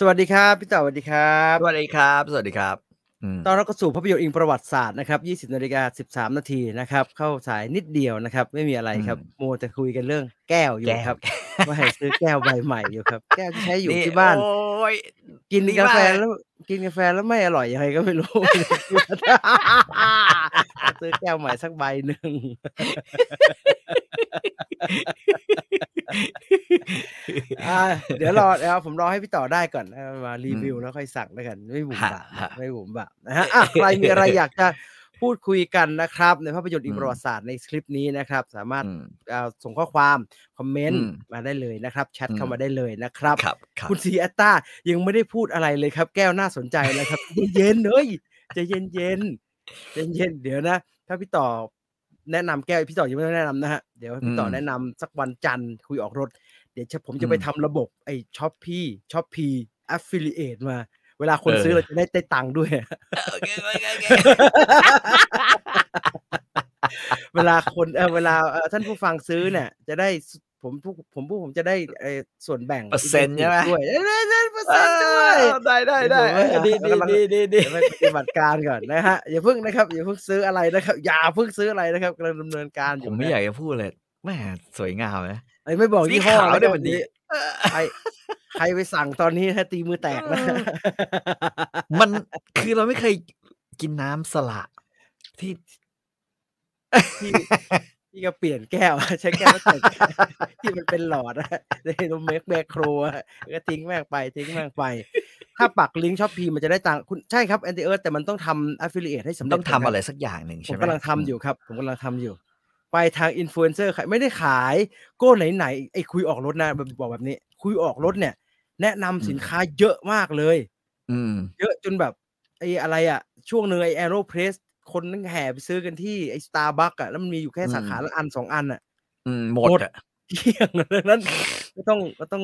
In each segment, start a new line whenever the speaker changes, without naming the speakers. สวัสดีครับ พี่เต่อสวัสดีครับ
สวัสดีครับ สวัสดีครับอืม
ตอนเราก็สู่ภาพยนตร์อิงประวัติศาสตร์นะครับ 20นาฬิกา13 นาทีนะครับ เข้าสายนิดเดียวนะครับ ไม่มีอะไรครับโมวแต่คุยกันเรื่องแก้วอยู่ครับว่าให้ซื้อแก้วใบใหม่อยู่ครับ แก้วที่ใช้อยู่
นี่
ที่บ้าน
โอ้ ย
กินกาม
ดีาก
แฟ
เลย
แล้วกินกาแฟแล้วไม่อร่อยยังไงก็ไม่รู้ ซื้อแก้วใหม่สักใบหนึ่ง อ่าเดี๋ยวรอเดี๋ยวผมรอให้พี่ต่อได้ก่อนแล้วมารีวิวแล้วค่อยสั่งแล้วกัน ไม่บุ๋มบะ
ฮะฮะ
ไม่บุ๋มบะนะฮะอ่ะใครมีอะไรอยากจะพูดคุยกันนะครับ ในภาพยนตร์อิง
อืม
ประวัติศาสตร์ในคลิปนี้นะครับ สามารถ
อืม
เอ่อส่งข้อความ คอมเมนต์
อืม
มาได้เลยนะครับ แชท
อืม
เข้ามาได้เลยนะครับ
ครับครับ
คุณซีแอตตายังไม่ได้พูดอะไรเลยครับ แก้วน่าสนใจนะครับ เย็นๆเฮ้ยใจะเย็นๆใจเย็นๆเดี๋ยวนะ ถ้าพี่ต่อแนะนำแก้วพี่ต่อยังไม่ได้แนะนำนะฮะเดี๋ยวพี่ต่อแนะนำสักวันจันทร์คุยออกรถ เดี๋ยวผมจะไปทำระบบไอ้ช้อปปี้ช้อปปี้แอฟฟิลิเอตมา เวลาคนซื้อเราจะได้ได้ตังค์ด้วย
โอเคโอเคโอ เค
เวลาคนเออเวลาเอ่อท่านผู้ฟังซื้อเนี่ย จะได้สผมผู้ผมผู้ผมจะได้เอ่อส่วนแบ่ง
เปอร์เซ็นต์ใช่ไหม
incentive ด้วยเอ้ยได้ได้เปอร์เซ็นต์ด้วย
เออได้ได้ได้
เดี๋ยวผมว่า
ดี
กำลัง
ดีดีดีดี
เดี๋ยวไปปฏิบัติการก่อนนะฮะอย่าเพิ่งนะครับอย่าเพิ่งซื้ออะไรนะครับ อย่าเพิ่งซื้ออะไรนะครับกำลังดำเนินการอ
ผ
ยู่
มไม่อยากจะพูดเลยแหม่สวยงามนะ
ไอ้ยไม่บอก
สี
ยี่ห้อ
ขาว
แล้ว
ได้
เดี๋ยว
วัน
นี้
นี้เออ
ใครใครไปสั่งตอนนี้ถ้าตีมือแตกนะ
เอ อ มันคือเราไม่เคยกินน้ำสละที่
ที่ที่ก็เปลี่ยนแก้ว ใช้แก้วพลาสติกที่มันเป็นหลอดอะ ในนมเมกแบกโครอะก็ทิ้งแม่งไปทิ้งแม่งไป ถ้าปักลิงก์ช็อปพีมันจะได้ตังค์คุณใช่ครับแอนติเอิร์แต่มันต้องทำอัฟฟิลิเอตให้สำเร็จ
ต้องทำ
ก่นคบ
อะไรสักอย่างหนึ่ง
ผม
ใช่ไหม
กำลังทำอยู่ครับ ผมกำลังทำอยู่ ไปทางอินฟลูเอนเซอร์ขายไม่ได้ขาย โก้ไหนไหนๆไอ้คุยออกรถนะแบบบอกแบบนี้ คุยออกรถเนี่ย แนะนำสินค้าเยอะมากเลย
อืม
เยอะจนแบบไอ้อะไรอะช่วงหนึ่งไอ้ Aeropress คนนั่งแห่ไปซื้อกันที่ไอ้ Starbucks อะแล้วมันมีอยู่แค่
อืม
สาขาละอันสองอันอะ
อืมหมด
หมด
อะ
เกลี่ยงดังนั้นก็ต้องก็ต้อง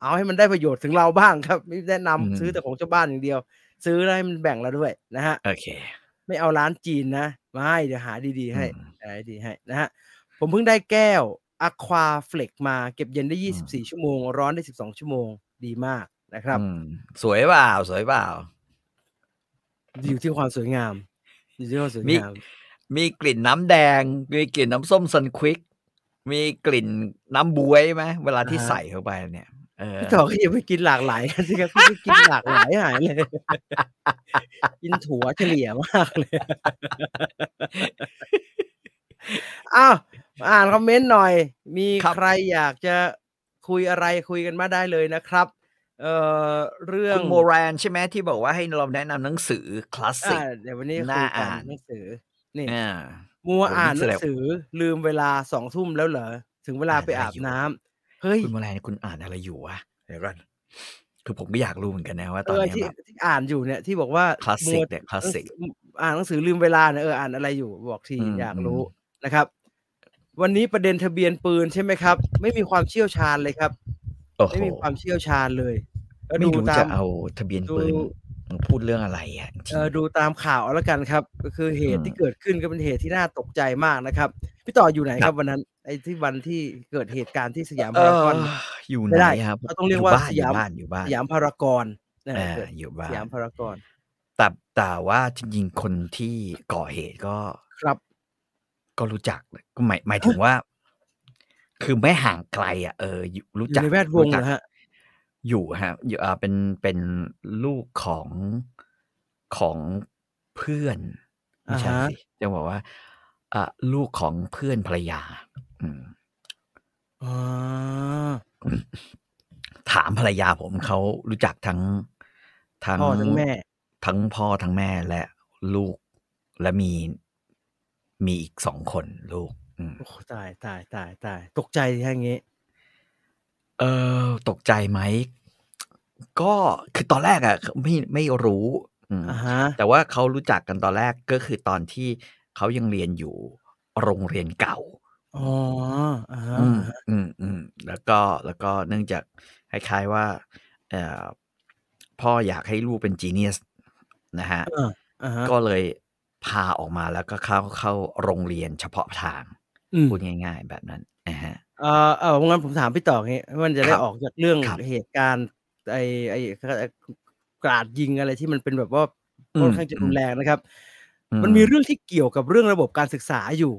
เอาให้มันได้ประโยชน์ถึงเราบ้างครับ ไม่แนะนำซื้อแต่ของชาวบ้านอย่างเดียว ซื้อแล้วให้มันแบ่งเราด้วยนะฮะ
โอเค
ไม่เอาร้านจีนนะไม่เดี๋ยวหาดีๆให้
อืม
ได้ดีให้นะฮะ ผมเพิ่งได้แก้วอะควาเฟลกมาเก็บเย็นได้
อืม
24 ชั่วโมง ร้อนได้ 12 ชั่วโมงดีมากนะครับ
อืมสวยเปล่าสวยเปล่า
อยู่ที่ความสวยงามอยู่ที่ความสวย
มี
งาม
มีกลิ่นน้ำแดง มีกลิ่นน้ำส้มซันควิก มีกลิ่นน้ำบวยไหมเวลาที่ใส่เข้าไปเนี่ยเออ
พี่ต่อก็ยังไปกินหลากหลายกันสิครับพี่ก็กินหลากหลายหายเลย กินถั่วเฉลี่ยมากเลย อ้าวมาอ่านคอมเมนต์หน่อย มีใครอยากจะคุยอะไรคุยกันมาได้เลยนะครับ เอ่อเรื่อง
คุณโมแรนใช่ไหมที่บอกว่าให้เราแนะนำหนังสือคลาสสิก
อ่าเดี๋ยววันนี้
น่า
คุยกัน
อ่าน
หนังสือ นี่
อ่า
มัว
โห
อ่านห
นี่แส
นั
ด
ง
ง
สือลืมเวลาสองทุ่มแล้วเหรอ ถึงเวลา
อ่าน
ไปอาบ
อะไรอยู่
น้ำเฮ้ย
คุณโมแรนคุณอ่านอะไรอยู่วะเดี๋ยวก่อนคือผมก็อยากรู้เหมือนกันนะว่าต
เอ
อน
อ
เนี้ย
ที่
แบบ
ที่อ่านอยู่เนี่ยที่บอกว่า
คลาสสิ
มั
ก
ว
เนี่ยคลาสสิก
หนังสืออ่านหนังสือลืมเวลาเนี่ยเอออ่านอะไรอยู่บอกที
อืม
อยาก
อืม
รู้นะครับ วันนี้ประเด็นทะเบียนปืนใช่ไหมครับ ไม่มีความเชี่ยวชาญเลยครับ
โอ้โห
ไม่มีความเชี่ยวชาญเลยก็
ไม่
ดู
รู้
ตา
จะ
ม
เอาทะเบียนปืน
ดู
มาพูดเรื่องอะไรอ่ะจริง
เออดูตามข่าวเอาละกันครับ ก็คือเหตุ
อืม
ที่เกิดขึ้นก็เป็นเหตุที่น่าตกใจมากนะครับ พี่ต่ออยู่ไหน
ค
ค
รั
รับ บวันนั้นไอ้ที่วันที่เกิดเหตุการณ์ที่สยาม
เอ
พาราก
อ
อน
อยู่ไห
ไม่
น
ได้
ครับ
เราต้องเรียกว่า
บ้าน
ส
อยู่
ยาม
บ้านอยู่บ้าน
สยามพารากอนนะ
อ่า
เกิด
อยู่บ้า
สยาน มพารากอน
แต่แต่ว่าจริงๆ คนที่ก่อเหตุก็
ครับ
ก็รู้จักเลยก็หมายหมายถึงว่า คือไม่ห่างไกล อ่ะเอออยู่รู้
อยู่
จัก
ในแวดวง
รู้จัก
นะฮะ
อยู่ฮะ อยู่อ่าเป็นเป็นลูกของของเพื่อนไม่ใช่
อ่าฮะ
สิจะบอกว่าอ่ะลูกของเพื่อนภรรยา อืม
อ๋อ
ถามภรรยาผมเขารู้จักทั้งทั้ง
พ่อทั้งแม่
ทั้งพ่อทั้งแม่และลูกและมีมีอีกสองคนลูก อืม
โอ้โหตายตายตายตาย ตกใจแค่นี้
เออตกใจไหม ก็คือตอนแรกอะไม่ไม่รู้อืม
อ่าฮะ
แต่ว่าเขารู้จักกันตอนแรกก็คือตอนที่เขายังเรียนอยู่โรงเรียนเก่า
อ๋ออ่าฮะ
อืมอืมอืมแล้วก็แล้วก็เนื่องจากคล้ายๆว่าเอ่อพ่ออยากให้ลูกเป็นจีเนียสนะฮะ
อ่าอ่าฮะ
ก็เลยพาออกมาแล้วก็เข้าเข้าโรงเรียนเฉพาะทาง
อืม
พูดง่ายๆแบบนั้นนะฮะ
เออเอองั้นผมถามพี่ต่องี้มันจะได้
ครับ
ออกจากเรื่อง
ครับ
เหตุการณ์ ไอไอกราดยิงอะไรที่มันเป็นแบบว่าค่อนข้างจะรุนแรงนะครับ
อื
มันมีเรื่องที่เกี่ยวกับเรื่องระบบการศึกษาอยู่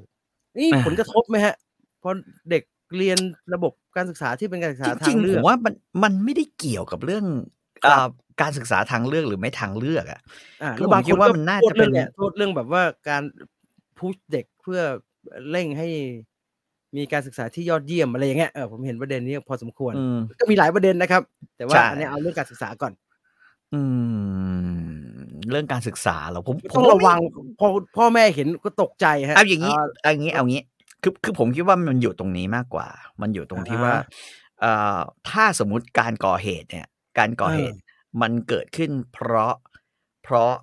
นี่
อ่า
ผลกระทบไหมฮะเพราะเด็กเรียนระบบการศึกษาที่เป็นการศึกษา
จ
ทา
ริง
ง
ๆ
เลื
ผ
อก
มว่ามันมันไม่ได้เกี่ยวกับเรื่อง
ครับ
เอ่อการศึกษาทางเลือกหรือไม่ทางเลือกอ่ะ
อ่า
คือ
แล้วบางคน
ผมคิดว่า
ก็
มันน่า
โทษ
จะเป็
เรื่อน งเนี่ยโทษเรื่องแบบว่าการพุชเด็กเพื่อเร่งให้มีการศึกษาที่ยอดเยี่ยมอะไรอย่างเงี้ยเออผมเห็นประเด็นนี้พอสมควร
อืม
ก็มีหลายประเด็นนะครับ แต่ว่า
ใช่
อันเนี้ยเอาเรื่องการศึกษาก่อน
อืม เรื่องการศึกษาเหรอผมผ
ต้อง
มว่า
ระ
ไม่
วังพอพ่อแม่เห็นก็ตกใจฮะ
เอาอย่างนี้เอาอย่างนี้เอาอย่างนี้คือคือผมคิดว่ามันอยู่ตรงนี้มากกว่า มันอยู่ตรงที่ว่า
อ่าฮะ
เอ่อถ้าสมมุติการก่อเหตุเนี่ย การก่อเหตุมันเกิดขึ้นเพราะเพราะ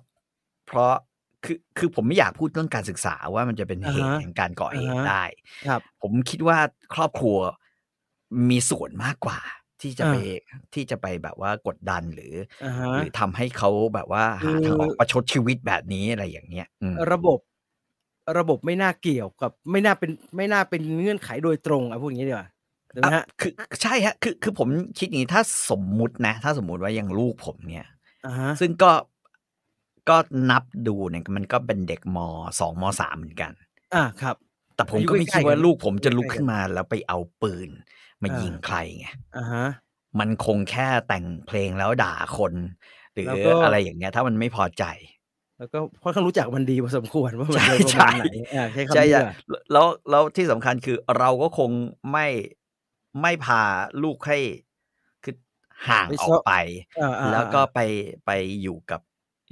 เพราะคือคือผมไม่อยากพูดเรื่องการศึกษาว่ามันจะเป็นเหตุ
อ่าฮะ
แห่งการก่อเหตุ
อ่าฮะ
ได้
ครับ
ผมคิดว่าครอบครัวมีส่วนมากกว่า ที่จะ
อ่า
ไปที่จะไปแบบว่ากดดันหรือ
อ่าฮะ
หรือทำให้เขาแบบว่าหาทางออก
คือ
ประชดชีวิตแบบนี้อะไรอย่างเงี้ยอืม
ระบบระบบไม่น่าเกี่ยวกับ ไม่น่าเป็นไม่น่าเป็นเงื่อนไขโดยตรงอ่ะพูดอย่างนี้ดีกว่าถูกไหมฮะ
อ่ะคือใช่ฮะคือคือผมคิดอย่างนี้ถ้าสมมุตินะ ถ้าสมมุติว่าอย่างลูกผมเนี่ย
อ่าฮะ
ซึ่งก็ก็นับดูเนี่ยมันก็เป็นเด็กมสองมสามเหมือนกัน
อ่าครับ
แต่ผมก็
อายุ
ไม่
ใกล้
คิ
ๆ
ด
กั
ว่าน ลูกผมจะลุก
ใกล้ๆกัน
ขึ้นมาแล้วไปเอาปืนมา
อ่ายิ
ยิงใครไง
อ่าฮะ
มันคงแค่แต่งเพลงแล้วด่าคน หรือ
แล้วก็
อะไรอย่างเงี้ย ถ้ามันไม่พอใจ
แล้วก็ค่อนข้างรู้จักมันดีพอสมควรว่ามัน
ใช่
เป็นประมาณไหน
ใช่
อ่าใช้คำ
ใช่
นี้ดี
ใช่
กว่า
แล้วแล้วที่สำคัญคือเราก็คงไม่ไม่พาลูกให้คือห่าง
ไป
ออ
ช
ก
อบ
ไป
อ่าอ่า
แล้วก็
อ่า
ไปไปอยู่กับ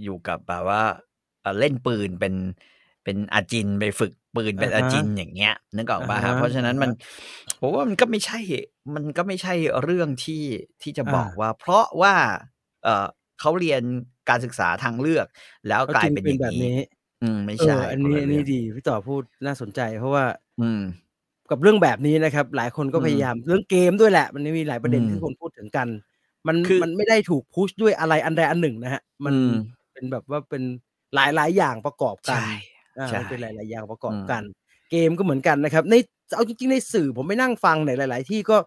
อยู่กับแบบว่าเอ่อเล่นปืนเป็นเป็นอาจินไปฝึกปืนเป็น
อ่า
อา
ฮะ
จินอย่างเงี้ยนึกออกปะ
อ่า
ฮะ
ฮะ
เพราะฉะนั้นมัน
อ่า
ผมว่ามันก็ไม่ใช่ มันก็ไม่ใช่เรื่องที่ที่จะ
อ่า
บอกว่า เพราะว่า เออเขาเรียนการศึกษาทางเลือก แล้ว
เขา
กลา
จึ
ย
ง
เป็น
เป็
อน ย่าง
แบบ
นี้
นี้
อืมไม่
เอ
ใช่
อ อัน
ค
นี้
ละ
อัน
เรื่
นี้
ง
ดีพี่ต่อพูดน่าสนใจ เพราะว่า
อืม
กับเรื่องแบบนี้นะครับ หลายคนก็
อืม
พยายามเรื่องเกมด้วยแหละ มันมีหลายประเด็น
อืม
ที่คนพูดถึงกัน มัน
คือ
มันไม่ได้ถูกพุชด้วยอะไรอันใดอันหนึ่งนะฮะ มัน
อืม
เป็นแบบว่าเป็นหลายหลายอย่างประกอบกัน
ใช่
อ่า
ใช่
มันเป็นหลายหลายอย่างประกอบ
อืม
กัน เกมก็เหมือนกันนะครับ ในเอาจริงๆในสื่อผมไม่นั่งฟังในหลาย ๆ ที่ก็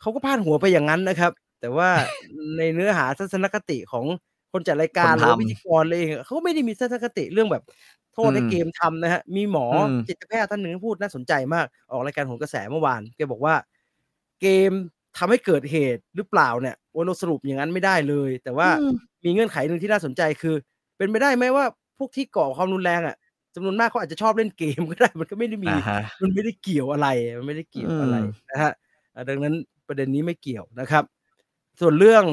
เขาก็พาดหัวไปอย่างนั้นนะครับ แต่ ว่า ในเนื้อหาทัศนคติของคนจัดรายการ
คน
หรือ
ทำ
พิธีกรเลยเองเขาก็ไม่ได้มีทัศนคติเรื่องแบบโทษให้
อืม
เกมทำนะฮะมีหมออ
ม
จิตแพทย์ท่านหนึ่งพูดน่าสนใจมาก ออกรายการโหนกระแสเมื่อวานแกบอกว่า เกมทำให้เกิดเหตุหรือเปล่าเนี่ยโอ้เราสรุปอย่างนั้นไม่ได้เลย แต่ว่า
อืม
มีเงื่อนไขหนึ่งที่น่าสนใจคือ เป็นไปได้ไหมว่าพวกที่ก่อความรุนแรงอ่ะจำนวนมากเขาอาจจะชอบเล่นเกมก็ได้ มันก็ไม่ได้มี
อ่าฮะ
มันไม่ได้เกี่ยวอะไร มันไม่ได้เกี่ยวอะไร
อืม
นะฮะอ่ะดังนั้นประเด็นนี้ไม่เกี่ยวนะครับ ส่วนเรื่อง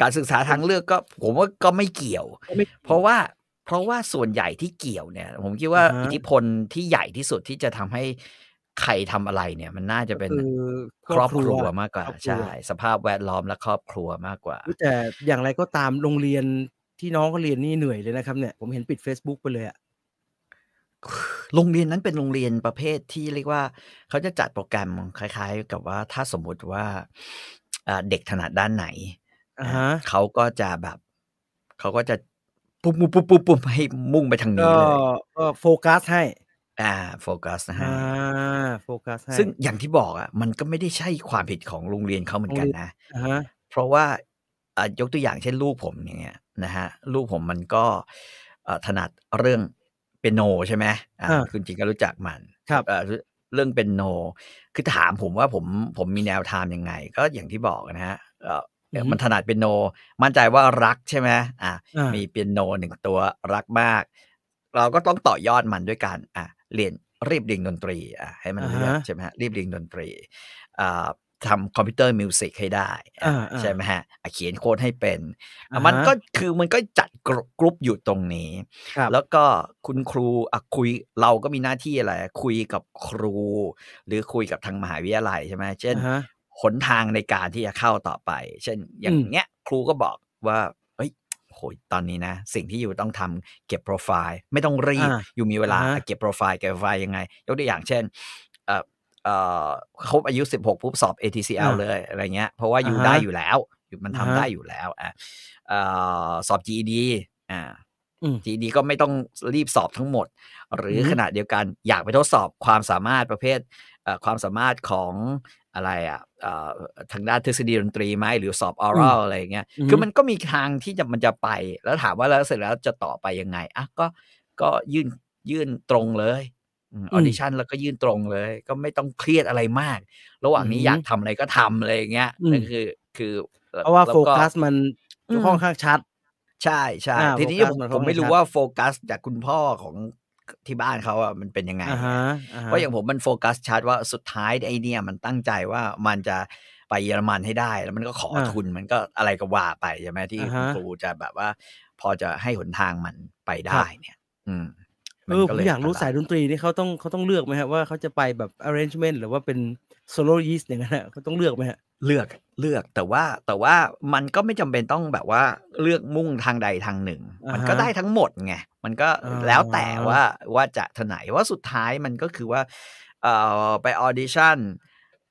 การศึกษาทางเลือกก็ ผมว่าก็ไม่เกี่ยว
ก็ไม่
เพราะว่าเพราะว่าส่วนใหญ่ที่เกี่ยวเนี่ย ผมคิดว่า
อ่าฮะ
อิทธิพลที่ใหญ่ที่สุดที่จะทำให้ใครทำอะไรเนี่ย มันน่าจะเป็น
คือ
ครอบครัวมากกว่า
ครอบครั
ใช่
ว
สภาพแวดล้อมและครอบครัวมากกว่า
อุ๊ยแต่อย่างไรก็ตามโรงเรียนที่น้องเขาเรียนนี่เหนื่อยเลยนะครับเนี่ยผมเห็นปิด Facebook ไปเลยอะ
โรงเรียนนั้นเป็นโรงเรียนประเภทที่เรียกว่า เขาจะจัดโปรแกรมคล้าย ๆ กับว่าถ้าสมมุติว่าเอ่อเด็กถนัดด้านไหน
อ่าฮะ
เขาก็จะแบบเขาก็จะปุ๊บปุ๊บปุ๊บปุ๊บปุ๊บให้มุ่งไปทาง
ก็
นี้เลย
ก็โฟกัสให้
อ่าโฟกัสนะฮะ
อ่าโฟกัสให้
ซึ่งอย่างที่บอกอ่ะมันก็ไม่ได้ใช่ความผิดของโรงเรียนเขาเหมือนกันนะ
อ่าฮะ
เพราะว่าอ่ะยกตัวอย่างเช่นลูกผมอย่างเงี้ยนะฮะลูกผมมันก็เอ่อถนัดเรื่องเปียโนใช่ไหมอ่า
อ่า
คุณจริงก็รู้จักมัน
ครับ
เอ่อเรื่องเปียโน คือถามผมว่าผมผมมีแนวทางยังไง ก็อย่างที่บอกนะฮะเอ่อ
อือฮึ
มันถนัดเปียโน มั่นใจว่ารักใช่ไหมอ่ะ
อ่า
มีเปียโนหนึ่งตัวรักมาก เราก็ต้องต่อยอดมันด้วยการอ่ะเรียนรีบเรียนดนตรีอ่ะให้มันเลือก
อ่าฮะ
ใช่ไหมฮะรีบเรียนดนตรี อ่าทำคอมพิวเตอร์มิวสิกให้ได้อ่ะ
อ่าอ่า
ใช่ไหมฮะอ่ะเขียนโค้ดให้เป็นอ่ะ
อ่าฮะ
มันก็คือมันก็จัดกรุกรุ๊ปอยู่ตรงนี้
ครับ
แล้วก็คุณครูอ่ะคุยเราก็มีหน้าที่อะไรคุยกับครู หรือคุยกับทางมหาวิทยาลัยใช่ไหมเช่น
อ่าฮะ
หนทางในการที่จะเข้าต่อไป เช่นอย่าง
อืม
เงี้ยครูก็บอกว่าเฮ้ยโหยตอนนี้นะ สิ่งที่อยู่ต้องทำเก็บโปรไฟล์ ไม่ต้องรีบ
อ่า
อยู่มีเวลา
อ่าฮะ
อ่ะเก็บโปรไฟล์เก็บโปรไฟล์ยังไง ยกตัวอย่างเช่นเอ่อ เอ่อครบอายุ 16 ปุ๊บสอบ ATCL
อ่า
เลยอะไรเงี้ย เพราะว่าอยู่
อ่าฮะ
ได้อยู่แล้วอยู่มันทำ
อ่าฮะ
ได้อยู่แล้วอ่ะเอ่อสอบ GED อ่า
อืม
GED ก็ไม่ต้องรีบสอบทั้งหมด หรือ
อฮึ
ขณะเดียวกันอยากไปทดสอบความสามารถประเภทเอ่อความสามารถของ อะไรอ่ะเอ่อทางด้านทฤษฎีดนตรีไหมหรือสอบออรัลอะไรอย่างเงี้ยคือมันก็มีทางที่จะมันจะไป แล้วถามว่าแล้วเสร็จแล้วจะต่อไปยังไงอ่ะก็ก็ยื่นยื่นตรงเลยอ
อื
อ
ม
ดิชั่นแล้วก็ยื่นตรงเลย ก็ไม่ต้องเครียดอะไรมาก ระหว่างนี้
อืม
อยากทำอะไรก็ทำอะไรอย่างเงี้ย
อืม
นั่นคือคือ
เพราะว่า
แล้ว
โฟ
ก็
กัสมัน
อืม
ค่อนข้างชัด
ใช่ใช่
อ่า
ทีนี้
โฟกัสมัน
ผมผมไม่
ค่อนข้างชัด
รู้ว่าโฟกัสจากคุณพ่อของที่บ้านเขาอ่ะมันเป็นยังไง
อ่าฮะอ่าฮะ
เพราะอย่างผมมันโฟกัสชัดว่าสุดท้ายไอเนี่ยมันตั้งใจว่ามันจะไปเยอรมันให้ได้ แล้วมันก็ขออา ทุนมันก็อะไรก็ว่าไปใช่ไหมที่
อ่า
คุณ
ฮะ
ครูจะแบบว่า พอจะให้หนทางมันไปได้เนี่ย อืม
เออผม
นเล
อยากรู้
ต
สายดนตรีนี่เขาต้องเขาต้องเลือกไหมฮะว่าเขาจะไปแบบ arrangement หรือว่าเป็น soloist อย่างนั้นฮะเขาต้องเลือกไหมฮะ
เลือกเลือกแต่ว่าแต่ว่ามันก็ไม่จำเป็นต้องแบบว่าเลือกมุ่งทางใดทางหนึ่ง
อ่าฮะ
มันก็ได้ทั้งหมดไงมันก็
อ่า
แล้วแต่ว่าว่าจะทางไหนว่าสุดท้ายมันก็คือว่าเอ่อไปออดิชั่น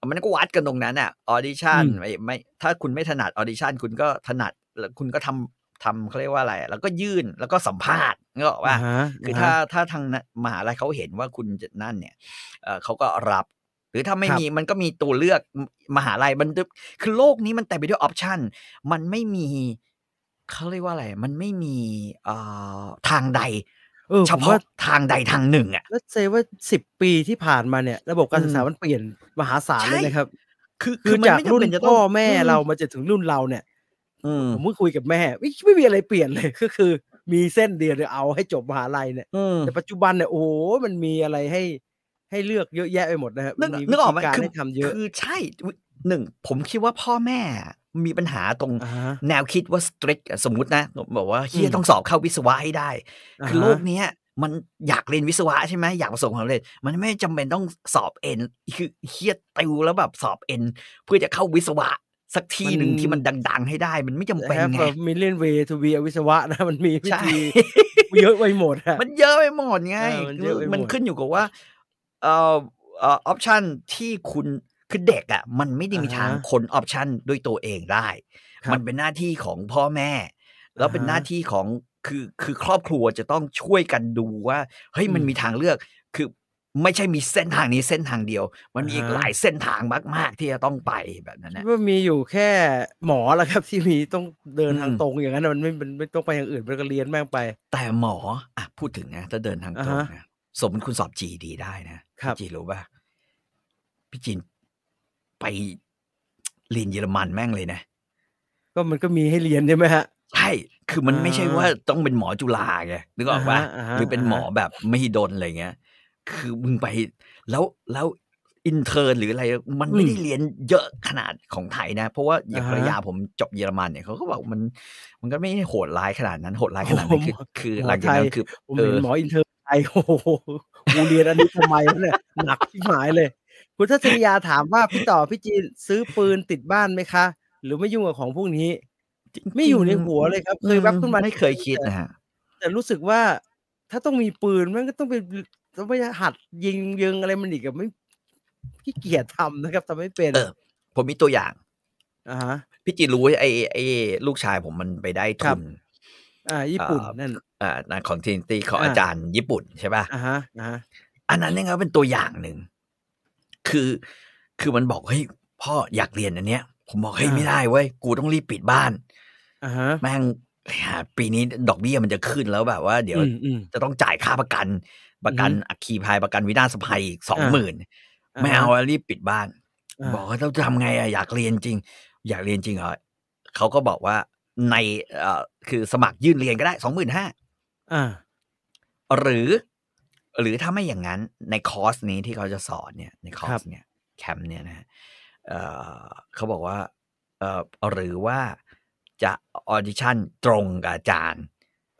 มันก็วัดกันตรงนั้นอ่ะออดิชั่นไม่ไม่ถ้าคุณไม่ถนัดออดิชั่นคุณก็ถนัดแล้วคุณก็ทำทำเขาเรียกว่าอะไร แล้วก็ยื่นแล้วก็สัมภาษณ์ก็บอกว่า
ฮะ
คืออ
ฮะ
ถ้าถ้าทางนั้นมหาลัยเขาเห็นว่าคุณจะนั่นเนี่ยเอ่อเขาก็รับ หรือถ้าไม่
ครับ
มีมันก็มีตัวเลือกมมหาลัยมันจะคือโลกนี้มันแต่ไปด้วยออปชันมันไม่มีเขาเรียกว่าอะไร มันไม่มีเอ่อทางใด
เออ
เฉ
ผม
พาะ
ว่า
ทางใดทางหนึ่งอ่ะ
แล้วเซว่าสิบปีที่ผ่านมาเนี่ย ระบบการศึกษา
อืม
มันเปลี่ยนมหาศาล
ใช่
เลยนะครับ
คือ
คือ
มั
จาก
ไม่จำ
รุ่น
เป็จะต้ง
พ่อแม่เรา
อื
มาจนถึงรุ่นเราเนี่ย
อืม
ผมเพิ่งคุยกับแม่ไม่ไม่มีอะไรเปลี่ยน เลยก็คือ มีเส้นเดียวเลยเอาให้จบมหาลัยเนี่ย
อืม
แต่ปัจจุบันเนี่ยโอ้โหมันมีอะไรให้ ให้เลือกเยอะแยะไปหมดนะฮะ
นึก
มี
นึ
วิ
กออก
ธี
ไหม
การ
คือ
ให้ทำเยอะ
คือใช่หนึ่งผมคิดว่าพ่อแม่มีปัญหาตรง
อ่าฮะ
แนวคิดว่า strict อะสมมตินะบอกว่าเฮีย
อืม
ต้องสอบเข้าวิศวะให้ได้
อ่า
คือโล
ฮะ
กเนี้ยมันอยากเรียนวิศวะใช่ไหมอยากประสบความสำเร็จมันไม่จำเป็นต้องสอบเอ็นคือเครียดติวแล้วแบบสอบเอ็นเพื่อจะเข้าวิศวะ สักที่หนึ่งที่มันดัง ๆ ให้ได้ มันไม่จำเป็น
แฮป
ไง
มิเลนเวทูบีวิศวะนะ มันมีวิ
ใช่
ธีเยอะไปหมดอะ
มันเยอะไปหมดไง
เออมันเยอะไปหมด
คือมันขึ้นอยู่กับว่าเอ่อเออออปชันที่คุณคือเด็กอ่ะมันไม่ได้มีทางคนออปชันด้วยตัวเองได้
ครับ
มันเป็นหน้าที่ของพ่อแม่ แล้วเป็นหน้าที่ของคือคือครอบครัวจะต้องช่วยกันดูว่าเฮ้ยมัน
อืม
มีทางเลือก คือไม่ใช่มีเส้นทางนี้เส้นทางเดียว มันมีอีก
อ่าฮะ
หลายเส้นทางมาก ๆ ที่จะต้องไปแบบนั้นนะ
ว่ามีอยู่แค่หมอแหละครับ ที่มีต้องเดินทาง
อืม
ตรงอย่างนั้นน่ะมันไม่มันไม่ต้องไปอย่างอื่นมันก็เรียนแม่งไป
แต่หมออ่ะพูดถึงนะถ้าเดินทางตรง
อ่าฮะ
นะสมมติคุณสอบ GED ได้นะครับ พี่จีนรู้ป่ะพี่จีนไปเรียนเยอรมันแม่งเลยนะ
ก็มันก็มีให้เรียนใช่ไหมฮะ
ใช่ คือมันไม่ใช่
อ่า
ว่าต้องเป็นหมอจุฬาไงนึกออกป่ะ
อ่าฮะอ่าฮะ
หรือเป็นหมอ
อ่าฮะ
แบบไม่ดนอะไรเงี้ย คือมึงไปแล้วแล้วอินเทอร์หรืออะไร มันไม่ได้เรียนเยอะขนาดของไทยนะ เพราะว่าอย่าง
อ่าฮะ
ภรรยาผมจบเยอรมันเนี่ยเขาก็บอกมัน มันก็ไม่ได้โหดร้ายขนาดนั้นโหดร้ายขนาดนั้นคือ
โอ้โห
คือ
หมอ
หลังจากนั้
ไท
น
ย
คือ
ผม
เอ
เห็น
อ
หมออินเทอร์ไทยโอ้โหกูเรียนอันนี้ทำไมวะเนี่ยหนักที่หมายเลย คุณทัศนียาถามว่าพี่ต่อพี่จีนซื้อปืนติดบ้านไหมคะ หรือไม่ยุ่งกับของพวกนี้
จริงๆ
ไม่อยู่ในหัวเลยครับ เคยแวบขึ้นมา
ไม่เคยคิดนะฮะ
แต่รู้สึกว่า ถ้าต้องมีปืนมันก็ต้องไปต้องไปหัดยิงยิงอะไรมันอีกกับไม่ขี้เกียจทำนะครับทำไม่เป็น
เออ ผมมีตัวอย่าง
อ่าฮะ
พี่จีรู้ไหมไอ้ไอ้ลูกชายผมมันไปได้
ครั
ทุ
บ
น
อ่า ญี่ปุ่นนั่น
อ่าของทีนตีของ
อ่า
อาจารย์ญี่ปุ่นใช่ป่ะ
อ่าฮะอ่าฮะ
อันนั้นเนี่ยครับเป็นตัวอย่างหนึ่ง คือ คือมันบอกเฮ้ยพ่ออยากเรียนอันเนี้ย ผมบอกเฮ้ยไม่ได้เว้ย กูต้องรีบปิดบ้าน
อ่าฮะ
แม่งหาปีนี้ดอกเบี้ยมันจะขึ้นแล้วแบบว่า เดี๋ยว
อืมอืม
จะต้องจ่ายค่าประกัน ประกันอัคคีภัยประกันวินาศภัยอีกสองหมื่น
อ่า
ไม่เอาอะรีบปิดบ้าน
อ่า
บอกว่าต้องทำไงอะอยากเรียนจริง อยากเรียนจริงเหรอเขาก็บอกว่าในเอ่อคือสมัครยื่นเรียนก็ได้สองหมื่นห้า
อ่า
หรือ หรือถ้าไม่อย่างนั้นในคอร์สนี้ที่เขาจะสอนเนี่ย ในคอ
ครั
ร์ส
บ
เนี่ยแคมป์เนี่ยนะฮะเอ่อเขาบอกว่าเอ่อหรือว่าจะออดิชั่นตรงกับอาจารย์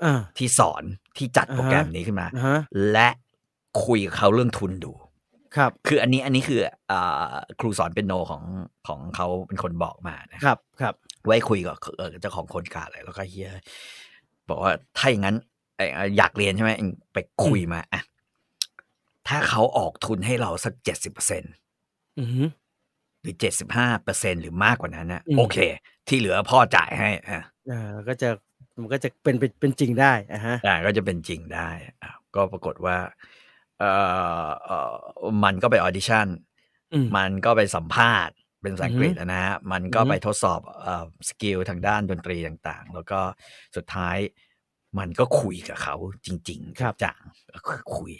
อ่า
ที่สอนที่จัดโปรแกรมนี้ขึ้นมา
อ่าฮะ
และคุยกับเขาเรื่องทุนดู
ครับ
คืออันนี้อันนี้คืออ่าครูสอนเป็นโนของของเขาเป็นคนบอกมานะ
ครับครับ
ไว้คุยกับเอ่อเจ้าของโครงการอะไรแล้วก็เฮียบอกว่าถ้าอย่างนั้นไอ้อยากเรียนใช่ไหมเองไปคุยมาอ่ะถ้าเขาออกทุนให้เราสักเจ็ดสิบเปอร์เซ็น
อือหือ
หรือเจ็ดสิบห้าเปอร์เซ็นหรือมากกว่านั้นนะ
อืม
โอเค ที่เหลือพ่อจ่ายให้อ่ะ
อ่าก็จะมันก็จะเป็นเป็นเป็นจริงได้อ่าฮะ
อ่ะก็จะเป็นจริงได้อ่ะก็ปรากฏว่าเออเออมันก็ไปออดิชั่น
อืม
มันก็ไปสัมภาษณ์เป็นภาษาอังกฤษอะนะฮะ มันก็
อือฮึ
ไปทดสอบสกิลทางด้านดนตรีต่างๆ แล้วก็สุดท้ายมันก็คุยกับเขาจริงๆครับจังก็คุย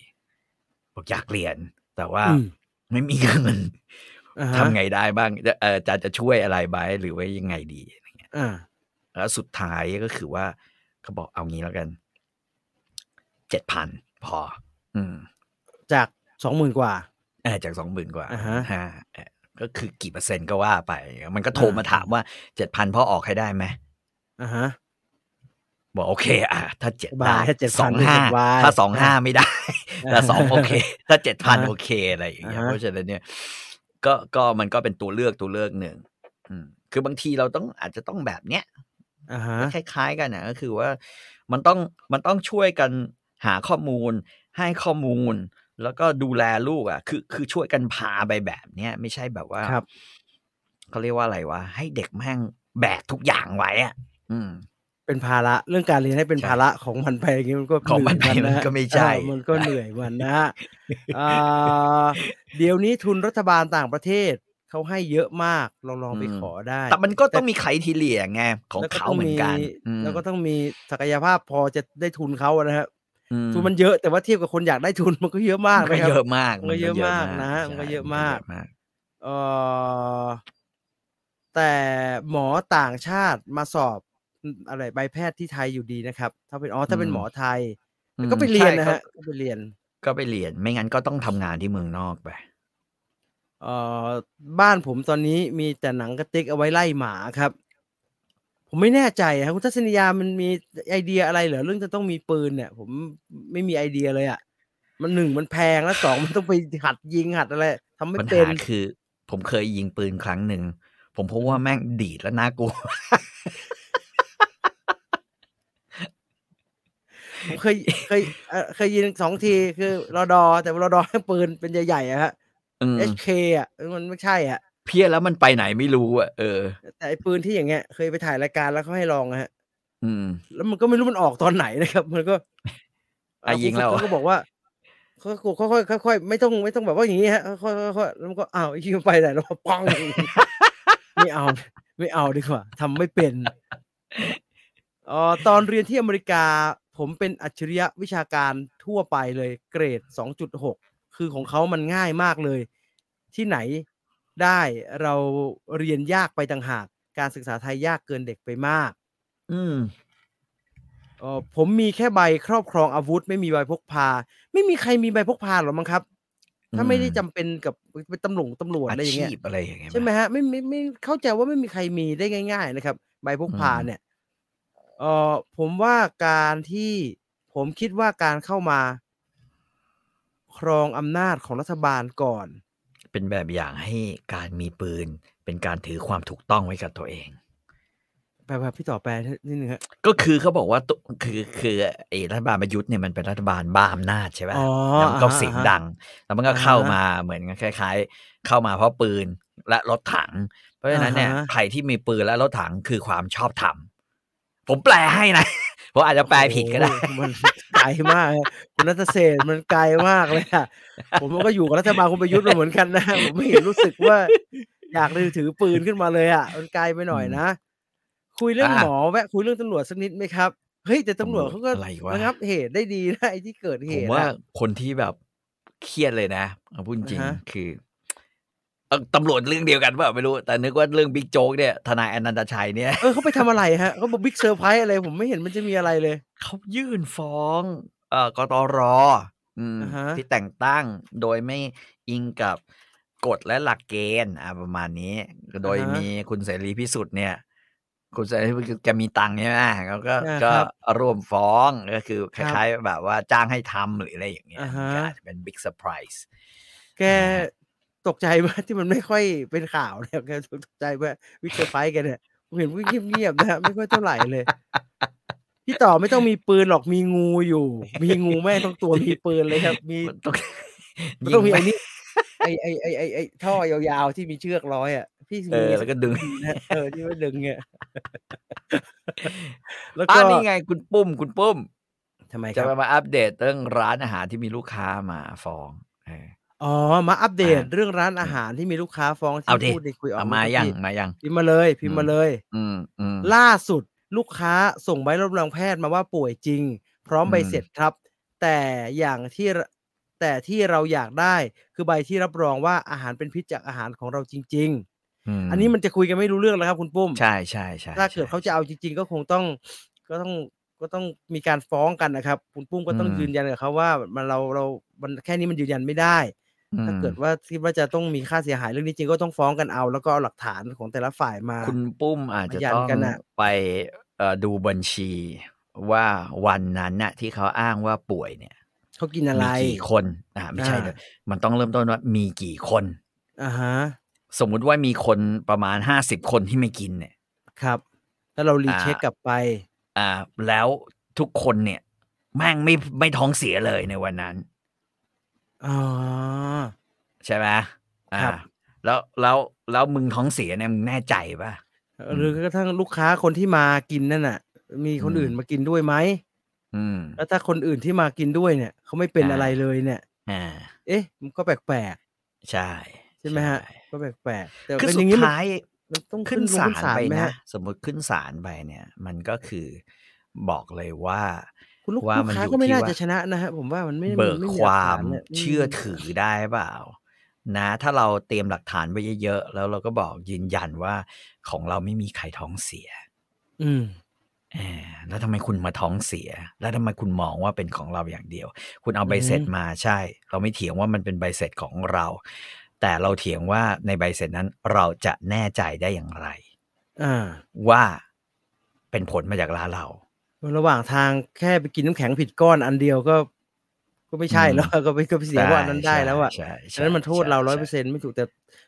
บอกอยากเรียน แต่ว่า
อืม
ไม่มีเงิน
อ่าฮะ
ทำไงได้บ้างจะเอ่ออาจารย์จะช่วยอะไรไหมหรือว่ายังไงดี
อ่า
แล้วสุดท้ายก็คือว่าเขาบอกเอางี้แล้วกันเจ็ดพันพอ อืม
จากสองหมื่นกว่า
เออจากสองหมื่นกว่า
อ่าฮะ
ฮะเอ่อก็คือกี่เปอร์เซ็นต์ก็ว่าไป มันก็โทรมา
อ่า
ถามว่าเจ็ดพันพ่อออกให้ได้ไหม
อ่าฮะ
บอกโอเค อ่ะ ถ้าเจ็ด
บา
ได้
ยถ้า7,000
สองห้า
บาย
ถ้าสองห้าไม่ได้ แต่สองโอเค ถ้าเจ็ดพัน
อ่า
โอเคอะไรอย่างเงี้ย
อ่าฮะ
เพราะฉะนั้นเนี่ย ก็ก็มันก็เป็นตัวเลือกตัวเลือกหนึ่งอืมคือบางทีเราต้องอาจจะต้องแบบเนี้ย
อ่าฮะ
คล้าย ๆ กันนะก็คือว่ามันต้องมันต้องช่วยกันหาข้อมูล ให้ข้อมูล แล้วก็ดูแลลูกอ่ะ คือคือช่วยกันพาไปแบบเนี้ยไม่ใช่แบบว่า
ครับ
เขาเรียกว่าอะไรวะให้เด็กแม่งแบกทุกอย่างไว้อ่ะ อืม
เป็นภาระเรื่องการเรียนให้เป็น
ใช่
ภาระของมันไปอย่างนี้มันก็
ของมัน
เหย
ไปมันะ ก็ไม่ใช่
เออมันก็เหนื่อยมันนะฮะอ่าเดี๋ยวนี้ทุนรัฐบาลต่างประเทศเขาให้เยอะมากลองลองไปขอได้
แต่มันก็ต้องมีไขทีเหลียไงของ
แล้วก็
เขา
ต้อง
เหมือนกันอืม
แล้วก็ต้องมีศักยภาพพอจะได้ทุนเขาอะนะครับ
อื
ทุนมันเยอะแต่ว่าเทียบกับคนอยากได้ทุนมันก็เยอะมาก
มันก็
นะครับ
เยอะมาก
มันก็เยอะมากนะ
ใช่
มันก็เยอะ
น
มาก
เยอะมาก
เออแต่หมอต่างชาติมาสอบอะไรใบแพทย์ที่ไทยอยู่ดีนะครับ ถ้าเป็นอ๋อถ้าเป็น
อื
ห
ม
มอไทย
อืม
ก็ไปเรียน
ใช่
นะ
ก็
ฮะก็ไปเรียน
ก็ไปเรียนไม่งั้นก็ต้องทำงานที่เมืองนอกไป
เอ่อบ้านผมตอนนี้มีแต่หนังกระติกเอาไว้ไล่หมาครับ ผมไม่แน่ใจครับคุณทัศนียามันมีไอเดียอะไรเหรอเรื่องจะต้องมีปืนเนี่ย ผมไม่มีไอเดียเลยอะ่ะ มันหนึ่งมันแพงแล้วสองมันต้องไปหัดยิงหัดอะไรทำไม่
ปัญ
เป็
หาน คือ ผมเคยยิงปืนครั้งหนึ่ง ผมพบว่าแม่งดีดแล้วน่ากลัว
ผมเคยเคยเอ่อเคยยิงสองทีคือรอดอแต่ว่ารอดอให้ปืนเป็นใหญ่ๆอะฮะ
อืม
HK อ่ะเออมันไม่ใช่อ่ะ
เพี้ยแล้วมันไปไหนไม่รู้อ่ะเออ
แต่ไอปืนที่อย่างเงี้ยเคยไปถ่ายรายการแล้วเขาให้ลองอะฮะ
อืม
แล้วมันก็ไม่รู้มันออกตอนไหนนะครับ มันก็
อ่ะ
เคุณ
ยิงแล้ว
ฝึ
เห
ก
รอ
เขาก็บอกว่าค่อยๆค่อยๆค่อยๆค่อยๆไม่ต้องไม่ต้องแบบว่าอย่างนี้ฮะค่อยๆค่อยๆแล้วมันก็อ้าวยิงไปไหนแล้วก็ปัง ไม่เอา ไม่เอาดีกว่าทำไม่เป็นเอ่อตอนเรียนที่อเมริกา ผมเป็นอัจฉริยะวิชาการทั่วไปเลย เกรด 2.6 คือของเขามันง่ายมากเลย ที่ไหนได้เราเรียนยากไปต่างหาก การศึกษาไทยยากเกินเด็กไปมาก
อืม
เออผมมีแค่ใบครอบครองอาวุธ ไม่มีใบพกพา ไม่มีใครมีใบพกพาหรอมั้งครับ ถ้าไม่ได้
อืม
จำเป็นกับเป็นตำรวจตำรวจ
อา
อะไรอย่าง
ชี
เงี้ย
พอะไรอย่างเงี้ย
ใช่ไหมฮะไม่ไม่ไม่เข้าใจว่าไม่มีใครมีได้ง่าย ๆ นะครับ ใบพกพาเนี่ยเออผมว่าการที่ผมคิดว่าการเข้ามา ครองอำนาจของรัฐบาลก่อน
เป็นแบบอย่างให้การมีปืน เป็นการถือความถูกต้องไว้กับตัวเอง
แปลว่าพี่ต่อแปลนิดนึงฮะ
ก็คือเขาบอกว่าตุคือคือไอ้รัฐบาลประยุทธ์เนี่ยมันเป็นรัฐบาลบ้าอำนาจใช่ปะ
อ๋อ
แล้วมันก็
อ่าฮะ
เสียง
อ่าฮะ
ดัง แล้วมันก็
อ่าฮะ
เข้ามาเหมือนคล้าย ๆ เข้ามาเพราะปืนและรถถัง เพราะฉะนั้นเนี่ย
อ่าฮะ
ใครที่มีปืนและรถถังคือความชอบธรรม ผมแปลให้นะ ผมอาจจะแปลผิดก็ได้
โอ้โหมันไกลมากเลยคุณนัทเศรษฐ์มันไกลมากเลยอะผมก็อยู่กับรัฐบาลคุณประยุทธ์มาเหมือนกันนะ ผมไม่เห็นรู้สึกว่า อยากเลยถือปืนขึ้นมาเลยอ่ะมันไกลไปหน่อยนะ คุยเรื่อง
อ่ะ
หมอแวะคุยเรื่องตำรวจสักนิดไหมครับ เฮ้ยแต่ตำรวจเขาก็
อะไรวะ
ระงับเหตุได้ดีนะไอ้ที่เกิดเห
ผม
ตุ
ว่า
อะ
คนที่แบบเครียดเลยนะเอาพูดจริง
อ่าฮะ
คือเอ่อตำรวจเรื่องเดียวกันเปล่าไม่รู้ แต่นึกว่าเรื่องบิ๊กโจ๊กเนี่ยทนายอนันตชัยเนี่ย
เออเขาไปทำอะไรฮะเขาบอกบิ๊กเซอร์ไพรส์อะไรผมไม่เห็นมันจะมีอะไรเลย
เขายื่นฟ้องเอ่อกตรอืม
อ่าฮะ
ที่แต่งตั้งโดยไม่อิงกับกฎและหลักเกณฑ์อ่ะประมาณนี้ โดยมีคุณเสรีพิสุทธิ์เนี่ย คุณเสรีพิสุทธิ์แกมีตังค์ใช่ไหมเขาก็
อ่า
ก็
ครับ
ร่วมฟ้องก็คือค
ครับ
ล้ายๆแบบว่าจ้างให้ทำหรืออะไรอย่างเงี้ย
อ่า
มันก็
ฮะ
อาจจะเป็นบิ๊กเซอร์ไพรส์
แกตกใจมากที่มันไม่ค่อยเป็นข่าวเนี่ยแกตกใจว่าวิกเซอร์ไพรส์แกันเนี่ยผมเห็นวิ่งเงียบๆนะฮะไม่ค่อยเท่าไหร่เลย พี่ต่อไม่ต้องมีปืนหรอกมีงูอยู่ มีงูแม่ทั้งตัวมีปืนเลยครับ มี
มันต้อง
มันต้องมี
ยิ
ไอ้
ง
นี่ไอ้ไอ้ไอ้ไอ้ไอ้ท่อยาวๆที่มีเชือกร้อยอ่ะพี่
เอ
มี
อแล้วก็ดึง
นะเออที่ว่าดึงเนี่ยแล้ว
อ่า
ก็
นี่ไงคุณปุ้ม คุณปุ้ม
ทำไมค
จะ
รับ
มาอัปเดตเรื่องร้านอาหารที่มีลูกค้ามาฟ้องเออ
อ๋อ มาอัปเดต
อ่า
เรื่องร้านอาหารที่มีลูกค้าฟ้อง
เอา
ที่
ดิ
พูดในคุยออก
เอามายัง
ครับ
มายัง
พี่พิมพ์มาเลยพิมพ์
อืม
มาเลย
อืมอืม
ล่าสุดลูกค้าส่งใบรับรองแพทย์มาว่าป่วยจริง พร้อม
อืม
ใบเสร็จครับ แต่อย่างที่ระแต่ที่เราอยากได้คือใบที่รับรองว่าอาหารเป็นพิษจากอาหารของเราจริง ๆ อันนี้มันจะคุยกันไม่รู้เรื่องแล้วครับคุณปุ้ม
ใช่ใช่ใช่
ถ้าเกิดเขาจะเอาจริง ๆ ก็คงต้องก็ต้องก็ต้องมีการฟ้องกันนะครับ คุณปุ้มก็ต้องยืนยันกับเขาว่ามันเราเรามันแค่นี้มันยืนยันไม่ได้ ถ้าเกิด
อืม
ว่าคิดว่าจะต้องมีค่าเสียหายเรื่องนี้จริงก็ต้องฟ้องกันเอาแล้วก็เอาหลักฐานของแต่ละฝ่ายมา
คุณปุ้มอาจจะ
มายัน
ต้อง
กันอะ
ไปเอ่อดูบัญชีว่าวันนั้นน่ะที่เขาอ้างว่าป่วยเนี่ย
เขากินอะไร
มีกี่คนอ่าไม่ใช่
อ่า
เลยมันต้องเริ่มต้นว่ามีกี่คน
อ่าฮะ
สมมุติว่ามีคนประมาณห้าสิบคนที่ไม่กินเนี่ย
ครับ แล้วเรารีเช็ค
อ่า
กลับไป
อ่า แล้วทุกคนเนี่ย แม่งไม่ไม่ท้องเสียเลยในวันนั้น
อ๋อ
ใช่ไหมอ่า
ครับ
แล้วแล้วแล้วมึงท้องเสียเนี่ยมึงแน่ใจปะ
หรือกระทั่งลูกค้าคนที่มากินนั่นน่ะ มีคน
อืม
อื่นมากินด้วยไหม
อืม
แล้วถ้าคนอื่นที่มากินด้วยเนี่ยเขาไม่เป็น
อ่า
อะไรเลยเนี่ย
อ่า
เอ๊ะ มันก็แปลก
ใช่
ๆใช่ไหมฮะ ก็แปลกๆแต่
คือ
เป็น
สุ
อ
ด
ย่างนี้มัน
ท้าย
มันต้อง
ขึ้น
ลง
ศา
ขึ้
ลไป
หมฮ
นะ สมมติขึ้นศาลไปเนี่ย มันก็คือบอกเลยว่า
คุณลูก
ว่ามัน
ค้า
อยู่
ก็ไม่
ที่
น่า
ว่า
จะชนะนะฮะผมว่ามันไม่
เบิก
นไ
ความ
หลักฐนนะ
เชื่อถือได้เปล่า นะ ถ้าเราเตรียมหลักฐานไว้เยอะๆ แล้วเราก็บอกยืนยันว่าของเราไม่มีใครท้องเสีย
อืม
เออแล้วทำไมคุณมาท้องเสีย แล้วทำไมคุณมองว่าเป็นของเราอย่างเดียว คุณเอาใบเสร็จ
อืม
มาใช่ เราไม่เถียงว่ามันเป็นใบเสร็จของเรา แต่เราเถียงว่าในใบเสร็จนั้นเราจะแน่ใจได้อย่างไร
อ่า
ว่าเป็นผลมาจากร้านเรา
ระหว่างทางแค่ไปกินน้ำแข็งผิดก้อนอันเดียวก็ ก็ไม่ใช่
อืม
แล้ว ก็ไปก็ไปเสียว่าอันนั้นได้แล้วอ่ะ
ใช่ใช่
ฉะนั้นมันโทษเราร้อยเปอร์
ใช่
เซ็นต์ไม่ถูกแต่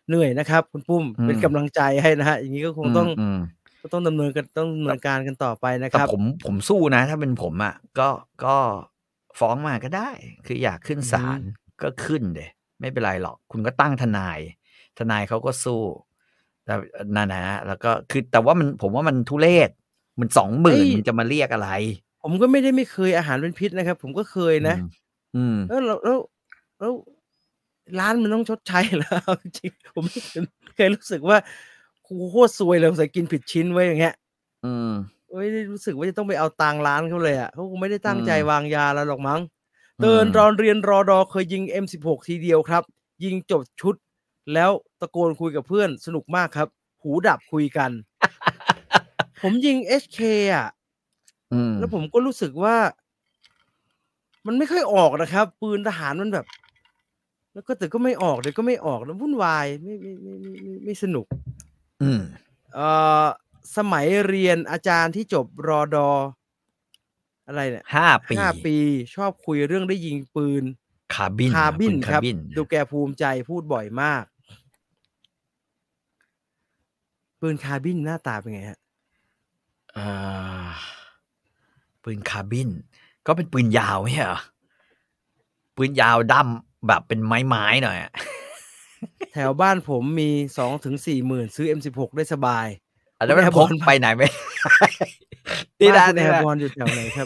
เหนื่อยนะครับ คุณปุ้ม
อืม
เป็นกำลังใจให้นะฮะอย่างนี้ก็คงต้อง
มม
ก็ต้องดำเนินกันต้องดำเนินการกันต่อไปนะค
แต่
รับ
ผมผมสู้นะ ถ้าเป็นผมอ่ะก็ก็ฟ้องมาก็ได้ คืออยากขึ้นศาลก็ขึ้นเดยไม่เป็นไรหรอก คุณก็ตั้งทนาย ทนายเขาก็สู้แต่นั่นนะฮะแล้วก็คือแต่ว่ามันผมว่ามันทุเลศมันสองหมื่น
เอ้ย
มันจะมาเรียกอะไร
ผมก็ไม่ได้ไม่เคยอาหารเป็นพิษนะครับ ผมก็เคยนะ
อืมอืม
แล้วเราแล้วแล้วร้านมันต้องชดใช้เหรอ เอาจริงๆผมเคยรู้สึกว่ากูโคตรซวยเลยใส่กินผิดชิ้นไว้อย่างเงี้ย
อืม
ไม่ได้รู้สึกว่าจะต้องไปเอาตังค์ร้านเขาเลยอ่ะเขาคงไม่ได้ตั้งใจ
อืม
วางยาแล้วหรอกมั้ง เตือนตอนเรียนรอดอเคยยิง M16 ทีเดียวครับ ยิงจบชุด แล้วตะโกนคุยกับเพื่อนสนุกมากครับ หูดับคุยกัน ผมยิง HK อ่ะ
อืม
แล้วผมก็รู้สึกว่า มันไม่ค่อยออกนะครับ ปืนทหารมันแบบ แล้วก็แต่ก็ไม่ออกเดี๋ยวก็ไม่ออกแล้ววุ่นวายไม่ไม่ไม่ไม่ไม่ไม่สนุก
อืม
เอ่อสมัยเรียนอาจารย์ที่จบรอดอ อะไรเนี่ย
ห้าปี
ห้าปีชอบคุยเรื่องได้ยิงปืน
คาบิน
คาร์บิน
ณ
ครับ
บิน
ดูแกภูมิใจพูดบ่อยมาก ปืนคาร์บินหน้าตาเป็นไง ฮะ
อ่าปืนคาร์บิน ก็เป็นปืนยาวไม่ใช่เหรอปืนยาวด้ำแบบเป็นไม้ๆหน่อยอะ
แถวบ้านผมมีสองถึงสี่หมื่นซื้อ M16 ได้สบาย
อันนั้น
คุณ
มัน
แอร์
พ
บอล
กไปไหนไม่ ได้
บ้าคุณ
นี่นะนี่
แอร์
นะ
บอลอยู่แถวไหน ครับ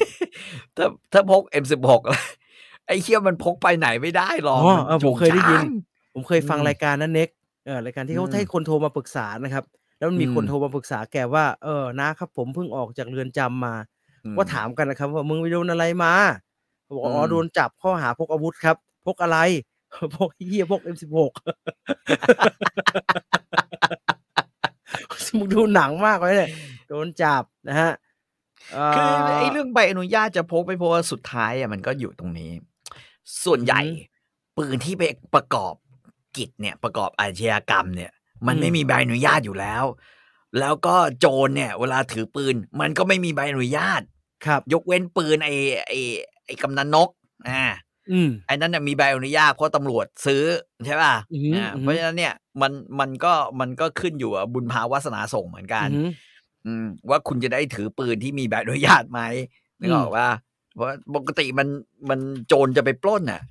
ถ้าถ้าพก M16 แล้วไอ้เคี้ยมันพกไปไหนไม่ได้หรอก
อ๋อ
มัน
เออผม
จุก
เคยได้ยิน
ช้าง
ผมเคยฟัง
อืม
รายการนั้นเน็กเออรายการที่เขา
อืม
ให้คนโทรมาปรึกษานะครับ แล้วมันมี
อืม
คนโทรมาปรึกษาแกว่า เออนะครับผมเพิ่งออกจากเรือนจำมา
อื
ก็ถามกันนะครับ ว่ามึงไปโดนอะไรมาเขาบอกว่าอ๋ออ
ม
โดนจับข้อหาพกอาวุธครับ พกอะไร พกเหี้ยพก M16 มึงดูหนังมากเลยเนี่ยโดนจับนะฮะ
คือไอ้
เ
เรื่องใบอนุญาตจะพกไปเพราะว่าสุดท้ายอะมันก็อยู่ตรงนี้ ส่วนใหญ่
อืม
ปืนที่ไปประกอบกิจเนี่ย ประกอบอาชญากรรมเนี่ย มัน
อืม
ไม่มีใบอนุญาตอยู่แล้ว แล้วก็โจรเนี่ย เวลาถือปืน มันก็ไม่มีใบอนุญาต
ครับ
ยกเว้นปืนไอ้ไอ้ไอ้กำนันนกอ่า
อืม
ไอ้นั่นน่ะมีใบอนุญาตเพราะตำรวจซื้อใช่ป่ะ
อือหือ
อ่า
อือหือ
เพราะฉะนั้นเนี่ยมันมันก็มันก็ขึ้นอยู่กับบุญภาวาสนาส่งเหมือนกัน
อืม
อืมว่าคุณจะได้ถือปืนที่มี ใบอนุญาตไหมนึกออกว่าเพราะปกติมันมันโจรจะไปปล้นน่ะ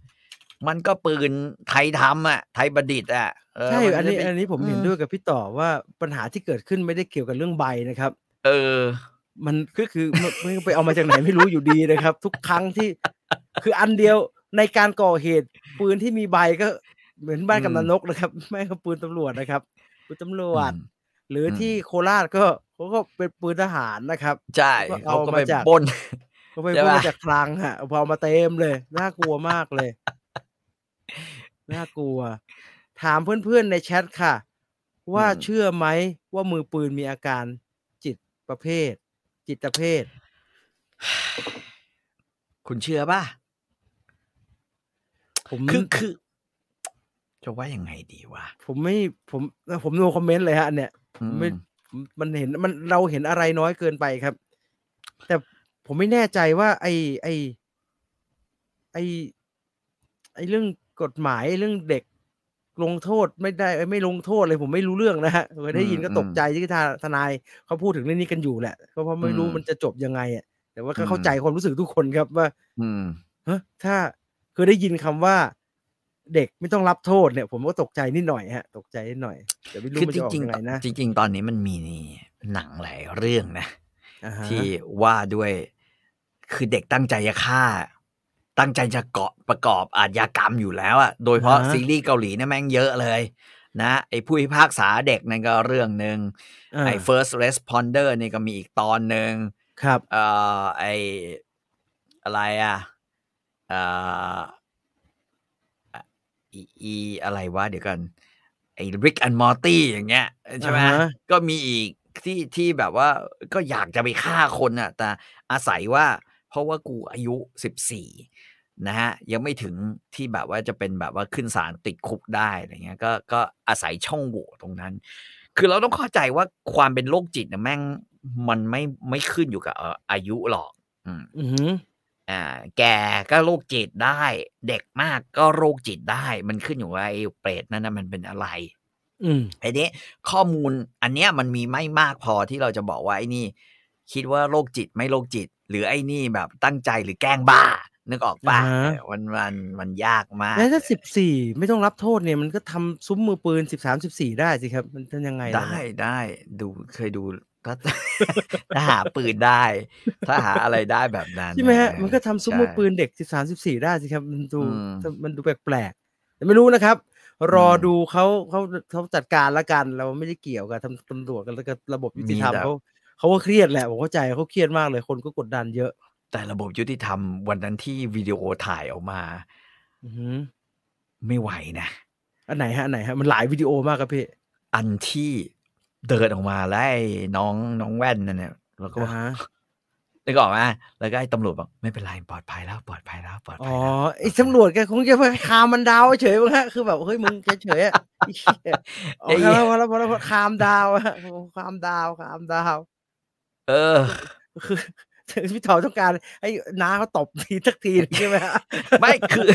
มันก็ปืนไทยทำอ่ะ ไทยประดิษฐ์อ่ะเ
ใช่
มั
อัน
จะ
นี้
ไป
อันนี้ผมเห็น
อืม
ด้วยกับพี่ต่อว่าปัญหาที่เกิดขึ้นไม่ได้เกี่ยวกับเรื่องใบนะครับ
เออ
มันก็คือมันมันไปเอามาจากไหนไม่รู้อยู่ดีนะครับ ทุกครั้งที่ คืออันเดียวในการก่อเหตุปืนที่มีใบก็ เหมือนบ้าน
อืม
กำนันนกนะครับ ไม่ก็ปืนตำรวจนะครับปืนตำรวจ
อืม
หรืออ
ม
ที่โคราชก็เขาก็เป็นปืนทหารนะครับ
ใช่
เอา
เขาก็ไป
มาจาก
ปล้น
เขาไป
ใช่
พูด
ปะ
มาจากคลังฮะเอามาเต็มเลย น่ากลัวมากเลย น่ากลัว ถามเพื่อนๆในแชทค่ะ ว่าเชื่อไหมว่ามือปืนมีอาการจิตประเภท จิตเภท
คุณเชื่อป่ะ
ผม
คือคือ จะว่ายังไงดีวะ
ผมไม่ผมผมดูคอมเมนต์เลยฮะอันเนี่ย
อืม
ไม่ มันเห็นมันเราเห็นอะไรน้อยเกินไปครับ แต่ผมไม่แน่ใจว่า ไอไอไอไอเรื่องกฎหมายเรื่องเด็กลงโทษไม่ได้เอ้ยไม่ลงโทษเลยผมไม่รู้เรื่องนะฮะเคยได้ยินก็ตกใจที่ทาทนายเขาพูดถึงเรื่องนี้กันอยู่แหละก็เพราะไม่รู้มันจะจบยังไงอ่ะแต่ว่าก็เข้าใจความรู้สึกทุกคนครับว่า
อืม
ฮะถ้าเคยได้ยินคำว่า เด็กไม่ต้องรับโทษเนี่ย ผมก็ตกใจนิดหน่อยฮะ ตกใจนิดหน่อยแต่ไม่รู้
คือ
มัน
จ
จะออก
ริง
ยังไงนะ
ๆจริง ๆ ตอนนี้มันมีหนังหลายเรื่องนะ
อ่าฮะ
ที่ว่าด้วยคือเด็กตั้งใจจะฆ่า ตั้งใจจะเกาะประกอบอาชญากรรมอยู่แล้วอะโดยเฉพาะซีรีส์เกาหลีเนี่ยแม่งเยอะเลย นะไอ้ผู้พิพากษาเด็กนั่นก็เรื่องหนึ่ง
อ่า
ไอ้ first responder นี่ก็มีอีกตอนหนึ่ง
ครับ
เอ่อไออะไรอ่ะเอ่ออ่ะอีอีอะไรวะเดี๋ยวกันไอริกแอนมอร์ตี้อย่างเงี้ยใช่ไหม
อ่าฮะ
ก็มีอีกที่ที่แบบว่าก็อยากจะไปฆ่าคนอ่ะ แต่อาศัยว่า เพราะว่ากูอายุสิบสี่นะฮะ ยังไม่ถึงที่แบบว่าจะเป็นแบบว่าขึ้นศาลติดคุกได้อะไรเงี้ยก็ก็อาศัยช่องโหว่ตรงนั้น คือเราต้องเข้าใจว่าความเป็นโรคจิตเนี่ยแม่งมันไม่ไม่ขึ้นอยู่กับเอ่ออายุหรอก อืม
อือหือ
อ่า แก่ก็โรคจิตได้ เด็กมากก็โรคจิตได้ มันขึ้นอยู่ว่าไอ้เปรตนั่นนะมันเป็นอะไร
อืม
ไอ้นี้ข้อมูลอันเนี้ยมันมีไม่มากพอที่เราจะบอกว่าไอ้นี่ คิดว่าโรคจิตไม่โรคจิต หรือไอ้นี่แบบตั้งใจหรือแกล้งบ้า นึกออกปะ
อ่าฮะ
เออมันมันมันยากมาก
แล้วถ้าสิบสี่ไม่ต้องรับโทษเนี่ยมันก็ทำซุ้มมือปืนสิบสามสิบสี่ได้สิครับ มันจะยังไงล่ะ
ได้ได้ดูเคยดูถ้า ถ้าหาปืนได้ ถ้าหาอะไรได้แบบนั้น
ใช่ไหมฮะ
เออ
มันก็ทำซุ้มมือ
ใช่
ปืนเด็กสิบสามสิบสี่ได้สิครับ มันดู
อืม
มันดูแปลกๆแต่ไม่รู้นะครับ รออ
ม
ดูเขาเขาเขาจัดการละกัน เราไม่ได้เกี่ยวกับทำตำรวจกันแล้วก็ระบบยุติธรรม
มีแบบ
เขาเขาก็เครียดแหละผมเข้าใจเขาเครียดมากเลยคนก็กดดันเยอะ
แต่ระบบยุติธรรมวันนั้นที่วิดีโอถ่ายออกมา
อือหือ
ไม่ไหวนะ
อันไหนฮะอันไหนฮะมันหลายวิดีโอมากครับพี่
อันที่เดินออกมาแล้วไอ้น้องน้องแว่นนั่นเนี่ยเราก็บอก
อ่าฮะ
นึกออกไหมแล้วก็ไอ้ตำรวจบอกไม่เป็นไรปลอดภัยแล้วปลอดภัยแล้วปลอด
อ๋อย
ภัแล้ว
ไอ้ตำรวจแกคงจะไปคามมันดาวเฉยมั้งฮะคือแบบเฮ้ยมึงเฉยๆอ่ะ ไอ้เหี้ย
ไอ้
อ๋อค
เหี้ย
รับพอแล้วพอแล้วพอแล้วคามดาวอะโอ้คามดาวคามดาว
เออ
คือ พี่ถอต้องการไอ้น้าเขาตบทีสักทีหนึ่งใช่ไห มฮะ
ไม่คือ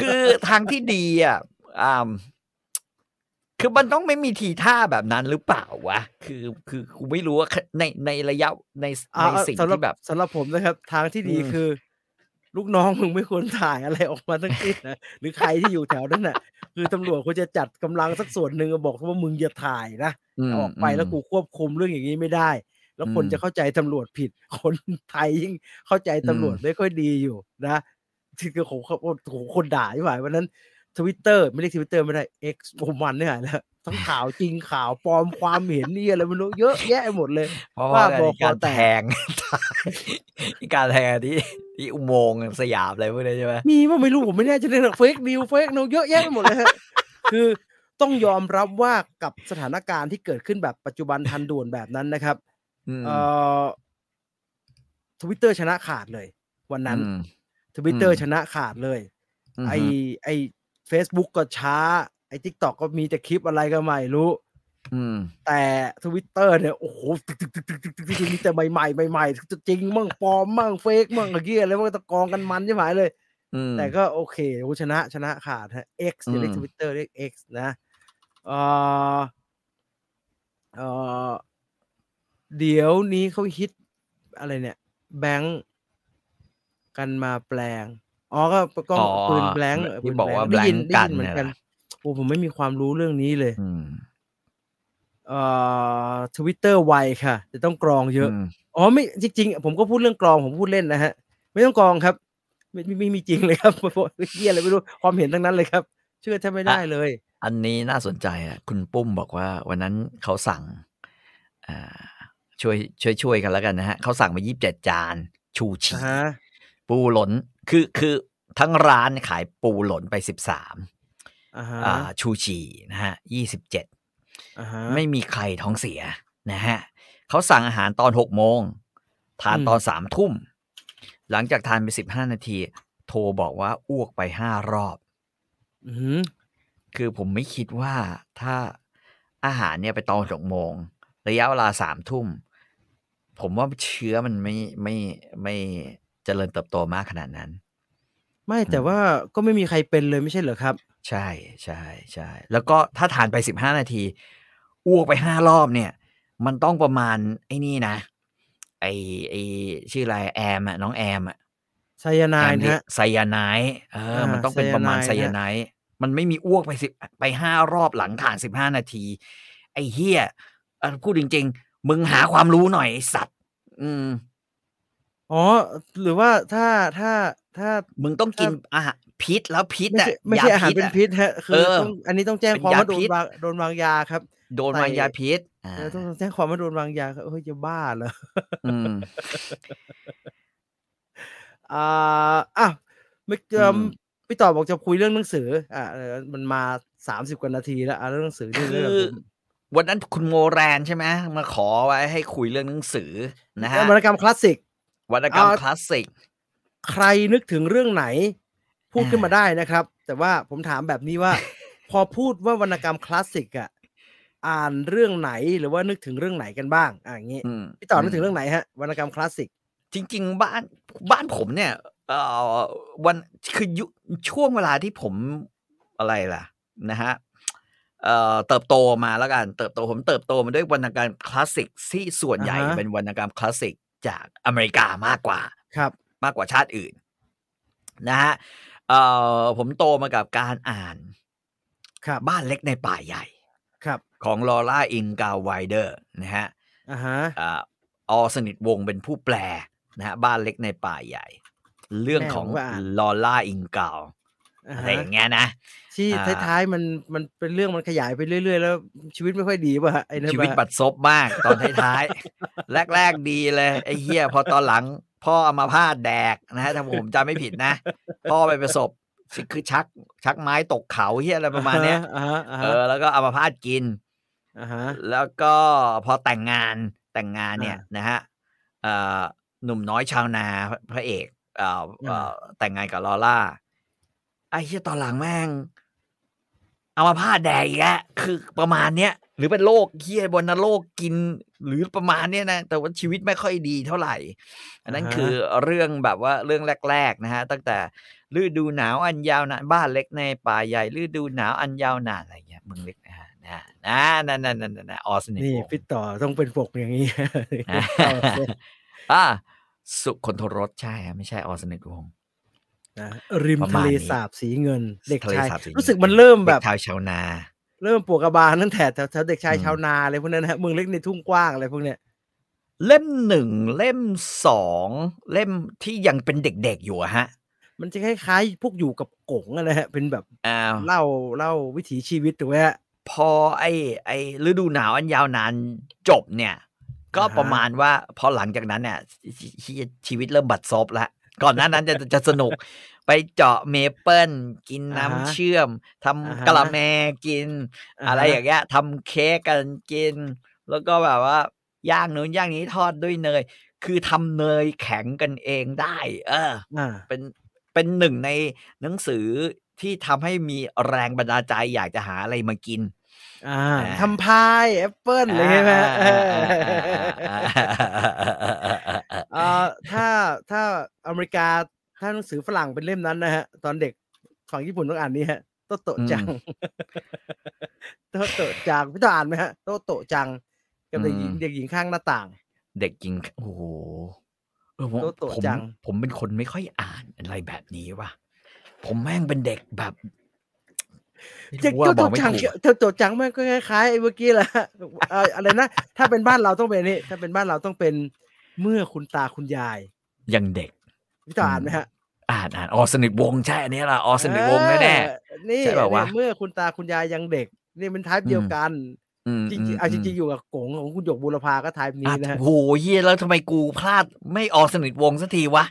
คือทางที่ดีอ่ะอ่าคือมันต้องไม่มีทีท่าแบบนั้นหรือเปล่าวะคือคือกูไม่รู้ว่าในในระยะใน
เอา
ใน
เอา
สิ่ง
สำหรับ
ที่แบบ
สำหรับผมนะครับ ทางที่ดี
อืม
คือ ลูกน้องมึงไม่ควรถ่ายอะไรออกมาทั้งสิ้นนะหรือใครที่อยู่แถวนั้นน่ะ คือตำรวจควรจะจัดกำลังสักส่วนหนึ่งบอกว่ามึงอย่าถ่ายนะ
ม
ออกไปแล้วกูควบคุมเรื่องอย่างนี้ไม่ได้ แล้วคน
อืม
จะเข้าใจตำรวจผิด คนไทยยิ่งเข้าใจตำรวจ
อืม
ไม่ค่อยดีอยู่นะที่คือของเขาโอ้โหคนด่าที่หมายวันนั้นทวิตเตอร์ไม่เรียกทวิตเตอร์ไม่ได้ X โอ้มันเนี่ยแล้วทั้งข่าวจริงข่าวปลอมความเห็นนี่อะไรไม่รู้เยอะแยะไปหมดเลย
เพราะว่า
บ้าบอ
ในการ
คอแตก
แทง ที่การแทงที่ที่อุโมงค์สยามอะไรพวกนี้ใช่ไหม
มีว่าไม่รู้ผมไม่แน่ใจเลยเฟกนิวเฟกนิวเยอะแยะไปหมดเลยฮ ะ คือต้องยอมรับว่ากับสถานการณ์ที่เกิดขึ้นแบบปัจจุบันทันด่วนแบบนั้นนะครับ
อืม
เอ่อทวิตเตอร์ชนะขาดเลย วันนั้น
อืม
ทวิตเตอร์
อืม
ชนะขาดเลย
ม
ไอไอ Facebook ก็ช้า ไอ t ิ k t o k ก็มีแต่คลิปอะไรก็ไม่รู้
อืม
แต่ทวิตเตอร์เนี่ย โอ้โหตึกตึกตึกตึกตึกตึกตึกมีแต่ใหม่ๆใหม่ๆจริงมั่งปลอมมั่งเฟกมั่งอะไรเงี้ยอะไรมั่งตะกองกันมันใช่ไหมเลย
อืม
แต่ก็โอเคโอ้ชนะชนะขาดฮะ X อย่าเรียก
อืม
ทวิตเตอร์เรียก X นะเออเออเดี๋ยวนี้เขาฮิตอะไรเนี่ย แบงค์กันมาแปลง อ๋อก็ก็
อ๋อ
ปืนแบงค์
ที่บอกว่า
ได้ยิน
blank
ได้ยินเหมือน
กั
กัน น
เนี่ย
โอ้ผมไม่มีความรู้เรื่องนี้เลย
อืม
เอ่อทวิตเตอร์ไวค่ะ จะต้องกรองเยอะ
ม
อ๋อไม่จริงๆ ผมก็พูดเรื่องกรองผมพูดเล่นนะฮ ะ ไม่ต้องกรองครับ ไม่ไม่ไม่มีจริงเลยครับเพราะเฮียอะไรไม่รู้ความเห็นทั้งนั้นเลยครับ เ ชื่อแทบไม่ได้เลย
อันนี้น่าสนใจอ่ะคุณปุ้มบอกว่าวันนั้นเขาสั่งอ่าช่วยช่วยช่วยกันแล้วกันนะฮะเขาสั่งมายี่สิบเจ็ดจาน ชูชี
ฮะ
ปูหลนคือคือทั้งร้านขายปูหลนไปสิบสาม
อ่าฮะ
ชูชีนะฮะยี่สิบเจ็ด
อ่าฮะ
ไม่มีใครท้องเสียนะฮะเขาสั่งอาหารตอนหกโมง ทานตอนสามทุ่ม หลังจากทานไปสิบห้านาที โทรบอกว่าอ้วกไปห้ารอบ
อืม
คือผมไม่คิดว่าถ้าอาหารเนี่ยไปตอนหกโมง ระยะเวลาสามทุ่ม ผมว่าเชื้อมันไม่ไม่ไม่เจริญเติบโตมากขนาดนั้น
ไม่แต่ว่าก็ไม่มีใครเป็นเลยไม่ใช่เหรอครับ
ใช่ใช่ใช่แล้วก็ถ้าทานไปสิบห้านาทีอ้วกไปห้ารอบเนี่ย มันต้องประมาณไอ้นี่นะ ไอไอชื่ออะไรแอมอะน้องแอมอะ
ไซยาไนาย
แอม
นะ
ดิ
ฮะ
ไซยาไนด์เออ
อ่ามั
มันต้องเป็นประมาณไซยาย
ไซา
ไน
ไนด์
ด์มันไม่มีอ้วกไปสิบไปห้ารอบหลังทานสิบห้านาที ไอเฮียเอ่อพูดจริง ๆ มึงหาความรู้หน่อยไอ้สัตว์ อืม
อ๋อ หรือว่าถ้าถ้าถ้า
มึงต้องกินอาหารพิษแล้วพิษ
ไม่
อะ
ใช่ไม่ใช่
ย
อาหาร
ษ
เป็น
อะ
พิษฮะคือ
เออ
ต้องอันนี้ต้องแจ้ง
เป็น
ความ
ยา
ว่าโด
พิ
น
ษ
วางโดนวางยาครับ
โดนวางยาพิษอ่า
แล้วต้องแจ้งความว่าโดนวางยาครับเฮ้ยจะบ้าเหรอ
อืม
อ่าอ้าวไม่เกิ
อืม
พี่ต่อบอกจะคุยเรื่องหนังสือ อ่าเออมันมาสามสิบกว่านาทีแล้วอ่ะเรื่องหนังสือนี่เรื่อง
คือวันนั้นคุณโมแรนใช่ไหมมาขอไว้ให้คุยเรื่องหนังสือนะฮะ
วรรณกรรมคลาสสิก
วรรณกรรม
อ่า
คลาสสิก
ใครนึกถึงเรื่องไหน พูดขึ้นมาได้นะครับ แต่ว่าผมถามแบบนี้ ว่า พอพูดว่าวรรณกรรมคลาสสิกอ่ะอ่านเรื่องไหนหรือว่านึกถึงเรื่องไหนกันบ้างอ่ะอย่างงี้
อืม
พี่ต่อนึกถึงเรื่องไหนฮะวรรณกรรมคลาสสิก
จริง ๆ บ้านบ้านผมเนี่ยเอ่อวันคือยุช่วงเวลาที่ผมอะไรล่ะนะฮะเอ่อเติบโตมาแล้วกัน เติบโตผมเติบโตมาด้วยวรรณกรรมคลาสสิกที่ส่วนใหญ่
อ่าฮะ
เป็นวรรณกรรมคลาสสิกจากอเมริกามากกว่า
ครับ
มากกว่าชาติอื่น นะฮะเอ่อผมโตมากับการอ่าน
ครับ
บ้านเล็กในป่าใหญ่
ครับ
ของลอร่าอิงกาวไวเดอร์นะฮะ
อ่าฮะ
อ่าออสนิทวงศ์เป็นผู้แปลนะฮะบ้านเล็กในป่าใหญ่ เรื่องของ
แม่ผมก็อ่าน
ลอร่าอิงกาว
อ่า
อะไร
ฮะ
อย่างเงี้ยนะ
ที่
อ่า
ท้ายๆมันมันเป็นเรื่องมันขยายไปเรื่อยๆ แล้วชีวิตไม่ค่อยดีป่ะฮะไอ้นั่น
ชีวิต
ป่ะ
บัดซบมากตอนท้ายๆ แรกๆดีเลย ไอ้เฮียพอตอนหลัง พ่อเอามาพาดแดกนะฮะถ้าผมจำไม่ผิดนะ พ่อไปประสบคือชักชักไม้ตกเขาเฮียอะไรประมาณเนี้ย
อ่าฮะอ่า
เอ
ฮะ
อแล้วก็เอามาพาดกิน
อ่าฮะ
แล้วก็พอแต่งงานแต่งงานเนี่ยนะฮะเอ่อหนุ่มน้อยชาวนาพระพระเอกเอ่อเอ่อแต่งงานกับลอล่าไอ้ที่ตอนหลังแม่ง เอามาพาดแดกอีกแล้วคือประมาณเนี้ยหรือเป็นโรคเฮียบนนรกกิน หรือประมาณเนี้ยนะ แต่ว่าชีวิตไม่ค่อยดีเท่าไหร่ อันนั้น
อ่าฮะ
คือเรื่องแบบว่าเรื่องแรก ๆ นะฮะ ตั้งแต่ฤดูหนาวอันยาวนานบ้านเล็กในป่าใหญ่ฤดูหนาวอันยาวนานอะไรเงี้ยมึงเล็กนะฮะนะนะนะนะนะนะนะออสนิท
นี่
วงศ์
พี่ต่อต้องเป็นปกอย่างนี้
อ่ะ อ่ะสุคนทรสใช่ฮะไม่ใช่ออสนิทวงศ์
นะริม
ประ
ทะ
มาณ
เล
นี้
สาบสีเงิน เด็กชาย
ทะเลสาบสีเงิน
รู้สึกมันเริ่ม
แบ
แบบ บ
ชาวชาวนา
เริ่มปวกกระบาลตั้งแต่แถวแถวเด็กชาย
อืม
ชาวนาอะไรพวกนั้นนะฮะเมืองเล็กในทุ่งกว้างอะไรพวกเนี้ย
เล่มหนึ่งเล่มสองเล่มที่ยังเป็นเด็กๆอยู่อะฮะ
มันจะคล้ายๆพวกอยู่กับกงอะไรฮะ เป็นแบบ
อ้าว
เล่าเล่าวิถีชีวิตถูกไหมฮะ
พอไอ้ไอ้ฤดูหนาวอันยาวนานจบเนี่ย ก็
อ่าฮะ
ประมาณว่าพอหลังจากนั้นเนี่ยชีชีชีวิตเริ่มบัดซบแล้วก่อนหน้านั้นจะ จะจะสนุก ไปเจาะเมเปิลกินน้ำเชื่อมทำกะละแมกิน อะไรอย่างเงี้ยทำเค้กกันกิน แล้วก็แบบว่าย่างนู้นย่างนี้ทอดด้วยเนย คือทำเนยแข็งกันเองได้ เออ
อ่า
เป็นเป็นหนึ่งในหนังสือที่ทำให้มีแรงบันดาลใจอยากจะหาอะไรมากิน
อ่า
อ่า
ทำพายแอปเปิ้ลอะไรใช่ไหมฮะเออ เอ่อถ้าถ้าอเมริกาถ้าหนังสือฝรั่งเป็นเล่มนั้นนะฮะ ตอนเด็กฝั่งญี่ปุ่นต้องอ่านนี้ฮะ โตโตะจัง โตโตะจังพี่ต้องอ่านไหมฮะ โตโตะจัง กับเด็กหญิง
อืม
เด็กหญิงข้างหน้าต่าง
เด็กกินโอ้โหเออผม
โตโต
ผม
จัง
ผมเป็นคนไม่ค่อยอ่านอะไรแบบนี้ว่ะผมแม่งเป็นเด็กแบบไม่
เด็ก
รู้ว่า
โต
บอ
โตะ
กไม่
จัง
ถูก
โตโตะจังมันก็คล้ายๆไอ้เมื่อกี้แหละฮ ะเอ่ออะไรนะ ถ้าเป็นบ้านเราต้องเป็นนี่ ถ้าเป็นบ้านเราต้องเป็นเมื่อคุณตาคุณยาย
ยังเด็ก
พี่ต้องอ่านไหมฮะ
อ่านอ่านออสนิทวงศ์ใช่อันนี้ละออสนิทวงศ์แน่
ๆนี่
ใช่เปล่าวะ
เนี่ยเมื่อคุณตาคุณยายยังเด็ก นี่เป็นทายเดียวกัน
ๆอืม
จริงๆเอาจริงๆอยู่กับกงของคุณหยกบุรพาก็ทาย
ๆ
นี้นะฮะ
โหเฮียแล้วทำไมกูพลาดไม่ออสนิทวงศ์สักทีวะ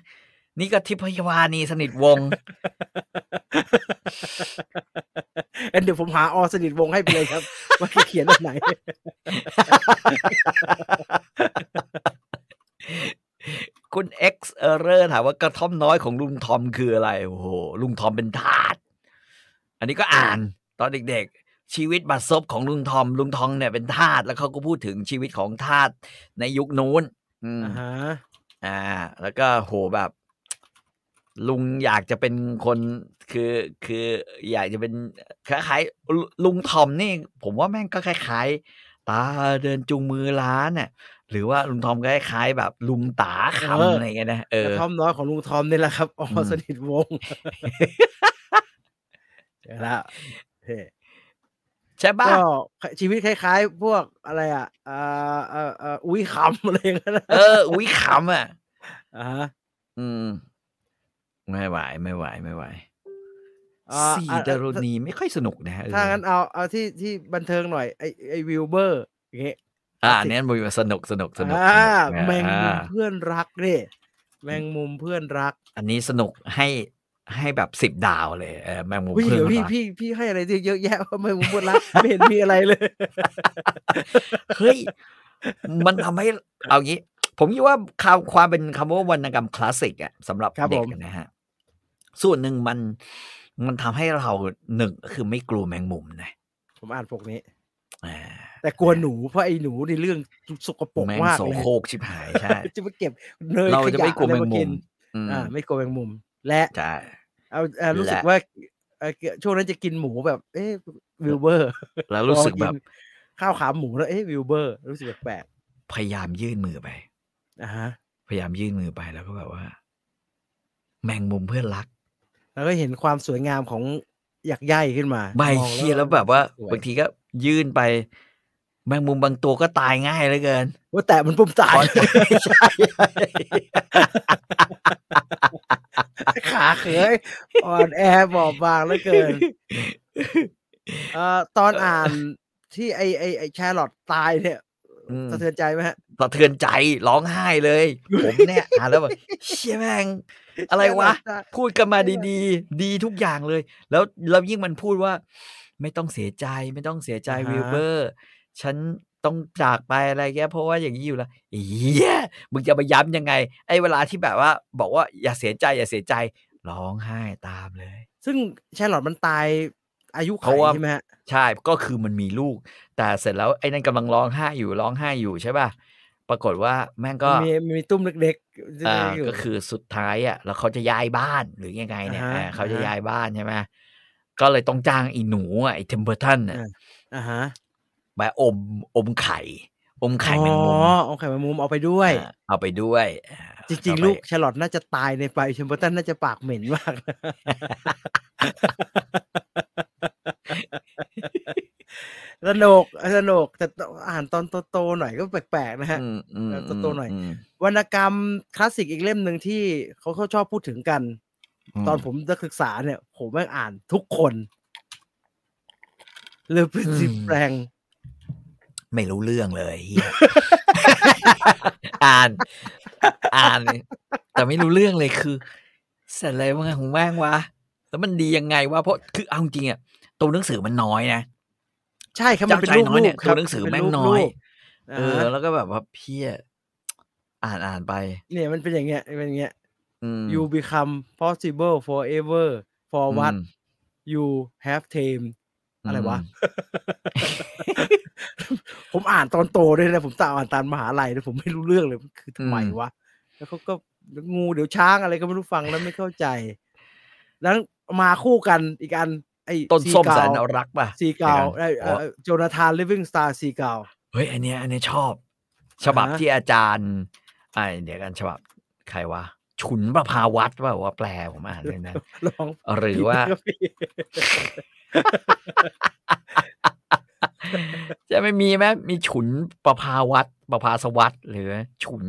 นี่ก็ทิพยวานีสนิทวงศ์
เอ้ยเดี๋ยวผมหาออสนิทวงศ์ให้ไปเลยครับ ว่าจะเขียนอันไหน
คุณ X เอเรอถามว่ากระท่อมน้อยของลุงทอมคืออะไร โอ้โห ลุงทอมเป็นทาสอันนี้ก็อ่านตอนเด็กๆ ชีวิตบัดซบของลุงทอม ลุงทองเนี่ยเป็นทาสแล้วเขาก็พูดถึงชีวิตของทาสในยุคนู้น อืม
อ่าฮะ
อ่า แล้วก็โหแบบ ลุงอยากจะเป็นคนคือคืออยากจะเป็นคล้ายๆลุลุงทอมนี่ ผมว่าแม่งก็คล้ายๆตาเดินจูงมือร้านน่ะหรือว่าลุงทอมก็คล้ายๆแบบ ลุงตาคำอะไรเงี้ยนะเอก อ
ระท่อมน้อยของลุงทอมนี่แหละครับออ
ม
สนิทวงศ์ เดี๋ยวละเฮ้
ใช่ป่ะ
ก็ชีวิตคล้ายๆ พวกอะไรอ่ะเอ่อเอ่อเอ่ออุ้ยคำ อะไรอย่างเงี้ยนะ
เออ อุ้ยขำอ่ะ
อ่าฮะ
อืม ไม่ไหวไม่ไหวไม่ไหว
อ่า
สี
อ่า
ดารณีไม่ค่อยสนุกนะฮะเออ
ถ้างั้นเอาเอาที่ที่บันเทิงหน่อยไอไอวิลเบอร์อย่างเงี้ย
อ่าอันนี้มันสนุกสนุกสนุกสนุก
อ่าแมงมุ
อ่า
มเพื่อนรักเนี่ยแมงมุมเพื่อนรัก
อันนี้สนุกให้ให้แบบสิบดาวเลยเออแมงมุม
พี่
เพื่อน
เดี๋ยวพี่
รัก
พี่พี่ให้อะไรเยอะแยะว่าแมงมุมเพื่อนรัก ไม่เห็นมีอะไรเลย
เฮ้ย มันทำให้เอางี้ ผมคิดว่าคำความเป็นคำว่าวรรณกรรมคลาสสิกอะสำหรับเด็กอะนะฮะ ส่วนหนึ่งมันมันทำให้เราหนึ่งก็คือไม่กลัวแมงมุมนะ
ผมอ่านปกนี้
อ่า
แต่กลัวหนูเพราะไอหนูในเรื่องสกปรก
แมง
มาก
โส
เลย
โครกชิบหายใช่
จะไปเก็บ เนย
เราจะ
ขย
ไม่กลัว
อ
แม
รง มา
มุ
กิ
ม
น
อืม
อ่า ไม่กลัวแมงมุม และ
ใช่
เอาเอารู้สึก
และ
ว่าเอ่อช่วงนั้นจะกินหมูแบบเอ๊ะวิลเบอร์
แล้วรู้สึกแบบ
พอกินข้าวขาหมูแล้วเอ๊ะวิลเบอร์ รู้สึกแปลก
พยายามยื่นมือไป
ๆอ่าฮะ
พยายามยื่นมือไปแล้วก็แบบว่า แมงมุมเพื่อนรัก
แล้วก็เห็นความสวยงามของหยักใย่ขึ้นมา
ไม่
อง
เฮียแล้วแบบว่า
สย
บางทีก็ยื่นไป แมงมุมบางตัวก็ตายง่ายเหลือเกิน
ว่าแต่มันปุ่มตาย
ไม่ใช่
ขาเขยอ่อนแอบอบบางเหลือเกินเอ่อตอนอ่านที่ไอไอไอแชร์ลอตตายเนี่ย
อืม
สะเทือนใจไหมฮะ
สะเทือนใจร้องไห้เลย ผมเนี่ยอ่านแล้วแบบเชี่ยแม่ง อะไรวะ
แชร์ลอตตาย
พูดกันมาดีๆ ดีทุกอย่างเลย แล้วแล้วยิ่งมันพูดว่า ไม่ต้องเสียใจไม่ต้องเสียใจวิลเบอร์ ฉันต้องจากไปอะไรแกเพราะว่าอย่างนี้อยู่แล้วเอียมึงจะไปย้ำยังไง ไอ้เวลาที่แบบว่า บอกว่าอย่าเสียใจอย่าเสียใจร้องไห้ตามเลย
ซึ่งแชร์ลอตมันตายอายุไข
เพราะว่า
ใช่ไหมฮะ
ใช่ ก็คือมันมีลูก แต่เสร็จแล้วไอ้นั่นกำลังร้องไห้อยู่ร้องไห้อยู่ใช่ป่ะ ปรากฏว่าแม่งก็
มีมีตุ้มเด็กๆที่
อ่า
อยู่
ก็คือสุดท้ายอ่ะ แล้วเขาจะย้ายบ้านหรือยังไงเนี่ย
อ่าฮะ
อ่าเขาจะ
อ่าฮะ
ย้ายบ้านใช่ไหมก็เลยต้องจ้างไอีหนูอ่ะไอ้เทมเ e อร์ทันน่ะ
อ่าฮะ
มาอมอมไข่ อมไข่แมงมุม
อ๋อเอาไข่แมงมุมเอาไปด้วย
อ่าเอาไปด้วยอ่า
จริง
เอา
ๆ
ไป
ลูกแชร์ลอตน่าจะตายในไปเชมเบอร์ตันน่าจะปากเหม็นมากนะ สนุกสนุกแต่ต้องอ่านตอนโตๆหน่อยก็แปลกๆนะฮะ
อืมอืม
เออตัว
ม
โตหน่อย
ม
วรรณกรรมคลาสสิกอีกเล่มหนึ่งที่เขาเขาชอบพูดถึงกัน ตอนผมนักศึกษาเนี่ย ผมแม่งอ่านทุกคนเลอพิซิแปลง
ไม่รู้เรื่องเลยเหี้ย อ่าน อ่าน แต่ไม่รู้เรื่องเลยคือเสร็จแล้วว่าของแม่งวะแล้วมันดียังไงวะเพราะคือเอาจริงๆอะตัวหนังสือมันน้อยนะ
ใช่ครับมันเป็น
เจ้าชาย
รูป
น้อยเนี่ย
ๆ
ตั
ครับ
วหนังสือ
เป็
แม่ง
รูปๆ
น้อย
า
เออ
ฮะ
แล้วก็แบบว่าเพี้ยอ่านอ่านไป
เนี่ยมันเป็นอย่างเงี้ยเป็นอย่างเงี้ย
อืม
you become possible forever for what
อืม
you have tamed อะไรวะ
ม
ผมอ่านตอนโตด้วยนะ ผมตามอ่านตามมหาลัยนะผมไม่รู้เรื่องเลยมันคือทำไม
อืม
วะ แล้วเขาก็งูเดี๋ยวช้างอะไรก็ไม่รู้ฟังแล้วไม่เข้าใจ แล้วมาคู่กันอีกอัน ไอ้
ต้นส้มแสน
เกา
รักป่ะ
ซีเกา
ดี๋
ไอ้
ยวก่อน
โจนาธานลิฟวิงสตาร์ซีเกา
เฮ้ย อันเนี้ยอันเนี้ยชอบ ฉบับ
อ่าฮะ
ที่อาจารย์ไอ้เดี๋ยวกันฉบับใครวะ ฉุนประภาวัตรว่าว่าแปลผมอ่านเลยนะ
ลอง
หรือว่า
ผิดนะครับพี่
จะไม่มีไหมมีฉุนประภาวัตรประภาสวัตรหรือ ฉุน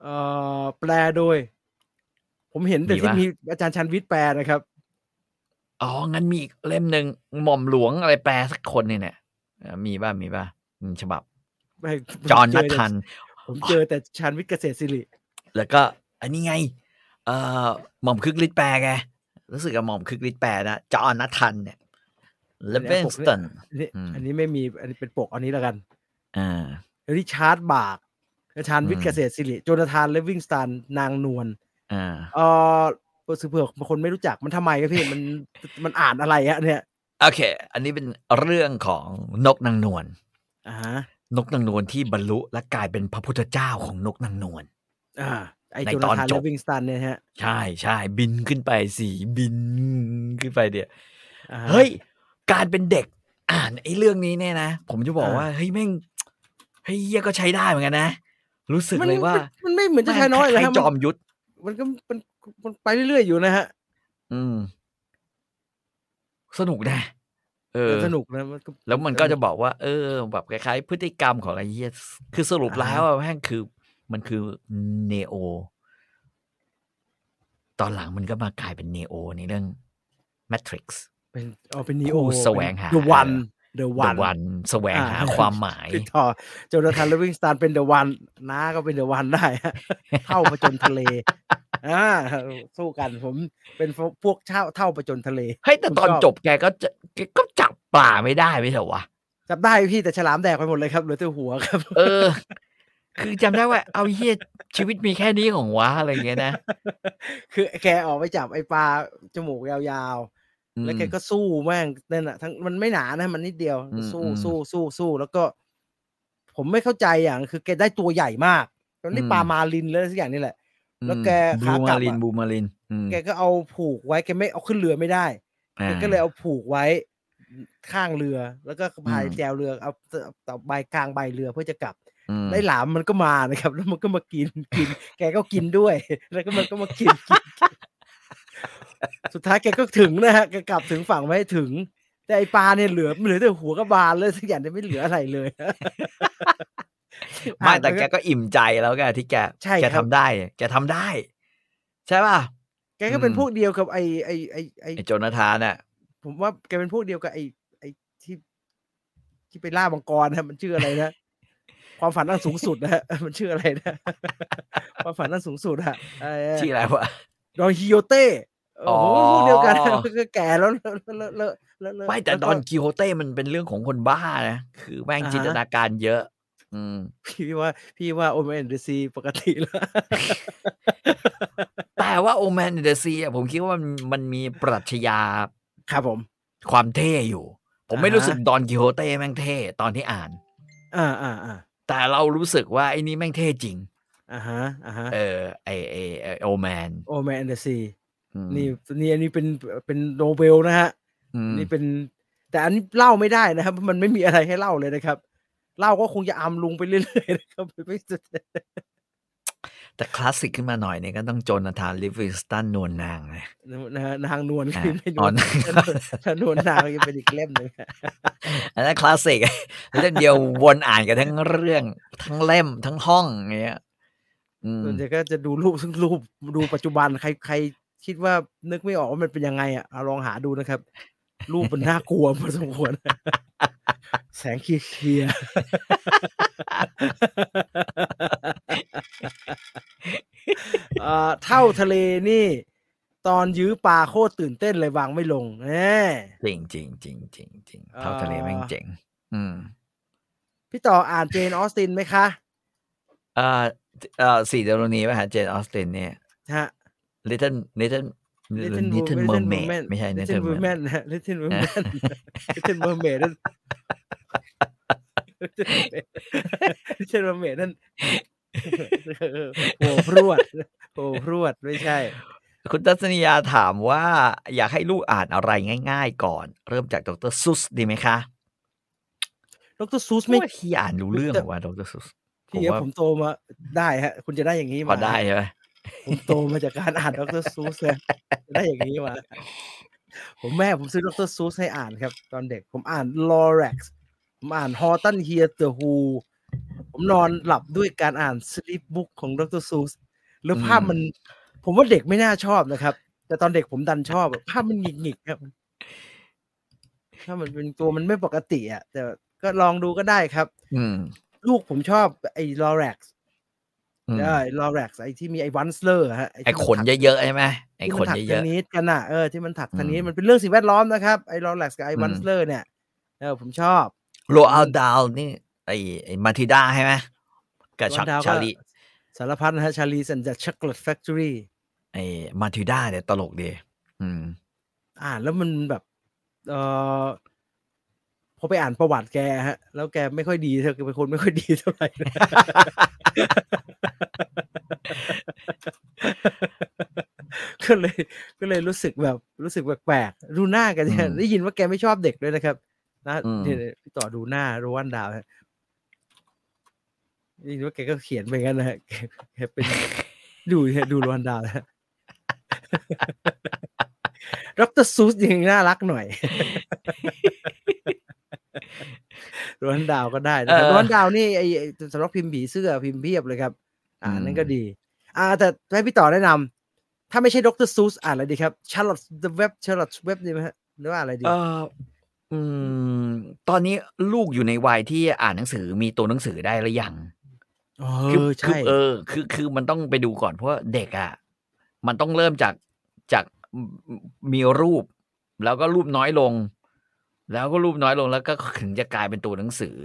เอ่อแปลโดย ผมเห็นแต่
มี
ที่
ปะ
มีอาจารย์ชันวิทย์แปลนะครับ
อ๋อ งั้นมีอีกเล่มหนึ่งหม่อมหลวงอะไรแปลสักคนเนี่ยเนี่ยเอ่อมีบ้างมีบ้างอืมฉบับ
ไม่ผม
จอห์น
เ
นัททัน
ผมเจอแต่ชันวิทย์เกษตรศิริ
แล้วก็ อันนี้ไง เอ่อหม่อมคึกฤทธิ์แปลไง รู้สึกกับหม่อมคึกฤทธิ์แปลนะ จอห์นนัททันเนี่ยเลเวนสตัน
อันนี้
อืม
อันนี้ไม่มีอันนี้เป็นปกอันนี้แล้วกัน
อ่า
ริชาร์ดบาร์กอาจารย์วิท
อื
ย์
ม
เกษตรศิริโจนาธานเลวิงสตันนางนวล
อ่า
เออเผื่อบางคนไม่รู้จักมันทำไมครับพี่มันมันอ่านอะไรอะเนี่ย
โอเค อันนี้เป็นเรื่องของนกนางนวล
อ่าฮะ
นกนางนวลที่บรรลุและกลายเป็นพระพุทธเจ้าของนกนางนวล
อ่า ไอ
ใน
โจ
ต
นา
อน
ธาน
จ
เล
บ
วิงสตันเนี่ยฮะ
ใช่ใช่บินขึ้นไปสีบินขึ้นไปเดีย
อ่าฮะ
เฮ้ย การเป็นเด็กอ่านไอ้เรื่องนี้เนี่ยนะ ผมจะบอก
อ่า
ว่าเฮ้ยแม่งเฮ้ยเหี้ยก็ใช้ได้เหมือนกันนะ รู้สึกเลยว่า
มันไม่เหมือนจะใช้น้อยเลย
แม่ง
ฮะ
คล้าๆจอมยุทธ
มันก็มันมันไปเรื่อยๆอยู่นะฮะ
อืม สนุกนะ เออ
แต่สนุกนะมันก็
แล้วมันก็จะบอกว่า เออ แบบคล้ายๆ พฤติกรรมของไอ้เหี้ยคือสรุป
อ่า
แล้วอะแม่งคือ มันคือเนโอ ตอนหลังมันก็มากลายเป็นเนโอในเรื่อง Matrix
เป็นเอาเป็นนีโอ
ผู้แสวงหา
เดอะวันเดอะ
The
วัน
One แสวง
อ่า
หาความหมาย
ติดต่อโจนาธานเลวิงสตันเป็นเดอะวันน้าก็เป็นเดอะวันได้ ฮะ เท่าประจนทะเล อ่าสู้กันผมเป็นพวกเช่าเท่าประจนทะเล
เฮ้ยแต่ตอน
ผมชอบ
จบแกก็จะแกก็จับปลาไม่ได้ไม่ใช่เหรอวะ
จับได้พี่แต่ฉลามแดกไปหมดเลยครับเหลือแต่หัวครับ
เออ คือจำได้ว่า เอาเฮียชีวิตมีแค่นี้ของวะอะไรอย่างเงี้ยนะ
คือแกออกไปจับไอปลาจมูกยาวๆ
อืม
แล้วแกก็สู้แม่งนั่นแหะทั้งมันไม่หนานะมันนิดเดียว
อืม
สู้
อืม
สู้สู้สู้แล้วก็ ผมไม่เข้าใจอย่างคือแกได้ตัวใหญ่มากตอนนี้
อืม
ปลามาลินเลยสักอย่างนี่แหละ แล้วแก
อืม
ขากลับ
บูมาริน
อะ
บูมารินอืม
แกก็เอาผูกไว้แกไม่เอาขึ้นเรือไม่ได้
อ่า
แกก็เลยเอาผูกไว้ข้างเรือ แล้วก็พาย
อืม
แจวเรือเอาต่อใบกลางใบเรือเพื่อจะกลับ
อืม
ได้หลามมันก็มานะครับ แล้วมันก็มากินกิน แกก็กินด้วย แล้วก็มันก็มากิน กินกินสุดท้ายแกก็ถึงนะฮะแกกลับถึงฝั่งไม่ให้ถึง แต่ไอปลาเนี่ยเหลือเหลือแต่หัวกระบาลเลยสักอย่างเนี่ยไม่เหลืออะไรเลย
ไม่แต่แกก็อิ่มใจแล้วแกที่แก
ใช่ค
แก
รั
ทำ
บ
ได้ แกทำได้ ใช่ป่ะ
แกก็เป็นพวกเดียวกับไอไอไอไอ
ไอ้โจนาธานอ่ะ
ผมว่าแกเป็นพวกเดียวกับไอ้ไอ้ที่ที่ไปล่ามังกรนะมันชื่ออะไรนะ ความฝันอันสูงสุดนะ ฮะ มันชื่ออะไรนะ ความฝันอันสูงสุดอะไอ้
ชื่ออะไรวะ
ดอนฮิโยเต้
อ๋
โอ้
อ
โหพวกเดียวกัน นะก็แก่แล้วเลอะเลอะเลอะเลอะเลอะ
ไม่แต่
ล้ว
ด
ก็
อนกิโฮเต้มันเป็นเรื่องของคนบ้านะคือแม่ง
อ่าฮะ
จินตนาการเยอะ อืม
พี่ว่า พี่ว่าโอเมนเดซีปกติแล้ว
แต่ว่าโอแมนเดซีอ่ะผมคิดว่ามันมันมีปรัชญา
ครับผม
ความเท่อยู่ ผมไม่
อ่าฮะ
รู้สึกดอนกิโฮเต้แม่งเท่ตอนที่อ่าน
อ่าอ่าอ่า
แต่เรารู้สึกว่าไอ้นี่แม่งเท่จริง
อ่าฮะอ่าฮะ
เออไอไอไอ้โอแมน
โอเมนเดซี
อืม
นี่นี่อันนี้เป็นเป็นโนเบลนะฮะ
อืม
นี่เป็นแต่อันนี้เล่าไม่ได้นะครับ มันไม่มีอะไรให้เล่าเลยนะครับ เล่าก็คงจะอำลุงไปเรื่อยๆนะครับ ไม่สุด
แต่คลาสสิกขึ้นมาหน่อยเนี่ยก็ต้องโจนาธานลิฟวิสตันนวลนางนะ
นะฮะนางนวล
อ่ะ
คือไม่น
อ๋
ว
อ
ล
นาง
ชนวนชนวนนางยังเป็นอีกเล่มหนึ่งฮะ
อันนั้นคลาสสิก เล่มเดียววนอ่านกันทั้งเรื่องทั้งเล่มทั้งห้องอย่างเงี้ยอืม
ส่วนใหญ่ก็จะดูรูปซึ่ง รูปดูปัจจุบันใครใครคิดว่านึกไม่ออกว่ามันเป็นยังไงอ่ะเอาลองหาดูนะครับ รูปมันน่ากลัวพอสมควร แสงเคลียร์ ๆ เอ่อเท่าทะเลนี่ ตอนยื้อปลาโคตรตื่นเต้นเลยวางไม่ลงแน่
จริงจริงจริงจริงจริงเท่าทะเลแม่ง
อ่า
เจ๋งอืม
พี่ต่ออ่านเจนออสตินไหมคะ
เอ่อเอ่อสี่เดโรนีป่ะฮะเจนออสตินเนี่ย
ฮะ
Little Little Little, Little Mermaid ไม่ใช่
Little
Little
Women
Mermaid
นะ Little Women Little Mermaid นั่น Little Mermaid นั่น เออโอ้พรวดโอ้พรวดไม่ใช่
คุณทัศนียาถามว่าอยากให้ลูกอ่านอะไรง่าย ๆ ก่อน เริ่มจากดรซุสดีไหมคะ
ดรซูส
ไม่
ไม่
พี่อ่านรู้เรื่องเหรอว่าดรซุส ผม
พี่เอฟ
ว่า
ผมโตมาได้ฮะ คุณจะได้อย่างนี้
พอ
มา
ได้ใช่ไหม
ผมโตมาจากการอ่านดรซูสนะจะได้อย่างนี้มาผมแม่ผมซื้อดรซูสให้อ่านครับ ตอนเด็กผมอ่านลอเร็กผมอ่านฮอตันเฮียเตอร์ฮูผมนอนหลับด้วยการอ่านสลิปบุ๊กของดรซูสแล้วภาพมัน ผมว่าเด็กไม่น่าชอบนะครับ แต่ตอนเด็กผมดันชอบอะภาพมันหงิกหงิกๆครับถ้าพมันเป็นตัวมันไม่ปกติอ่ะ แต่ก็ลองดูก็ได้ครับ
อืม
ลูกผมชอบไอ้ลอแร็กซ์
อืม
ได้ลอแร็กซ์ไอ้ที่มีไอ้วันสเลอร์ฮะ
ไอ้
ที่มั
ขน
ถัก
เยอะๆใช่ไหมไอ้
ที่
ข
มัน
น
ถัก
เย
ทา
อะ
งนี้กันอ่ะเออที่มันถักทางนี้
อืม
มันเป็นเรื่องสิ่งแวดล้อมนะครับไอรอนแล็กกับไอ
อืม
วันสเลอร์เนี่ยเออผมชอบ
ๆโรอัลดาวนี่ไอ้ไอ้มาทิด้าใช่ไหมกับชา
Roald Dahl ก็
ชาลี
สารพัดนะฮะชาลีสันจัดช็อกโกแลตแฟคทอรี่
ไอ้มาทิด้าเนี่ยตลกดีอืม
อ่านแล้วมันแบบเออพอไปอ่านประวัติแกฮะ แล้วแกไม่ค่อยดีเธอเป็นคนไม่ค่อยดีเท่าไหร่นะ ก็เลยก็เลยรู้สึกแบบรู้สึกแปลกๆดูหน้ากันเนี่ย
อืม
ได้ยินว่าแกไม่ชอบเด็กด้วยนะครับ นะ
อืม
เนี่ยพี่ต่อดูหน้าโรวันดาวฮะได้ยินว่าแกก็เขียนไปงั้นนะฮะแกแกเป็นดูเนี่ย ดูโรวันดาวนะฮะดรซูสยังน่ารักหน่อย โรวันดาวก็ได้นะครับ
เออ
โรวันดาวนี่ไอ้ไอ้สำนักพิมพ์ผีเสื้อพิมพ์เพียบเลยครับ อ่า
อืม
นั่นก็ดี อ่า แต่ให้พี่ต่อแนะนำถ้าไม่ใช่ดรซูสอ่านอะไรดีครับชาร์ลอตเว็บชาร์ลอตเว็บดีไหมฮะหรือว่าอะไรดี
เอออืม ตอนนี้ลูกอยู่ในวัยที่อ่านหนังสือมีตัวหนังสือได้หรือยัง
เออ
คือคือ
ใช่
เออคือคือมันต้องไปดูก่อนเพราะว่าเด็กอ่ะมันต้องเริ่มจากจากมมีรูป แล้วก็รูปน้อยลง แล้วก็รูปน้อยลงแล้วก็ถึงจะกลายเป็นตัวหนังสือ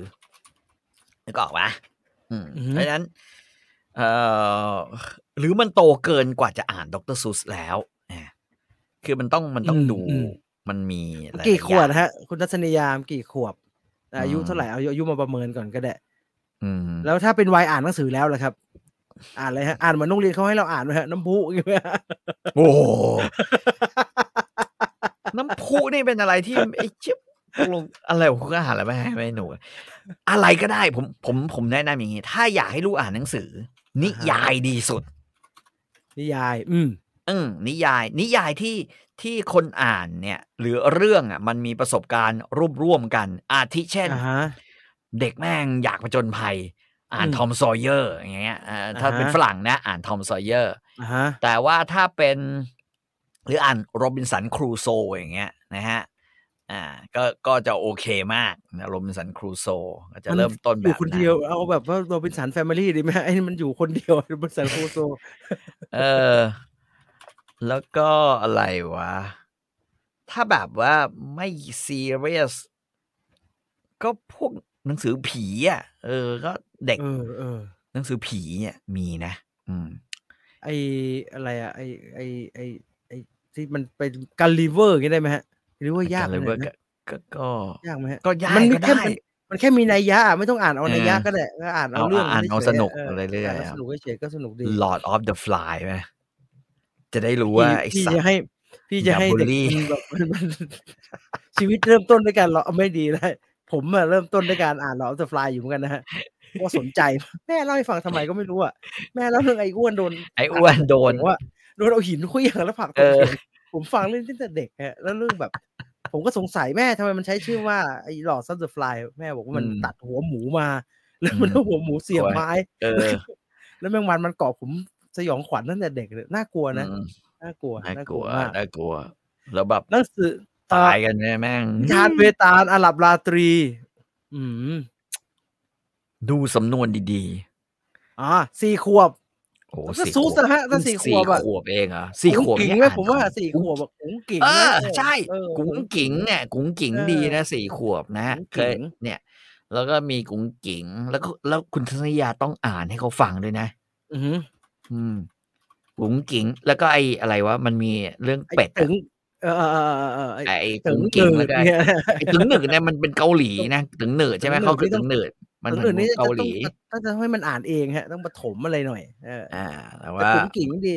นึกออกปะอืม
อือฮึ
เพราะฉะนั้นเอ่อหรือมันโตเกินกว่าจะอ่านดรซูสแล้วอ่ะคือมันต้องมันต้องดูมันมีหลายๆ
กี่ขวบ
อย่าง
ฮะ คุณทัศนียามกี่ขวบ อายุ
อืม
เท่าไหร่เอาอายุมาประเมินก่อนก็ได้
อืม
แล้วถ้าเป็นวัยอ่านหนังสือแล้วล่ะครับ อ่านอะไรฮะ อ่านเหมือนโรงเรียนเขาให้เราอ่านไหมฮะน้ำพุอย่างเงี้ย
โอ้โห น้ำพุนี่เป็นอะไรที่ ไอ้ชิบลงอะไรผมก็หาอะไรไม่ให้ไม่หนูอะอะไรก็ได้ผมผมผมแนะนำอย่างนี้ ถ้าอยากให้ลูกอ่านหนังสือ นิ
อ่าฮะ
ยายดีสุด
นิยาย อืม
อืมนิยาย นิยายที่ที่คนอ่านเนี่ย หรือเรื่องอ่ะ มันมีประสบการณ์ร่วมร่วมๆกัน อาทิเช่น
อ่าฮะ
เด็กแม่งอยากผจญภัย อ่าน
อืม
ทอมซอยเยอร์อย่างเงี้ยอ่าถ้า
อ่าฮะ
เป็นฝรั่งนะ อ่านทอมซอยเยอร์
อ่าฮะ
แต่ว่าถ้าเป็นหรืออ่านโรบินสันครูโซอย่างเงี้ยนะฮะอ่าก็ก็จะโอเคมากนะโรบินสันครูโซก็จะ
มัน
เริ่มต้น
อ
แบบ
ยู่คนเดียว
นั้น
เอาแบบว่าเราเป็นสันแฟมิลี่ดีไหมไอ้นี่มันอยู่คนเดียว เป็นสันโคโซ
เออ แล้วก็อะไรวะ ถ้าแบบว่าไม่ซีเรียสก็พวกหนังสือผีอ่ะ เออ ก็เด็ก
เออเออ
หนังสือผีเนี่ยมีนะ อืม
ไออะไรอะไอไอไอไอที่มันเป็นการลีเวอร์อย่างงี้ได้ไหมฮะลีเวอร์ยากไหมเนี่ย
เลเวอร์
นะ
ก็ก็ก็
ยากไหมฮะ
ก็ยาก
มันมี
ก็
แค่
ได้
มัน มันแค่มีนัยยะอะไม่ต้องอ่านเอา
เออ
นัยยะก็ได้ก็อ่านเอา
เอา
เรื่อง
อ่านเอา
ฉยๆ
สนุก
เ
อะไรเรื่อยๆ
านแล้ว
อะ
สนุกเฉยๆก็สนุกดี
Lord of the Fly ไหมจะได้รู้ว่า ไอ้
พี่
สัต
จะ
ว์
ให้ พี่จะให้
อย่าบู
เด็ก
ลลี่
มันแบบมันมัน ชีวิตเริ่มต้นด้วยการเราไม่ดีเลยผมอะเริ่มต้นด้วยการอ่านเราจะฟลายอยู่เหมือนกันนะฮะว่าะสนใจแม่เล่าให้ฟังทำไมก็ไม่รู้อ่ะแม่เล่าเรื่องไอ้อ้วนโดน
ไอ้อ้วนโดน
ว่าโดนเอาหินคุยอย่างแล้วผลักตก
เออ
เขียงผมฟังเรื่องตั้งแต่เด็กฮะแล้วเรื่องแบบ ผมก็สงสัยแม่ทำไมมันใช้ชื่อว่าไอ้หลอดซันเดอร์ฟลายแม่บอกว่ามัน
อืม
ตัดหัวหมูมา แล้วมันเอาหัวหมูเสียบ
โอ้ย
ไม้
เออ
แล้วแมงวันมันเกาะผมสยองขวัญตั้งแต่เด็กเลยน่ากลัวนะ
อืม
น่ากลัว
น่ากลัว
มาก
น่ากลัว แล้วแบบ
หนังสือ
ตายกันเนี่ยแม่ง
นิทานเวตาลอาหรับราตรี อืม
ดูสำนวนดี
อ่าสี่ขวบ
ๆ โอ้โห
ก็
สี่
สู้ซะฮะถ้าสี่
สี่
ขวบอะ
ขวบเองเหรอสี่ขวบ
กุ๋งกิ่ง
เนี่ย
ไหม
อ่น
ผมว่าสี่
กุ๋ง
ขวบอะกุ๋งกิ่ง
เอ
นะ
อ ใช่
เออ
กุ๋งกิ๋งเนี่ย กุ๋งกิ๋ง
เออ
ดีนะสี่ขวบนะฮะ
กุ๋ง
เค
กิ๋
ย
ง
เนี่ย แล้วก็มีกุ๋งกิ๋งแล้วก็แล้วคุณธนิยาต้องอ่านให้เขาฟังด้วยนะ
อือหือ
อืมกุ๋งกิ๋งแล้วก็ไอ้อะไรวะมันมีเรื่อง
ไอ้
เป็ด
ตึ
อะ
งเออเออเออเออเออไอ้
ไอ้
ตึ
ตึ
ง
ง
เกิ
เก่ง
น
แล้วก็
เนี่ย
ไอ้ตึงหนึ่งเนี่ยมันเป็นเกาหลีนะตึงเหนือใช่ไหม
ตึงเหนือ
เขาคือ
นี่ต้
ตึ
อง
งเห
ตึงอื่นี่จะต้อง
นือมันเหมือน นมุกเกาหลี
ถ้าจะให้มันอ่านเองฮะ ต้องปฐมอะไรหน่อย เออ
อ่าแต่
แต่
ว่า
กุ๋งกิ่งดี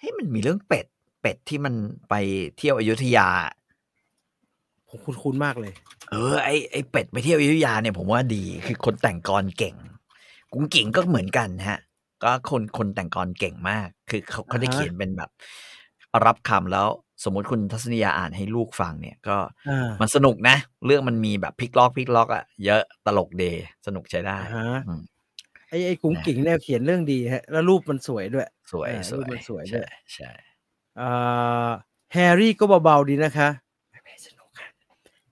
เฮ้ยมันมีเรื่องเป็ด เป็ดที่มันไปเที่ยวอยุธยา
ผมคุ้นคุ้นมากเลย
เออไอ้ไอ้เป็ดไปเที่ยวอยุธยาเนี่ยผมว่าดีคือคนแต่งกรเก่ง กุ้งกิ่งก็เหมือนกันฮะ ก็คนคนแต่งกรเก่งมาก คือเขาเขาได้
อ่าฮะ
เขียนเป็นแบบ รับคำแล้วสมมติคุณทัศนียาอ่านให้ลูกฟังเนี่ยก็
อ่า
มันสนุกนะ เรื่องมันมีแบบพลิกล็อกพลิกล็อกอะเยอะตลกเดสนุกใช้ได้
อ่าฮะ
อืม
ไอ อ้ไอ้กุ้งกิ่งเนี่ยเขียนเรื่องดีฮะ แล้วรูปมันสวยด้วย
สวย
เออ
สว
รูปมั
ย
นสวยด้
ใช่
วย
ใช่
เอ่อแฮร์รี่ก็เบาๆดีนะคะไม่สนุกค่ะ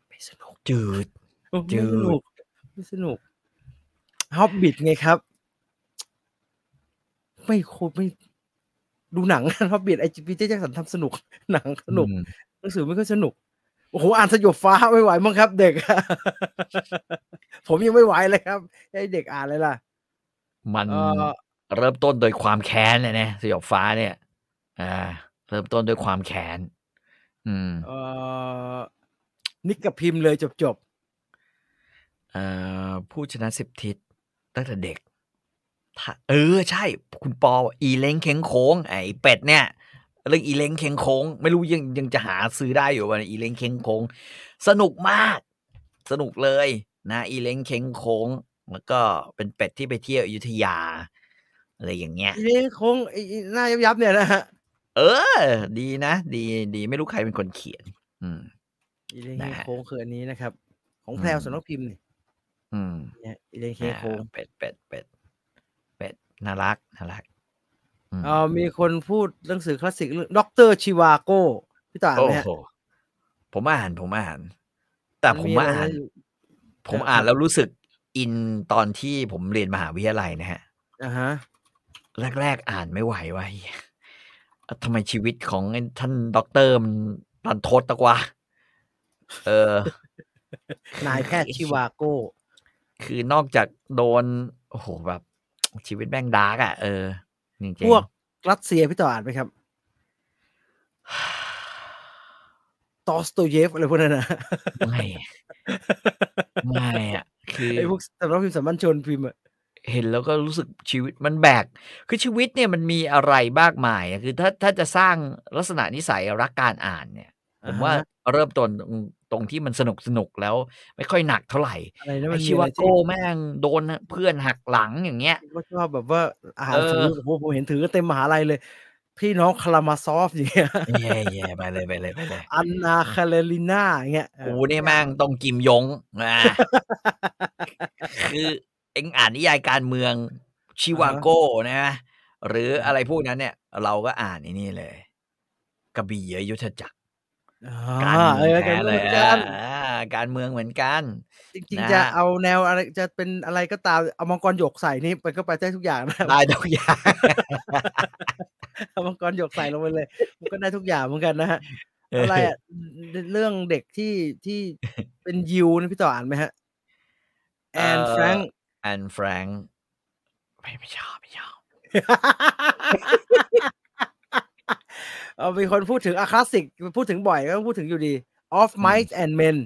ไม่สนุก
จืด
ไม่
จื
ส
ด
นุกไม่สนุกฮอบบิทไงครับ ไม่โคตรไม่ดูหนัง ฮอบบิทไอพีเจแจ็คสันทำสนุก หนังสนุก
อืม
หนังสือไม่ค่อยสนุก โอ้โห อ่านสยบฟ้าไม่ไหวมั้งครับ เด็ก ผมยังไม่ไหวเลยครับไอเด็กอ่านเลยล่ะ
มัน
เออ
เริ่มต้นโดยความแค้นเลยนะสยบฟ้าเนี่ย อ่า เริ่มต้นด้วยความแค้นอืม
เออนิกกับพิมพ์เลยจบจบ
เอ่อผู้ชนะสิบทิศตั้งแต่เด็กถ้าเออ ใช่ คุณปออีเล้งเค้งโค้งไอ้เป็ดเนี่ย เรื่องอีเล้งเค้งโค้ง ไม่รู้ยังยังจะหาซื้อได้อยู่วันยอีเล้งเค้งโค้ง สนุกมาก สนุกเลยนะ อีเล้งเค้งโค้ง แล้วก็เป็นเป็ดที่ไปเที่ยวอยุธยา อะไรอย่างเงี้ย
ๆอีเล้งคงไอ้ไอ้หน้ายับยับๆเนี่ยนะฮะ
เออ ดีนะ ดีดีไม่รู้ใครเป็นคนเขียน อืม
อีเล้ง
นะฮะ
โค้งคืออันนี้นะครับ ของแพรว
อืม
สำนักพิมพ์นี่
อืม
เนี่ยอีเล้งโค้ง
อ่าเป็ดเป็ดเป็ดเป็ดน่ารักน่ารักอืม
เออมีคนพูดหนังสือคลาสสิกเรื่องด็อกเตอร์ชิวาโก้พี่ต่าน
โอ้
ไหมฮะ
โหผมอ่านผมอ่าน แต่ผม
มีอะไร
อ่าน
อยู่
ผม
ครับ
อ่านแล้วรู้สึกอินตอนที่ผมเรียนมหาวิทยาลัยนะฮะ
อ่าฮะ
แรก ๆ อ่านไม่ไหววะเหี้ย เอ่อทำไมชีวิตของไอ้ท่านด็อกเตอร์มันรันทดตะวะเออ
นายแพ ทย์ชิวาโก้
คือนอกจากโดน โอ้โหแบบ ชีวิตแม่งดาร์กอ่ะ เออจริงๆ
พวกรัสเซียพี่ต่ออ่านไหมครับ ตอสโตเยฟอะไรพวกนั้นนะ
ไม่ ไม่อ่ะ คือ
ไอ้พวกสำนักพิมพ์สามัญชนพิมพ์อะ
เห็นแล้วก็รู้สึกชีวิตมันแบก คือชีวิตเนี่ยมันมีอะไรมากมายอะคือถ้าถ้าจะสร้างลักษณะนิสัยรักการอ่านเนี่ย ผมว่า
อ่ฮะ
เริ่มต้นตรงตรงที่มันสนุกสนุกแล้ว ไม่ค่อยหนักเท่าไหร่
อะไรนะมั
ไอน ชิวาโก้แม่งโดนเพื่อนหักหลังอย่า งเงี้ย
ว่าชอบแบบว่าอ่าน
เออ
ถือโอ้โหผมเห็นถือกันเต็มมหาลัยเลย พี่น้องคารามาซอฟอย่างเงี้ย
แย่แย่ไปเลยไปเลยไปเลย
อันนาคาเลลิน่าอย่างเงี้ยเออ
กูเนี่ยแม่งต้องกิมยง นะคือเอ็งอ่านนิยายการเมืองชิวาโก้นะ หรืออะไรพวกนั้นเนี่ย เราก็อ่านไอ้นี่เลยกระบี่ยุทธจักรการ
อ่า
เมื
เอ
อง
อ
แท้
การ
เล
เมือง
ย
เหมือนกัน
อ่าการเมืองเหมือนกัน
จริง
นะ
ๆจะ
ฮะ
เอาแนวอะไรจะเป็นอะไรก็ตามเอามังกรหยกใส่นี่มันก็ไปได้ทุกอย่างนะ
ได้ทุกอย่าง
เอามังกรหยกใส่ลงไปเลย มันก็ได้ทุกอย่างเหมือนกันนะฮะอะไรอะเรื่องเด็กที่ที่เป็นยิวนะพี่ต่ออ่านไหมฮะแอนแฟรงค์
แอนแฟรงค์ไม่ไม่ชอบไม่ชอบ
เอามีคนพูดถึงอาคลาสสิกพูดถึงบ่อยก็ต้องพูดถึงอยู่ดี Of Mice and Men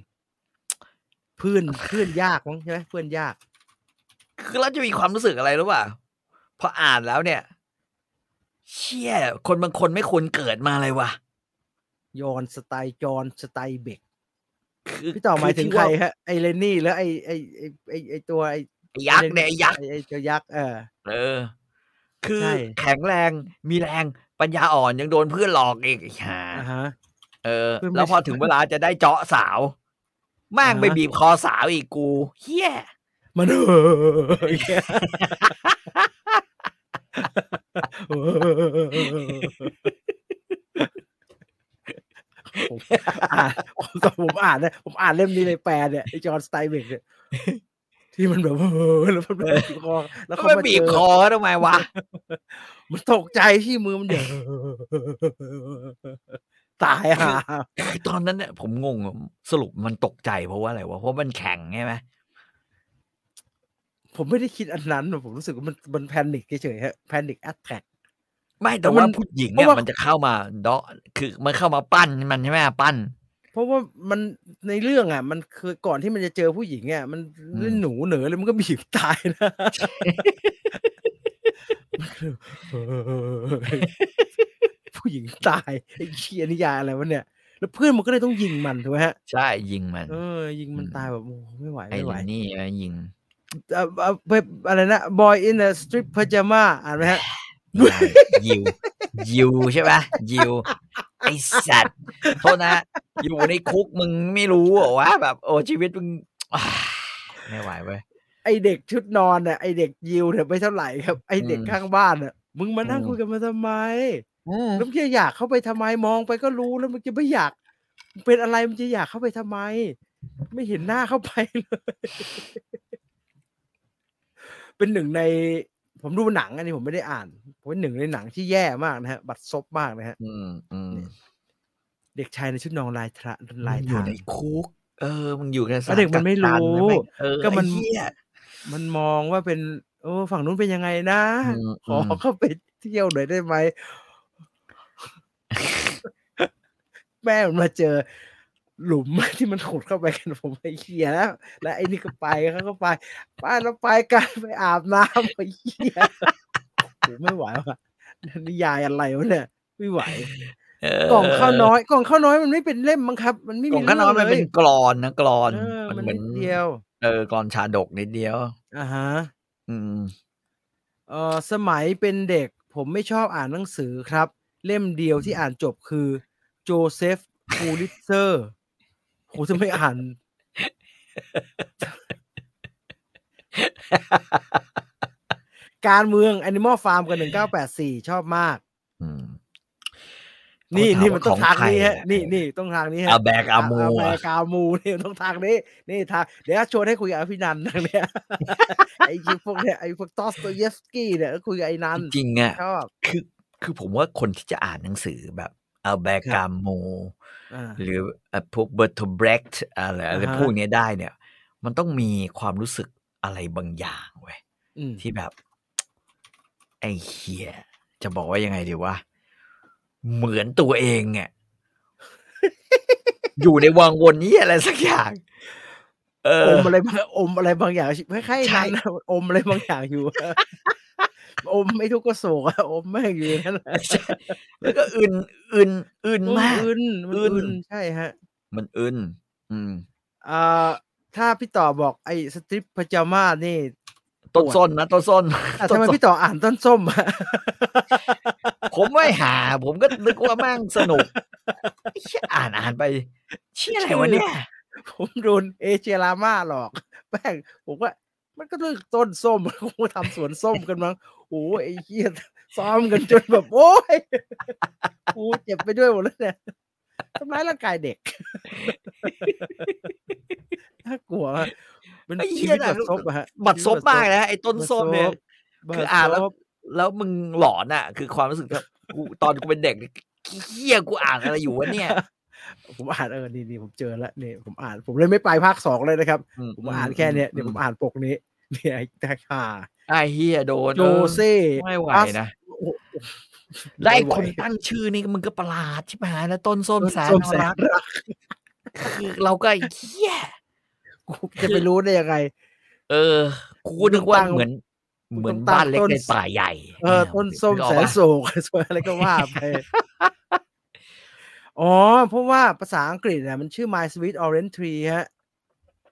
เพื่อน เพื่อนยากมั้งใช่ไหมเพื่อนยาก
คือเราจะมีความรู้สึกอะไรรู้ป่ะพออ่านแล้วเนี่ย เชี่ยคนบางคนไม่ควรเกิดมาเลยว่ะ
ยอนสไตล์จอนสไตล์เบก
คือ
พี่ต่อหมายถึง
ที่
ใคร
ว่า
ฮะไอเลนนี่แล้วไอไอไอ้ไอไอตัวไอ
ไอ้ยักษ์เนี่ยไอ้ยักษ์
ไอ้ไอตัวยักษ์เออ
เออ คือ
ใช่
แข็งแรงมีแรงปัญญาอ่อนยังโดนเพื่อนหลอกอีกไอ้ห่า
อ่าฮะ
เออ
เพื่อนไม่
แล้วพอถึงเวลาจะได้เจาะสาวแม่ง
อ่าฮะ
ไปบีบคอสาวอีกกูเฮีย
มันเอออย่างเงี้ยผม อ่านผมตอนผมอ่านนะผมอ่านเล่มนี้เลยแปลเนี่ยไอจอห์นสไตเบกเนี่ยที่มันแบบ เออแล้วมันแบบบีบคอแล้วเขา
ไป
มา
บี
เจ
บค
อ
อทำไม วะ
มันตกใจที่มือมันเดือดตาย ห่า
คือตอนนั้นเนี่ยผมงงอะสรุปมันตกใจเพราะว่าอะไรวะเพราะมันแข็งใช่ไหม
ผมไม่ได้คิดอันนั้นหรอกผมรู้สึกว่ามันมันแพนิคเฉยๆฮะแพนิคแอตแทก
ไม่แต่
มั
ว่าน ผู้หญิง
เพ
เนี่ย
ราะว่า
มันจะเข้ามาเดาะคือมันเข้ามาปั้นมันใช่ไหมปั้น
เพราะว่ามันในเรื่องอ่ะ มันคือก่อนที่มันจะเจอผู้หญิงอ่ะมันเล่น
อืม
หนูเหนือเลยมันก็บีบตายนะ มันคือ ผู้หญิงตายไอ้เชียนิยายอะไรวะเนี่ย แล้วเพื่อนมันก็เลยต้องยิงมันถูกไหมฮะ
ใช่ยิงมัน
เออ ยิงมันตายแบบโอ้โหไม่ไหว
ไอ้
ไม่ไหว
นี่นะยิง
เอ่อเอ่อเอ่ออะไรนะ boy in a strip pajama อ่านไหมฮะ
ไม่ได้ยิว ยิวใช่ไหมยิว ไอสัตว์โทษนะ อยู่ในคุกมึงไม่รู้เหรอวะแบบ โอ้ชีวิตมึงอ้าไม่ไหวเว้ย
ไ ไอเด็กชุดนอนน่ะไอเด็กยิวเนี่ยไม่เท่าไหร่ครับไอเด็ก
อืม
ข้างบ้านน่ะมึงมานั่ง
อืม
คุยกันมาทำไม
อืม
แล้วมึงจะอยากเข้าไปทำไมมองไปก็รู้แล้วมึงจะไม่อยากมึงเป็นอะไรมึงจะอยากเข้าไปทำไม ไม่เห็นหน้าเข้าไปเลย เป็นหนึ่งใน ผมดูหนังอันนี้ผมไม่ได้อ่านผมเป็นหนึ่งในหนังที่แย่มากนะฮะ บัดซบมากนะฮะ
อืมอืม
เด็กชายในชุดนอนลายทระลาย
มึงอยู่
ทาง
ในคุก เออมึงอยู่ในสถา
แล้วเด็กมันไม่รู้
กักกันนะแงเออ
ก็มัน
ไอ้เหี้ย
มันมองว่าเป็น โอ้ฝั่งนู้นเป็นยังไงนะ
อืม
ขอ
ม
เข้าไปเที่ยวหน่อยได้ ไหม แม่มันมาเจอ หลุม ที่มันขุดเข้าไปกันผมไปเขี่ยแล้ว แล้วไอ้นี่ก็ไปเขาก็ไปไปเราไปกันไปอาบน้ำไปเขี่ยโอ้โหไม่ไหวว่ะนั่นนิยายอะไรวะเนี่ย ไม่ไหว
เ
กล่องข้าวน้อย กล่องข้าวน้อยมันไม่เป็นเล่มมั้งครับ มันไม่
กล่
มี
องข้าวน้อยมันเป็นกรอนนะกรอน
เออมัน
เหมื
นิ
น
ดเดียว
เออกรอนชาดกนิดเดียว
อ่าฮะ
อืม
เออสมัยเป็นเด็กผมไม่ชอบอ่านหนังสือครับ เล่มเดียวที่อ่านจบคือโจเซฟพูลิเซอร์โหจะไม่อ่าน การเมือง Animal Farm กับ1984 ชอบมาก
อืม
นี่
เขาถา
นี่มันต้อง
ว่
ทางนี้
ขอ
ฮะ
ใคร
นี่นี่ต้องทางนี้ฮะ
อาแบกอามู
ะแบ
อะ
กามู นี่มันต้องทางนี้ นี่ทางเดี๋ยวชวนให้คุยกับพี่นันทางเนี้ย ไอ้พวกเนี้ยไอ้พวกตอสโตเยฟสกี้เนี่ยก็คุยกับไอ้นัน
จริงๆอ่ะ
ชอบ
คือคือผมว่าคนที่จะอ่านหนังสือแบบอาแบก
ครั
อา
บ
มู
อ่า
หรือเอ่อพวกเบอร์ทเบรกอะไรอะไร
อ่าฮะ
พวกเนี้ยได้เนี่ย มันต้องมีความรู้สึกอะไรบางอย่างเว้ย
อืม
ที่แบบ ไอ้เฮียจะบอกว่ายังไงดีวะเหมือนตัวเอง เนี่ย อยู่ในวังวนนี้อะไรสักอย่าง เอ
อ
อ
มอะไรบางอมอะไรบางอย่างคล้ายๆ
ใช่
นั้นนะอมอะไรบางอย่าง อยู่ อมไม่ทุกข์ก็โศกอะอมแม่งอยู่อย่างนั่นแหละ
ใช่ แล้วก็อึนอึนอึนมาก
อึนมัน
อึ
อึน
น
ใช่ฮะ
มันอึนอืม
อ่าถ้าพี่ต่อบอกไอ้สตริปพจามานี่
ต้นส้นนะต้นส้น
อ่ะ
ต้
ทำ
น
ไม
ส้น
พี่ต่ออ่านต้นส้มอะ
ผมไม่หา ผมก็นึกว่าแม่งสนุกไอ้เหี้ยอ่านอ่านไป เชี่ยอะไรวะเนี่ย
ผมโดนเอเจรามาหลอก แป้งผมว่า มันก็เรื่องต้นส้ม คงทำสวนส้มกันมั้งโอ้ยไอ้เหี้ยซ้อมกันจนแบบ โอ้ย กูเจ็บไปด้วยหมดแล้วเนี่ยทำร้ายร่างกายเด็ก น่ากลัวมากเป็น
ไอ้เหี้
ชี
ย
วิต
น่ะ
บัดซบอะฮะ
บัดซบมากนะไอ้ต้นส้มเนี่ย
บัดซบ
คืออ่านแล้ว
บัดซบ
แล้วมึงหลอนอ่ะ คือความรู้สึกแบบกูตอนกูเป็นเด็กเนี่ยเฮียกูอ่านอะไรอยู่วะเนี่ย
ผมอ่านเออนี่นี่ผมเจอแล้วเนี่ยผมอ่านผมเลยไม่ไปภาคสองเลยนะครับ ผมอ่านแค่เนี้ยเดี๋ยวผมอ่านปกนี้ เนี่ยไอ้ตาขา
ไอ้เฮียโดน
โจเซ
เออไม่ไหวนะ
โอ้โห
ได้
ม่หว
คนตั้งชื่อนี่มึงก็ประหลาดใช่ไหมนะต้นส้มแสน
ส้ม
น่า
แสน
รัก
รัก
คือเราก็ไอ้เฮีย
กูจะไปรู้ได้ยังไง
เออกูก็นึกว่าเหมือน
มึงต้อง
เหมือนบ้านเล็ก
ตั้งต้น
ในป่าใหญ่
เออต้นส้มแสน
กออกปะ
โศก สวย อะไรก็ว่าไป อ๋อ เพราะว่าภาษาอังกฤษเนี่ยมันชื่อ My Sweet Orange Tree ฮะ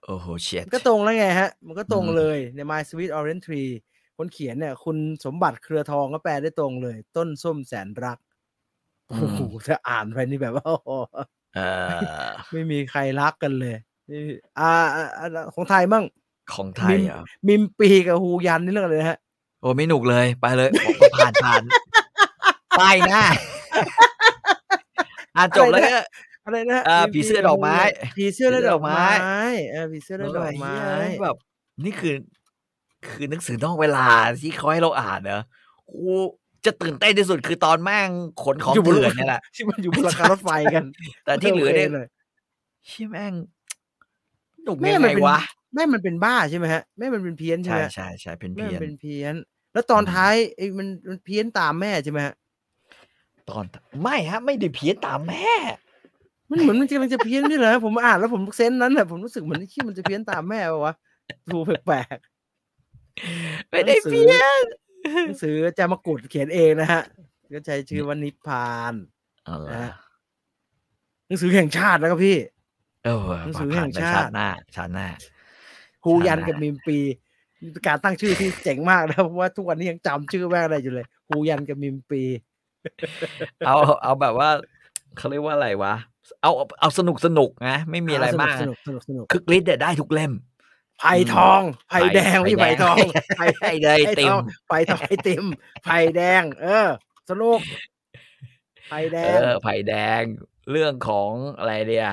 โอ้โหเชีย
มันก็ตรงแล้วไงฮะ มันก็ตรง
อืม
เลยใน My Sweet Orange Tree คนเขียนเนี่ย คุณสมบัติเครือทองก็แปลได้ตรงเลย ต้นส้มแสนรักโอ้โหถ้าอ่านไปนี่แบบว่าโอ้โห
เออ
ไม่มีใครรักกันเลยนี่อ่าอ่าอ่าของไทยมั่ง
ของไทยเหรอ่ะ
มิมปีกับฮูยันนี่เรื่องอะไรนะฮะ
โอ้ไม่หนุกเลยไปเลยบอกผ่านผ่านไปห น้าอ่านจบแล้วก็
อะไรนะ
อ่า
มี
ผีเสื้อดอกไม้
ผีเสื้อและ
ผีเสื้
ดอก
อดอกไม้
ไม้เออผีเสื้อและดอกไม้
เเหี้ยแบบนี่คือ คือหนังสือนอกเวลาที่เขาให้เราอ่านเนอะกูจะตื่นเต้นที่สุดคือตอนแม่งขนของ
อยู่บน
เถื่อนเนี่ยแหละ
ที่มันอยู่บนหลังคารถไฟกัน
แต่ที่เหลือเนี่ย
โค
เชี่ยแม่งหนุก
แม่
ไม่
มั
ไง
นเป็น
วะ
แม่มันเป็นบ้าใช่ไหมฮะแม่มันเป็นเพี้ยนใช่
ใช่
ไหมฮะ
ใช่ใช่เป็น
แม่มั
เพี้ยน
นเป็นเพี้ยน แล้วตอน
อืม
ท้ายไอ้มันมันเพี้ยนตามแม่ใช่ไหมฮะ
ตอน ไม่ฮะ ไม่ได้เพี้ยนตามแม่
มันเหมือนมันกำลังจะเพี้ยนนี่เหรอผมอ่านแล้วผมเซนส์นั้นแหละผมรู้สึกเหมือนไอ้ขี้มันจะเพี้ยนตามแม่ปะวะดูแปลก
ไม่ได้
หนังสือ
เพี้ยน
ๆหนังสืออาจารย์มกุฎเขียนเองนะฮะก็ใช้ชื่อว่านิพพาน
เอาล่ะ
นะ หนังสือแห่งชาตินะครับพี่
เออ
หนังสือน
ผ่า
แห่ง
ไป
ชาติ
ชาติหน้าชาติหน้า
ฮูยัน
ใช่
กับมิมปีเป็นการตั้งชื่อที่เจ๋งมากนะเพราะว่าทุกวันนี้ยังจำชื่อแม่งได้อยู่เลยฮูยันกับมิมปี
เอาเอาแบบว่าเขาเรียกว่าอะไรวะ เอาเอาสนุกสนุกนะไม่มีอะไรมาก
สนุกสนุกสนุก
คึกฤทธิ์เนี่ยได้ทุกเล่ม
ไผ่ทองไผ่แดงไม่ใช่ไผ่ทองไผ่
ไผ่แดงไอติม
ไผ่ทองไอติมไผ่แดง เออ สนุกไผ่แด
เอง อไผ่แดงเรื่องของอะไรเดีย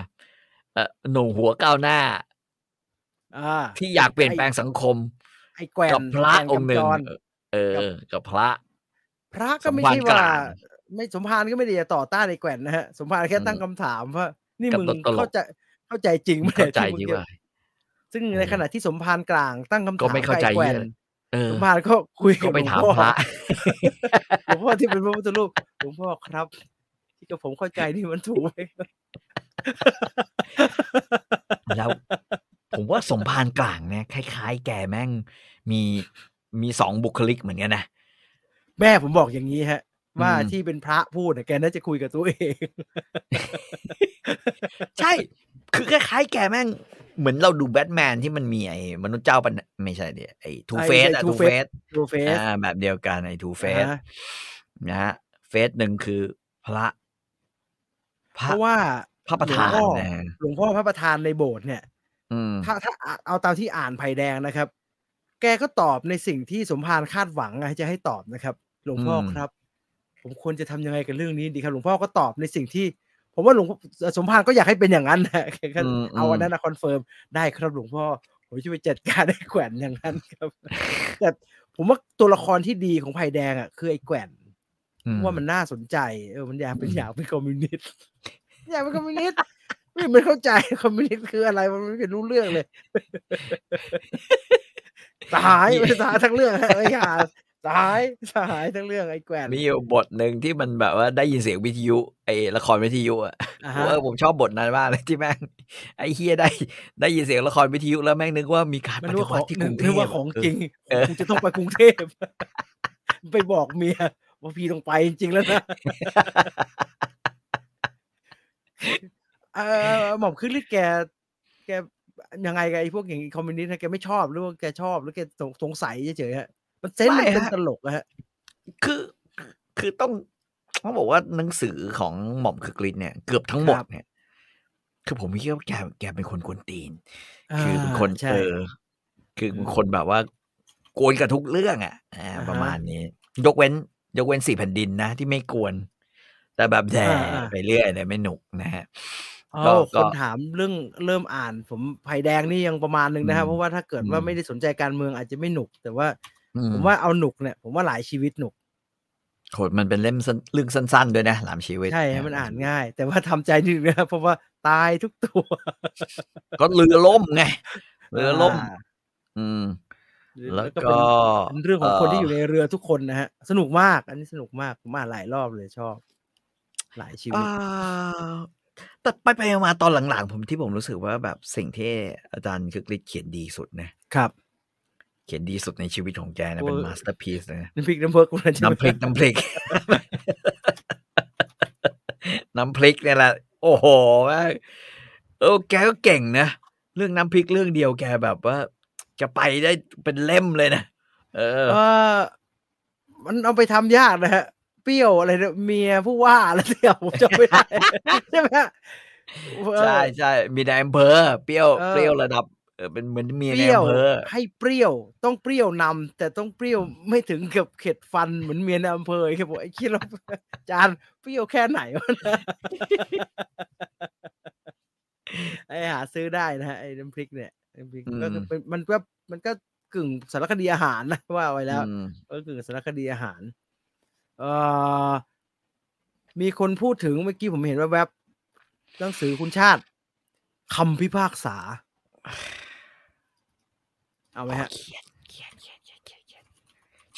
เออหนุ่มหัวก้าวหน้า
อ่า
ที่อยากเปลี่ยนแปลงสังคม
ไอ้แกว่น
กับพระ
แกว่
องค์หนึ่ง
กำจร
เอ
กับ
อ กับพระ
พระก็ไม่
สม
ใช่
ภาร
ว่า
กลาง
ไม่สมภารก็ไม่ได้จะต่อต้านไอ้แกว่นนะฮะสมภารแค่ตั้งคำถามว่า นี่
กับ
มึง
ตลก
เข้าใจเข้าใจจริงไหม
เข้าใจ
มึ
ยิ่ง
จะ
ว่า
ซึ่งในขณะที่สมภารกลางตั้งคำถาม
ก็ไม่เข้าใจ
บอ้แกว่น
เยอะ เออ
สมภารก็คุย
ก็
กับ
ไป
หลวง
ถาม
พ่อ
พระ
หลวงพ่อที่เป็นพระพุทธรูปหลวงพ่อครับ ที่กับผมเข้าใจนี่มัน ถูกไหม
แล้ว ผมว่าสมภารกลางเนี่ยคล้ายๆ แกแม่งมีมีสองบุคลิกเหมือนกันนะ
แม่ผมบอกอย่างนี้ฮะ ว่า
อืม
ที่เป็นพระพูดน่ะแกน่าจะคุยกับตัวเอง
ใช่ คือคล้ายๆ แกแม่ง เหมือนเราดูแบทแมนที่มันมีไอ้มนุษย์เจ้าปัญไม่ใช่เดียไอ้ทูเฟส
ไอ้
อะทู
Two
เฟส
Face ดูเฟซ
อ่าแบบเดียวกันไอ้ทูเฟส
อ่าฮะ
นะฮะเฟสหนึ่งคือพระ พ
เพ
ระ
ราะว่า
พระประธาน
หลวงพ่อ
นะฮะ
หลวงพ่อพระประธานในโบสถ์เนี่ย
อืม
ถ้าถ้าอ่ะเอาตามที่อ่านไผ่แดงนะครับ แกก็ตอบในสิ่งที่สมภารคาดหวังอะจะให้ตอบนะครับ หลวงพ่อ
อืม
ครับ ผมควรจะทำยังไงกับเรื่องนี้ดีครับ หลวงพ่อก็ตอบในสิ่งที่ ผมว่าหลวงเอ่อสมภารก็อยากให้เป็นอย่างนั้นนะ แกก็
ม
เอาอันนั้นนะคอนเฟิร์มได้ครับหลวงพ่อ ผมจะไปจัดการไอ้แกว่นอย่างนั้นครับ แต่ผมว่าตัวละครที่ดีของไผ่แดงอ่ะคือไอ้แกว่น
อืม
ว่ามันน่าสนใจ เออมันอยากเป็น
อืม
อยากเป็นคอมมิวนิสต์ อยากเป็นคอมมิว นิสต์ไม่มันเข้าใจคอมมิวนิสต์คืออะไรมันไม่รู้เรื่อง เลย สหายไม่สหายทั้งเรื่องฮะไอ้ห่าสหายสหายทั้งเรื่องไอ้แกว่น
มีอยู่บทหนึ่งที่มันแบบว่าได้ยินเสียงวิทยุไอ้ละครวิทยุอ่ะ
อ่า
เอ
ฮะ
อผมชอบบทนั้นมากเลยที่แม่งไอ้เฮียได้ได้ยินเสียงละครวิทยุแล้วแม่งนึกว่ามีการ
มัน
ป
นึก
ฏิ
ว่าข
วั
อง
ติที่กรุงเท
นึ
พ
กว่าของจริงคงจะต้องไปกรุงเทพ ไปบอกเมียว่าพี่ต้องไปจริงๆแล้วนะเออหม่อมขึ้นหรือแก แกยังไงกับไอ้พวกอย่างคอมมิวนิสต์นะแกไม่ชอบหรือว่าแกชอบหรือแกสงสงสัยเฉยๆฮะมันเซนส์มันเป็นตลกอะฮะ
คือ คือต้องต้องบอกว่าหนังสือของหม่อมคึกฤทธิ์เนี่ยเกือบทั้งหมด
ครับ
เนี่ย คือผมคิดว่าแกแกเป็นคนกวนตีน คือเป็นคน
อ่าใช่
เออคือเป็นคนแบบว่าโกวนกับทุกเรื่องอ่ะอ่า
อ่าฮะ
ประมาณนี้ ยกเว้น ยกเว้นสี่แผ่นดินนะ ที่ไม่กวน แต่แบบแย่
อ่าอ่า
ไปเรื่อยเลยไม่หนุกนะฮะ
อ๋
ก็
อค
ก็
นถามเรื่องเริ่มอ่าน ผมไผ่แดงนี่ยังประมาณหนึ่งนะครับ
อืม
เพราะว่าถ้าเกิดว่า
อืม
ไม่ได้สนใจการเมืองอาจจะไม่หนุก แต่ว่า
อื
ผมว่าเอาหนุกเนี่ย ผมว่าหลายชีวิตหนุก
โหดมันเป็นเล่มสั้นเรื่องสั้นๆด้วยนะหลามชีวิต
ใช่ฮะ
ะ
มันอ่านง่าย แต่ว่าทำใจนิดนึงนะครับเพราะว่าตายทุกตัว
ก็เรือล่มไงเรือล่ม
อ่า
อืม แล้ว
เป็น
ก็
เป็นเรื่องของคนที่อยู่ในเรือทุกคนนะฮะ สนุกมาก อันนี้สนุกมากผมอ่านหลายรอบเลยชอบ หลายชีวิต
อ่าแต่ไปไปมาๆตอนหลังๆ ผมที่ผมรู้สึกว่าแบบสิ่งที่อาจารย์คึกฤทธิ์เขียนดีสุดนะครับ เขียนดีสุดในชีวิตของแกนะเป็น
โอ้ย
มาสเตอร์พีซนะ
น้ำพริกน้ำเพิกคนนั้นใช่ไหม
น้ำพริกน้ำพริก น้ำพริกเนี่ยแหละ โอ้โหแม่งเออแกก็เก่งนะ เรื่องน้ำพริกเรื่องเดียวแกแบบว่าแกไปได้เป็นเล่มเลยนะเออ
เออมันเอาไปทำยากนะฮะ เปรี้ยวอะไรเนี่ยเมียผู้ว่าอะไรเนี่ยผมจำไม่ได้ ใช่ไหมฮะเออ
ใช่ใช่มีนายอำเภอเปรี้ยว
เออ
เปรี้ยวระดับเออเป็นเหมือนเมีย
เป
ใน
รี้ยว
อำเภอ
ให้เปรี้ยวต้องเปรี้ยวนำแต่ต้องเปรี้ยวไม่ถึงกับเข็ดฟันเหมือนเมียในอำเภอครับผมไอ้คิดแล้ว จานเปรี้ยวแค่ไหนวะนะ ไอหาซื้อได้นะฮะไอ้น้ำพริกเนี่ยน้ำพริกก็คือเป็นมันก็มันก็กึ่งสารคดีอาหารนะว่าไว้แล้ว
อืม
ก็คือสารคดีอาหาร เอ่อ มีคนพูดถึงเมื่อกี้ผมเห็นว่าแวบหนังสือคุณชาติคำพิพากษา เอาไหมฮะ
เขียนเขียนเขียนเขียนเขียนเขียน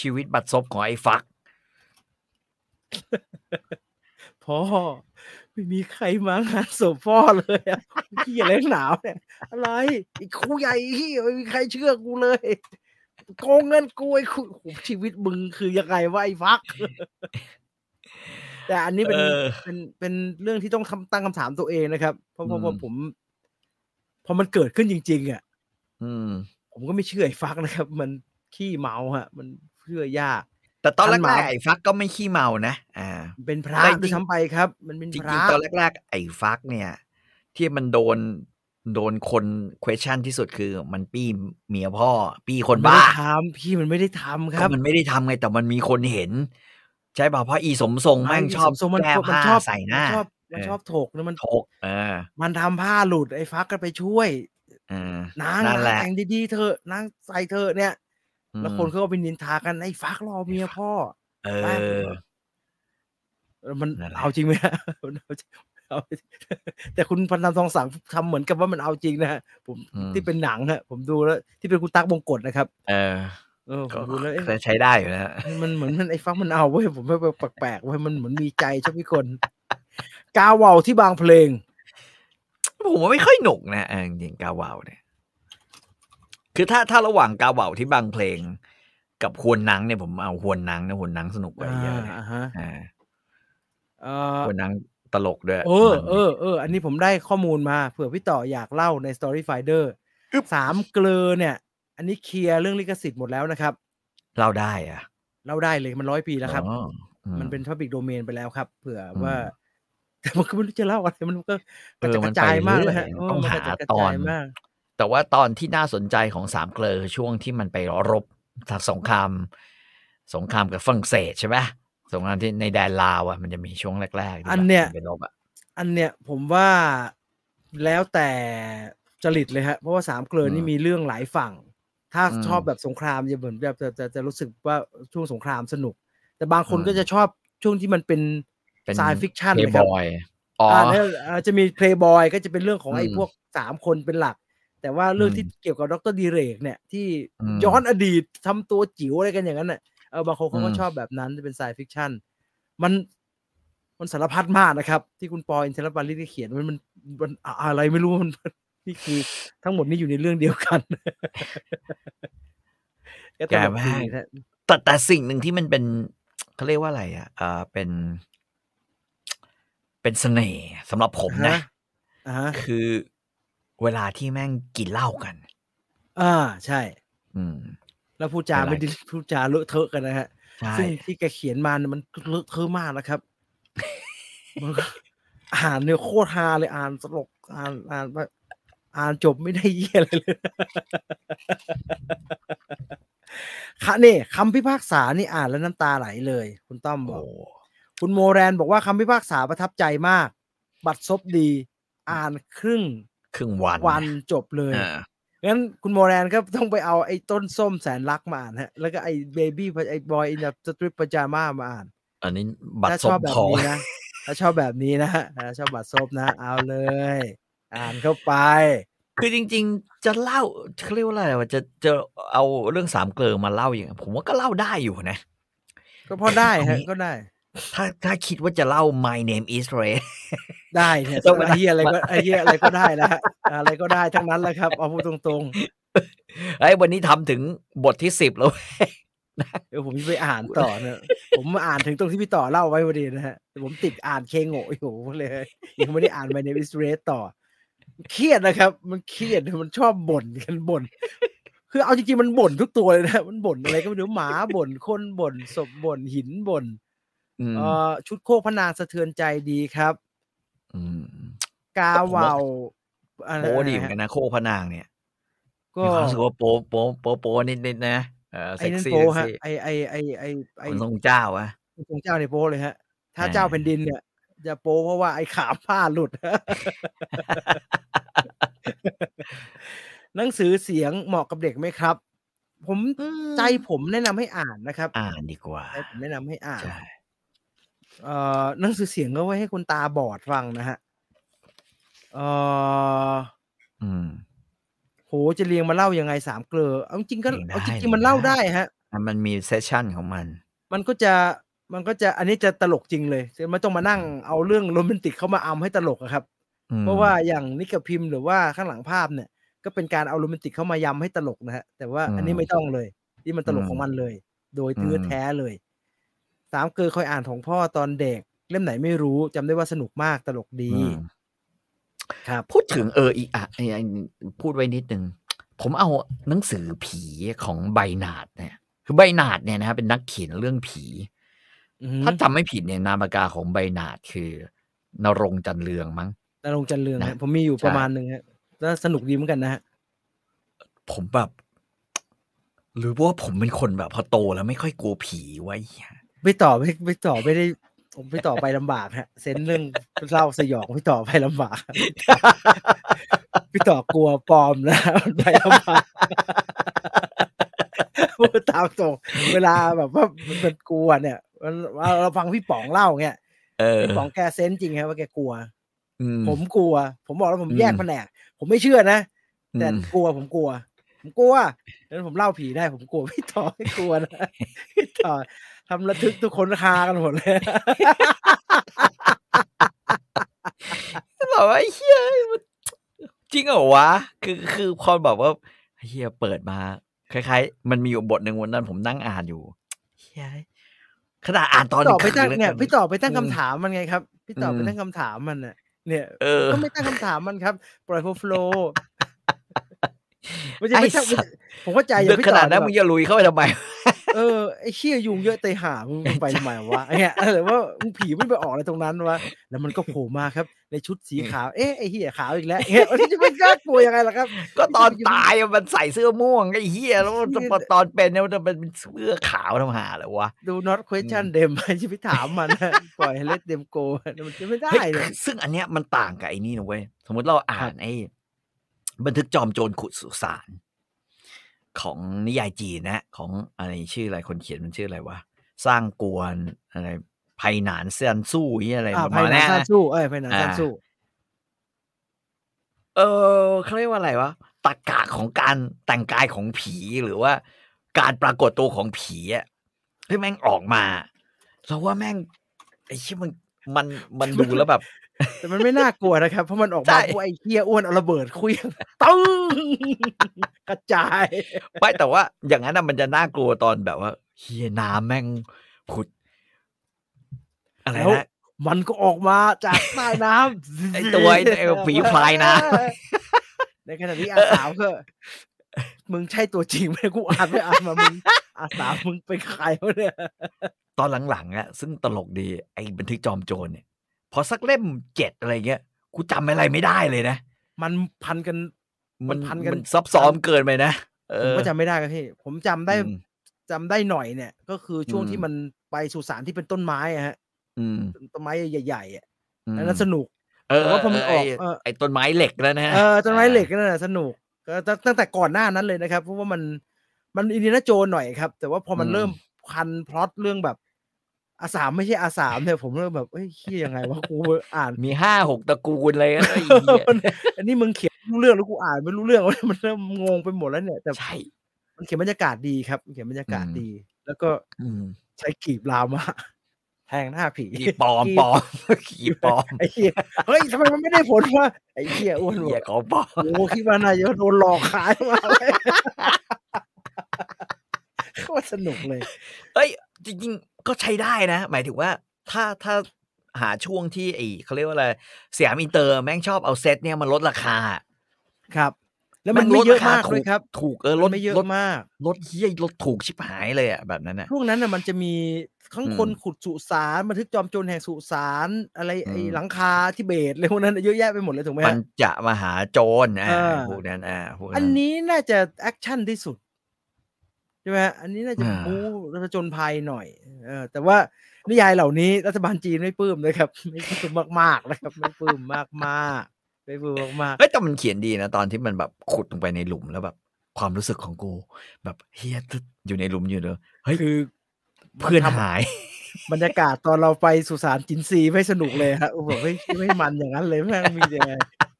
ชีวิตบัดซบของไอ้ฟัก
พ่อ ไม่มีใครมางานศพพ่อเลยอะขี้ยอะไรหนาวเนี่ย อะไรไอ้ครูใหญ่ขี้ยไม่มีใครเชื่อกูเลยโกงเงินกูไอ้ครูโอ้โหชีวิตมึงคือยังไงวะไอ้ ฟัก แต่อันนี้เป็น
เออ
เป็นเป็นเรื่องที่ต้องคำตั้งคำถามตัวเองนะครับ เพราะเพราะว่า
อืม
ผม พอมันเกิดขึ้นจริง ๆ อ่ะ
อืม
ผมก็ไม่เชื่อไอ้ฟักนะครับ มันขี้เมาฮะ มันเชื่อยาก
แต่ตอน
ท่านห
แร
มา
กๆไอ้ฟักก็ไม่ขี้เมานะอ่า
มันเป็นพระ
ได้จริง
ด้วยซ้ำไปครับ มันเป็น
จ
พ
ริ
ระ
งๆตอนแรกๆ ไอ้ฟักเนี่ย ที่มันโดน โดนคน question ที่สุดคือมันปี้เมียพ่อ ปี้คนบ้า
ไม่ได้ทำพี่มันไม่ได้ทำค
ก็
รับ
มันไม่ได้ทำไงแต่มันมีคนเห็น ใช่ป่ะเพราะอีสมทรงแม่งชอบ
ไสทรงมัน
แก้
มันช
ผ้า
อบ
ใส่หน้า
มันชอบมัน
เออ
ชอบถกนะมัน
ถกเออ
มันทำผ้าหลุดไอ้ฟักก็ไปช่วย
เออน
าง
นั่นแห
นาง
ละ
แต่งดีๆเธอะนางใส่เธอะเนี่ย แล้วคน
อืม
เขาก็ไปนินทากันไอ้ฟักรอเมียพ่อ
เอ
บ้า
อ
แล้วมัน
นั่นแหละ
เอาจริงไหม ฮะ มันเอาจริงเอาจริงแต่คุณพันธำทองสังทำเหมือนกับว่ามันเอาจริงนะฮะผม
อืม
ที่เป็นหนังฮะผมดูแล้ว ที่เป็นคุณตั๊กบงกฎนะครับ
เออ
เออผ
ก็
มดูแล้วเอ๊ะ
ใช้ได้อยู่นะฮะ
มันเหมือนมันไอ้ฟักมันเอาเว้ยผมว่าแปลกๆเว้ยมันเหมือนมีใจชอบพี่คนกาเวาวที่บางเพลง
ผมว่าไม่ค่อยหนุกนะเออจริงๆกาวาวเนี่ย คือถ้าถ้าระหว่างกาวาวที่บางเพลง กับหวนหนังเนี่ยผมเอาหวนหนังนะหวนหนังสนุกกว่าเยอะนะ
อ่าฮะ
อ่า
เอ่อ
หวนหนังตลกด้วย
เออ
มันดี
เออเออ อันนี้ผมได้ข้อมูลมาเผื่อพี่ต่ออยากเล่าใน Story Finder
อึ๊บ
สามเกลอเนี่ย อันนี้เคลียร์เรื่องลิขสิทธิ์หมดแล้วนะครับ
เล่าได้อะ
เล่าได้เลยมันร้อยปีแล้วครับ
อ๋ออื
มันเป็น Public Domain ไปแล้วครับ เผื่อ
อืม
ว่า แต่มันก็ไม่รู้จะเล่าอะไรมันก็
เอก
ระ
อ
จัดกระจา
มันไป
ยมากเลย
รื่
ฮะ
ๆ
เออ
ต้อง
มันก
หา
ระจัดกระ
ตอ
จาน ยมาก
แต่ว่าตอนที่น่าสนใจของสามเกลอคือช่วงที่มันไปรบทักสงครามสงครามกับฝรั่งเศสใช่ไหมสงครามที่ในแดนลาวอ่ะมันจะมีช่วงแรกๆที่แบบ
อันเนี้ย
มัไปรบอ่ะ
อันเนี้ยผมว่าแล้วแต่จริตเลยฮะเพราะว่าสามเกลอนี่มีเรื่องหลายฝั่ง ถ้าชอบแบบสงครามจะเหมือนแบบจะจะจะรู้สึกว่าช่วงสงครามสนุก แต่บางคนก็จะชอบช่วงที่มันเป็น
เป็น
science fiction เล
เพ
ย
ย์
ครับ บ
อยอ๋อ
อ่าแล้วอาจจะมีเพลย์บอยก็จะเป็นเรื่องของไอ้
อืม
พวกสามคนเป็นหลัก แต่ว่าเรื่อง
อืม
ที่เกี่ยวกับดรดีเรกเนี่ยที่
อืม
ย้อนอดีตทำตัวจิ๋วอะไรกันอย่างนั้นน่ะเออบางคนเขาก็
อืม
ชอบแบบนั้นที่เป็นไซฟิคชั่นมันมันสารพัดมากนะครับ ที่คุณปออินเทอร์บาลีได้เขียนมันมันมันอะอะไรไม่รู้มัน มันนี่คือทั้งหมดนี่อยู่ในเรื่องเดียวกัน ก็ตลดีนะฮะ
แต่แต่สิ่งหนึ่งที่มันเป็นเขาเรียกว่าอะไรอ่ะเออเป็น เป็นเสน่ห์สำหรับผมนะ
อ่าฮะ
คือเวลาที่แม่งกินเหล้ากัน
อ่าใช่
อืม
แล้วพูดจา
เป็นไร
ไม่ไดีพูดจาเลอะเทอะกันนะฮะ
ใช่
ซึ่งที่แกเขียนมาเนี่ยมันเลอะเทอะมากนะครับ มันก็ อ่านเนี่ยโคตรฮาเลยอ่านตลกอ่านอ่านแบบอ่านจบไม่ได้เยี่ยอะไรเลย ค่ะนี่คำพิพากษานี่อ่านแล้วน้ำตาไหลเลย คุณต้อมบอก คุณโมแรนบอกว่าคำพิพากษาประทับใจมาก บัตรซบดี อ่านครึ่ง
ครึ่งวัน
วันจบเลย
อ่า
งั้นคุณโมแรนก็ต้องไปเอาไอ้ต้นส้มแสนรักมาอ่านฮะ แล้วก็ไอ้เบบี้ไอ้บอยอินสตริปปจามามาอ่าน
อันนี้บัตร
ถ้า
ส
ช
ม
อบแบ
ข
บ
อง
นี้นะถ้าชอบแบบนี้นะถ้าชอบบัตรซบนะ เอาเลย อ่านเข้าไป
คือจริงๆ จะเล่าเขาเรียกว่าอะไรวะจะจะเอาเรื่องสามเกลอมาเล่าอย่างผมว่าก็เล่าได้อยู่นะ
ก็พอได้ฮะ
อันนี้
ก็ได้
ถ้าถ้าคิดว่าจะเล่า my name is Ray
ได้เนี่ย
ต้องมา
ไอ้เหี้ยอะไรก็ไอ้เหี้ยอะไรก็ได้แล้วฮะอะไรก็ได้ทั้งนั้นแหละครับเอาพูดตรง
ไอ้ยวันนี้ทำถึงบทที่สิบแล้วเว้ย
ๆเดี๋ยวผมจะไปอ่านต่อนะผมมาอ่านถึงตรงที่พี่ต่อเล่าไว้พอดีนะฮะแต่ผมติดอ่านเคงโง่อยู่เลยยังไม่ได้อ่านไปในวิสเรสต่อเครียดนะครับ มันเครียดมันชอบบ่นกันบ่นคือเอาจริงๆมันบ่นทุกตัวเลยนะมันบ่นอะไรก็ไม่รู้หมาบ่นคนบ่นศพบ่นหินบ่น
อืม
เอ่อชุดโคกพระนางสะเทือนใจดีครับ
ม
กา
ผมว่า
เวาวอะไร
โป้ดีเหมื
นะ
อนกั
ฮะ
นนะโคพนางเนี่ย
ก็
มีความรู้สึกว่าโป้โป้โป้โป้นิดๆนะเออ
ไอ้
เซ็ก
นั่น
ซี่
โป้
เซ็ก
ฮะ
ซี่
ไอไอไอไอไอ
คนทรงเจ้าอะ
พระเจ้าในโป้เลยฮะ ถ้าเจ้าแผ่นดินเนี่ยจะโป้เพราะว่าไอขาผ้าหลุด หนังสือเสียงเหมาะกับเด็กไหมครับ ผมใจผมแนะนำให้อ่านนะครับ
อ่านดีกว่า
ใจผมแนะนำให้อ่าน
ใช่
เอ่อหนังสือเสียงก็ไว้ให้คนตาบอดฟังนะฮะเอ่อ
อืม
โหจะเรียงมาเล่ายังไงสามเกลอเอาจริงๆก็
เรียงได้
เอาจ
เรี
ริ
ย
ง
ง
ๆมันเล่า
ได้
ได้ฮะ
มันมีเซสชั่นของมัน
มันก็จะมันก็จะอันนี้จะตลกจริงเลยคือไมันต้องมานั่งเอาเรื่องโรแมนติกเข้ามาอำให้ตลกอะครับ
อืม
เพราะว่าอย่างนิกบพิมพ์หรือว่าข้างหลังภาพเนี่ย ก็เป็นการเอาโรแมนติกเข้ามายำให้ตลกนะฮะแต่ว่าอันนี้
อืม
ไม่ต้องเลย ที่มันตลก
อืม
ของมันเลย โดยเนื้ออ
ม
แท้เลยสามเกลอเคยอ่านของพ่อตอนเด็ก เล่มไหนไม่รู้จำได้ว่าสนุกมากตลกดี
อืม
ครับ
พูดถึงเอออีอะไอ้ไอ้พูดไว้นิดนึง ผมเอาหนังสือผีของใบหนาดเนี่ย คือใบหนาดเนี่ยนะครับเป็นนักเขียนเรื่องผี
อือหือ
ถ้าจำไม่ผิดเนี่ยนามปากกาของใบหนาดคือนรงค์จันเรืองมั้ง
นรงค์จันเรืองฮะ
นะ
ผมมีอยู่
ใช่
ประมาณหนึ่งฮะ ก็สนุกดีเหมือนกันนะฮะ
ผมแบบ หรือว่าผมเป็นคนแบบพอโตแล้วไม่ค่อยกลัวผีไว้ย
ไม่ต่อไม่ไม่ต่อไม่ได้ผมไม่ต่อไปลำบากฮะเซนส์เรื่องเล่าสยองไม่ต่อไปลำบากไม่ต่อกลัวปลอมนะ มันไปลำบาก พูดตามตรงเวลาแบบว่ามันเป็นกลัวเนี่ยมันเราเราฟังพี่ป๋องเล่าเงี้ย
เออ
พี่ป๋องแกเซนส์จริงครับว่าแกกลัว
อื
ผมกลัว ผมบอกแล้วผมแยก
อืม
แผนกผมไม่เชื่อนะ แต่
อืม
กลัวผมกลัว ผมกลัวแล้วผมเล่าผีได้ ผมกลัว พี่ต่อไม่กลัวนะ พี่ต่อทำระทึกทุกคนคากันหมดเลย
แล้วแบบว่าไอ้เฮียมันจริงเหรอวะ คือคือพอแบบว่าเฮียเปิดมาคล้ายๆ มันมีอยู่บทหนึ่งวันนั้นผมนั่งอ่านอยู่เฮียขนาดอ่าน ตอน
พี่ต่อไป
กลา
ตั้ง
คืะ
เนี่ย
กั
พี่ต่อไปตั้ง
อืม
คำถามมันไงครับ พี่ต่ออ
ม
ไปตั้งคำถามมันน่ะ เนี่ย
เออ
ก็ไม่ตั้งคำถามมันครับ ปล่อยโฟล์ฟ ลว์ไม่ใช่
ไอ้
ไม่ใช่
สัตว์
ผมเข้าใจอย่า
ดึก
พี่
ข
ต่
นา
อ
ดนั้น
แบบ
มึงจะลุยเข้าไปทำไม
เออไอ้เชี่ยยุงเยอะเตยหามึงไปทำไมวะ เนี่ยเออหรือว่ามึงผีไม่ไปออกอะไรตรงนั้นวะแล้วมันก็โผล่มาครับ ในชุดสีขาวเอ๊ะไอ้เหี้ยขาวอีกแล้ว เนี่ยมันจะไม่น่ากลัวยังไงล่ะครับ
ก็ตอนตายอะมันใส่เสื้อม่วงไอ้เฮียแล้วมันพอตอนเป็นเนี่ยมันจะเป็นเสื้อขาวทำหาเลยวะ
ดู not question เดมไปจะไปถามมัน นะปล่อยให้เล็ดเดมโกมันจะไม่ได้
เฮ้ย
เลย
ซึ่งอันเนี้ยมันต่างกับไอ้นี่นะเว้ย สมมติเราอ่านไอ้บันทึกจอมโจรขุดสุสานของนิยายจีนนะของอะไรชื่ออะไรคนเขียนมันชื่ออะไรวะ สร้างกวนอะไรภัยหนานเซียนสู้เหียอะไร
อ่า
ประ
ภาย
มาณ
หนัง
เนี้ย
สั้น
นะ
สู้เอ้ยภายหนังสั้น
อ่า
สู้
เออเขาเรียกว่าอะไรวะตรกกะของการแต่งกายของผีหรือว่า การปรากฏตัวของผีอะที่แม่งออกมา เราว่าแม่งไอ้ชี่ยมันมันมันดูแล้วแบบ
แต่มันไม่น่ากลัวนะครับ เพราะมันออกมา
ใช่
พวกไอ้เคียอ้วนเอาระเบิดคุยตึ้ง กระจาย
ไม่แต่ว่าอย่างนั้นนะมันจะน่ากลัวตอนแบบว่าเฮียน้ำแม่งผุด อะไร
แล้ว
นะ
มันก็ออกมาจากใต้น้ำ
ไอ้ตัวไอ้ ไอ้ฝีพรายน้
ในขณะที่อาสาวก็มึงใช่ตัวจริงไหมกูอ่านไม่อ่านมามึงอาสาวมึงเป็นใครวะเนี่ย
ตอนหลังๆอะซึ่งตลกดีไอ้บันทึกจอมโจรเนี่ยพอสักเล่มเจ็ดอะไรเงี้ยกูจำอะไรไม่ได้เลยนะ
มันพันกัน
มัน
มันพันกัน
มันซับซ้อนเกินไปนะเอ
ผม
อ
ก็จำไม่ได้ครับพี่ผมจำได้
อืม
จำได้หน่อยเนี่ย ก็คือช่วง
อืม
ที่มันไปสุสานที่เป็นต้นไม้อะฮะ
อืม
ต้นไม้ใหญ่ๆอะ
อืม
อันนั้นสนุก
เออ
แต่ว่าพอมัน
เ
ออกเออ
ไอ้ต้นไม้เหล็กแล้วนะ
เออต้นไม้เหล็กนั่นแหละสนุกก็ตั้งตั้งแต่ก่อนหน้านั้นเลยนะครับ เพราะว่ามันมันอินเดียนาโจนหน่อยครับ แต่ว่าพอมันเริ่มพันพล็อตเรื่องแบบอาสามไม่ใช่อาสามเนี่ยผมเริ่มแบบเอ้ยเฮียยังไงวะกูอ่าน
มีห้าหกตระกูลเลยนะไอ้เหี้ย
อันนี้มึงเขียนรู้เรื่องแล้วกูอ่านไม่รู้เรื่อง วะมันเริ่มงงไปหมดแล้วเนี่ยแต่
ใช่
มันเขียนบรรยากาศดีครับมันเขียนบรรยากาศ
อืม
ดี แล้วก็
อืม
ใช้กรีบลาวมาแทงหน้าผี
ขี่ปลอม
กรีบ
ปลอมขี่ปลอม
ไอ้เหี้ยเฮ้ยทำไมมันไม่ได้ผลวะไอ้เหี้ยอ้วนหม
เหี้ย
ด
ของปลอม
โอ้โหคิดว่านายจะโดนหลอกขายมาเลย โคตรสนุกเลย
จริงๆก็ใช้ได้นะ หมายถึงว่าถ้าถ้าหาช่วงที่ไอ้เขาเรียกว่าอะไรสยามอินเตอร์แม่งชอบเอาเซตเนี่ยมันลดราคา
ครับ แล้วมันไม่เยอะมากเลยครับ
ถูกเออล
มั
ด
นไม่เยอะ
ลด
มาก
ลดเฮี้ยลดถูกชิบหายเลยอ่ะแบบนั้นอ่ะ
ช่วงนั้นน่ะมันจะมีทั้ง
อืม
คนขุดสุสานบันทึกจอมโจรแห่งสุสานอะไรไอ้
อืม
หลังคาทิเบตอะไรพวกนั้นน่ะเยอะแยะไปหมดเลยถูกไหม
มั
ฮะ
นจะมาหาโจรอ่ะ
เออ
พวกนั้นอ่ะพวก
อั
นั้น น
นี้น่าจะแอคชั่นที่สุดใช่ไหมฮะอันนี้น่าจะ
อ่า
บู๊และผจญภัยหน่อยเออแต่ว่านิยายเหล่านี้รัฐบาลจีนไม่ปลื้มนะครับ ไม่ปลื้มมากๆนะครับ ไม่ปลื้มมากๆไม่ปลื้มมาก
เฮ้ยแต่มันเขียนดีนะตอนที่มันแบบขุดลงไปในหลุมแล้วแบบ ความรู้สึกของกู แบบเฮี้ยตึ๊ดอยู่ในหลุมอยู่เลยเฮ้ย
ๆ คือ
เพื่อน
มัทำ
หาย
บรรยากาศตอนเราไปสุสานจินซีไม่สนุกเลยฮะโอ้โหไม่ไม่มันอย่างนั้นเลยแม่งมีแต่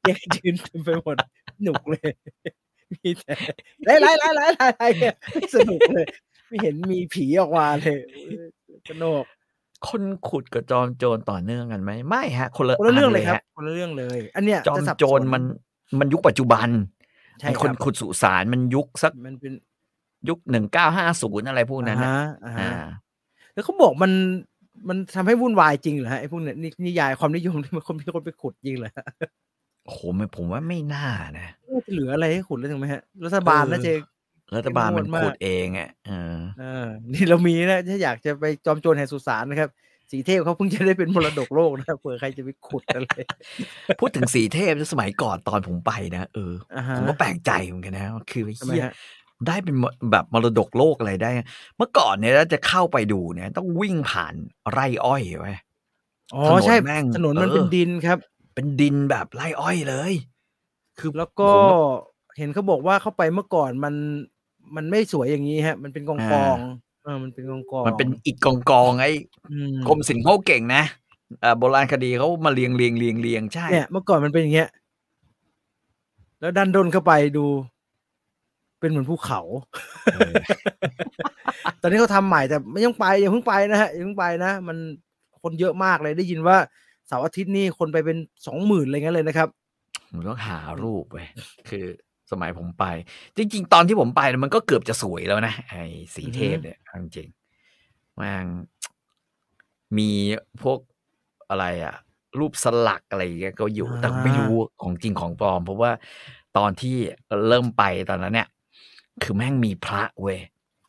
แยกยืนเต็มไปหมดหนุกเลยมีแต่ไล่ไล่ไล่ไล่ไล่ไล่เนี่ยไม่สนุกเลย ไม่เห็นมีผีออกมาเลยสนุก
คนขุดกับจอมโจรต่อเนื่องกันไหมไม่ฮะ คนละ
คนละเรื่องเลย
น
ครับ
ฮะ
คนละเรื่องเลย อันเนี้ย
จอม
ะสับ
โจร
ส
มันมันยุคปัจจุบัน
ใช่
ไอ้
ค
ค
รั
น
บ
ขุดสุสานมันยุคสัก
มันเป็น
ยุคหนึ่งเก้าห้าศูนย์อะไรพวกนั้น
อ่า
น่ะ
ฮะอ่าฮะ
อ่า
แล้วเขาบอกมันมันทำให้วุ่นวายจริงเหรอฮะไอ้พวกเนี้ยนินิยายความนิยมที่มัน คนมีคนไปขุดจริงเหรอฮะ
โอ้โหมันผมว่าไม่น่านะ
น่าจะเหลืออะไรให้ขุดแล้วถูกไหมฮะรัฐบาล
เออ
น่าจะ
รัฐบาลมัน
งวดมาก
ขุดเองอ่ะเออ
เออนี่เรามีนะถ้าอยากจะไปจอมโจรแห่งสุสานนะครับ สีเทพเขาเพิ่งจะได้เป็นมรดกโลกนะเผื่อใครจะไปขุดอะไร
พูดถึงสีเทพสมัยก่อนตอนผมไปนะเออ
อ่าฮะ
ผมก็แปลกใจเหมือนกันนะว่าคือไอ้
ทำไม
เฮีย
ฮะ
ได้เป็นแบบมรดกโลกอะไรได้ เมื่อก่อนเนี่ยถ้าจะเข้าไปดูเนี่ยต้องวิ่งผ่านไร่อ้อยไว้ย
อ๋อ
ถนน
ใช่
แม่ง
ถนนมัน
เออ
เป็นดินครับ
เป็นดินแบบไร่อ้อยเลย คือ
แล้วก็
ผม
เห็นเขาบอกว่าเข้าไปเมื่อก่อนมันมันไม่สวยอย่างนี้ฮะ มันเป็นกองก
อ่า
องเออมันเป็นกองกอง
มันเป็นอิฐกองกองๆไอ้
อืม
กรมศิลป์เขาเก่งนะเอ่อโบราณคดีเขามาเรียงเรียงเรียงเรียงใช่
เนี่ยเมื่อก่อนมันเป็นอย่างเงี้ยแล้วดันด้นเข้าไปดู เป็นเหมือนภูเขา ตอนนี้เขาทำใหม่แต่ไม่ต้องไปอย่าเพิ่งไปนะฮะอย่าเพิ่งไปนะ มันคนเยอะมากเลยได้ยินว่าเสาร์อาทิตย์นี่คนไปเป็นสองหมื่นอะไรเงี้ยเลยนะครับ
ผมต้องหารูปไปคือสมัยผมไป จริง ๆ ตอนที่ผมไปเนี่ยมันก็เกือบจะสวยแล้วนะไอ้สีเทพเนี่ยเอาจริงๆแม่งมีพวกอะไรอะรูปสลักอะไรอย่างเงี้ยก็อยู่
อ่า
แต่ไม่รู้ของจริงของปลอม เพราะว่าตอนที่เริ่มไปตอนนั้นเนี่ย คือแม่งมีพระเว้ย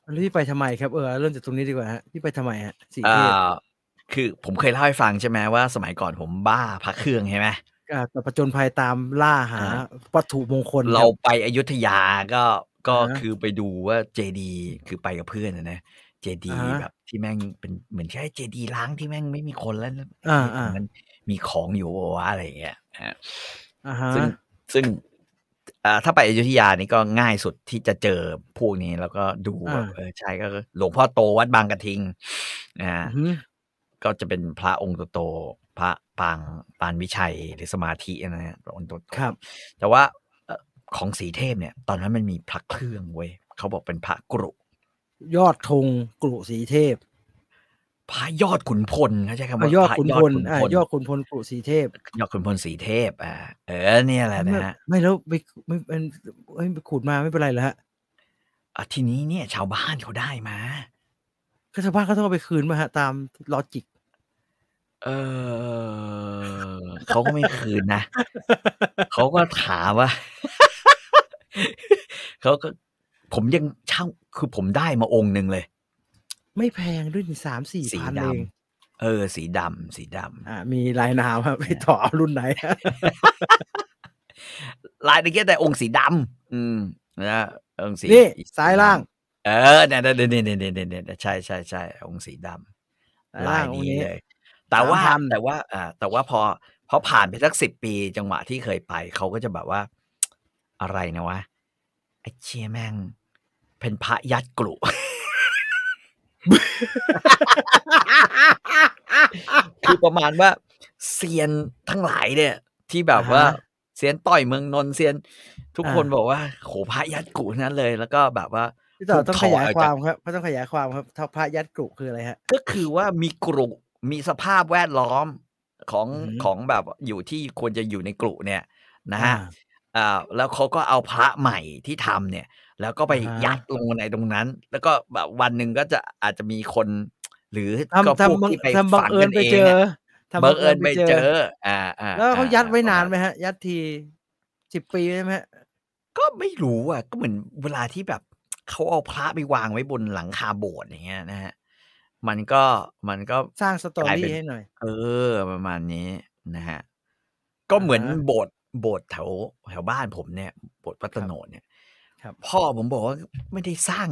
แล้วพี่ไปทำไมครับเออเริ่มจากตรงนี้ดีกว่าฮะพี่ไปทำไมฮะสี
เอ่
เทพ
อคือผมเคยเล่าให้ฟังใช่ไหมว่าสมัยก่อนผมบ้าพระเครื่องใช่ไหม
อ่าแต่ผจญภัยตามล่าหา
อ่า
วัตถุมงคลค
เรา
บ
ไปอยุธยาก็ก็
อ่าฮะ
คือไปดูว่าเจดีย์คือไปกับเพื่อนนะนะเจดีย์
อ่าฮะ
แบบที่แม่งเป็นเหมือนใช่เจดีย์ล้างที่แม่งไม่มีคนแล้วแล้ว
อ่าอ่ามั
นมีของอยู่วะวะอะไรอย่างเงี้ยฮะ
อ่าฮะ
ซึ่งซึ่งอ่าถ้าไปอยุธยานี่ก็ง่ายสุดที่จะเจอพวกนี้แล้วก็ดูว่า
อ่า
เออใช่ก็คือหลวงพ่อโตวัดบางกระทิงอ่า
อือหือ
ก็จะเป็นพระองค์โตๆพระปางปานวิชัยหรือสมาธินะฮะพระองค์โตๆ
ครับ
แต่ว่าเอ่อของสีเทพเนี่ย ตอนนั้นมันมีพระเครื่องเว้ยเขาบอกเป็นพระกรุ
ยอดธงกรุสีเทพ
พระยอดขุนพลเขาใช้คำ
อ่ะ
ว่าย ย
อดขุนพลอ่ะย
ย
อ
อ
ด
ด
ขุนพลกรุสีเทพ
ยอดขุนพลสีเทพอ่าเออเนี่ยแหละนะฮะ
ไม่ไม่แล้วไปไม่เป็นเอ้ยไปขูดมาไม่เป็นไรเหรอฮะ
อ่ะทีนี้เนี่ย ชาวบ้านเขาได้มา
ก็ชาวบ้านเขาต้องเอาไปคืนมาฮะตามลอจิก
เออเขาก็ไม่คืนนะ เขาก็ถามว่า เขาก็ ผมยังเช่าคือผมได้มาองค์หนึ่งเลย
ไม่แพงด้วยสามสี่
สี
พัน
ด
เอง
ำเออ สีดำสีด
อ่ามีลายนาม ครับไปต่อเอารุ่นไหนฮะ
ำลายตะเกียบแต่องค์สีดำอืมนะองค์สี
นี่ซ้ายล่าง
เออเนี่ยเนี่ยเนี่ยเนี่ยเนี่ยเนี่ยเนี่ยใช่ใช่ใช่องค์สีด
ซ้าย
ำลา
ล่าย งองค์
นี้
นี้
เลย แต่ว่า
3,000
แต่ว่าอ่าแต่ว่าพอพอผ่านไปสักสิบปีจังหวะที่เคยไป เขาก็จะแบบว่า อะไรนะวะไอ้เชี่ยแม่ง เป็นพระยัดกลุ คือประมาณว่าเซียนทั้งหลายเนี่ย ที่แบบว่า
อ่าฮะ
เซียนต่อยเมืองนนท์เซียนทุก
อ่า
คนบอกว่าโหพระยัดกุทั้งนั้นเลย แล้วก็แบบว่า
พี่ต่อ
ถูก
ต้องขยาย
ถอดอ
คาก
อกจาว
มครับเขาต้องขยายความครับถ้าพระยัดกรุคืออะไรฮะ
ก็คือว่ามีกลุ่มีสภาพแวดล้อมของ
อืม
ของแบบอยู่ที่ควรจะอยู่ในกลุ่เนี่ยนะฮะ
อ่า
อ่าแล้วเขาก็เอาพระใหม่ที่ทำเนี่ย แล้วก็ไป
อ่าฮะ
ยัดลงในตรงนั้น แล้วก็แบบวันหนึ่งก็จะอาจจะมีคน หรือก็
ทำ
พว
ทำบัง
กที่ไป
ทำบัง
ฝัง
เอิ
กั
ญ
น
ไป
เอง
เจอ
อะ
ทำ
บังเอิญไปเจอ อ่าอ่า
แล้วเขา
อ่
ยัดไว้นานไห
ประมณ
มฮะ ยัดทีสิบปีใช่ไหมฮะ
ก็ไม่รู้อ่ะก็เหมือนเวลาที่แบบเขาเอาพระไปวางไว้บนหลังคาโบสถ์อย่างเงี้ยนะฮะมันก็มันก็
สร้างสตอก
ลายเป็
รี่
น
ให้หน่อย
เออประมาณนี้นะฮะก็เหมือน
อ่าฮะ
โบสถ์โบสถ์แถวแถวบ้านผมเนี่ยโบสถ์วัดโตโนดเนี่ย
ครับ
พ่อผมบอกว่าไม่ได้สร้าง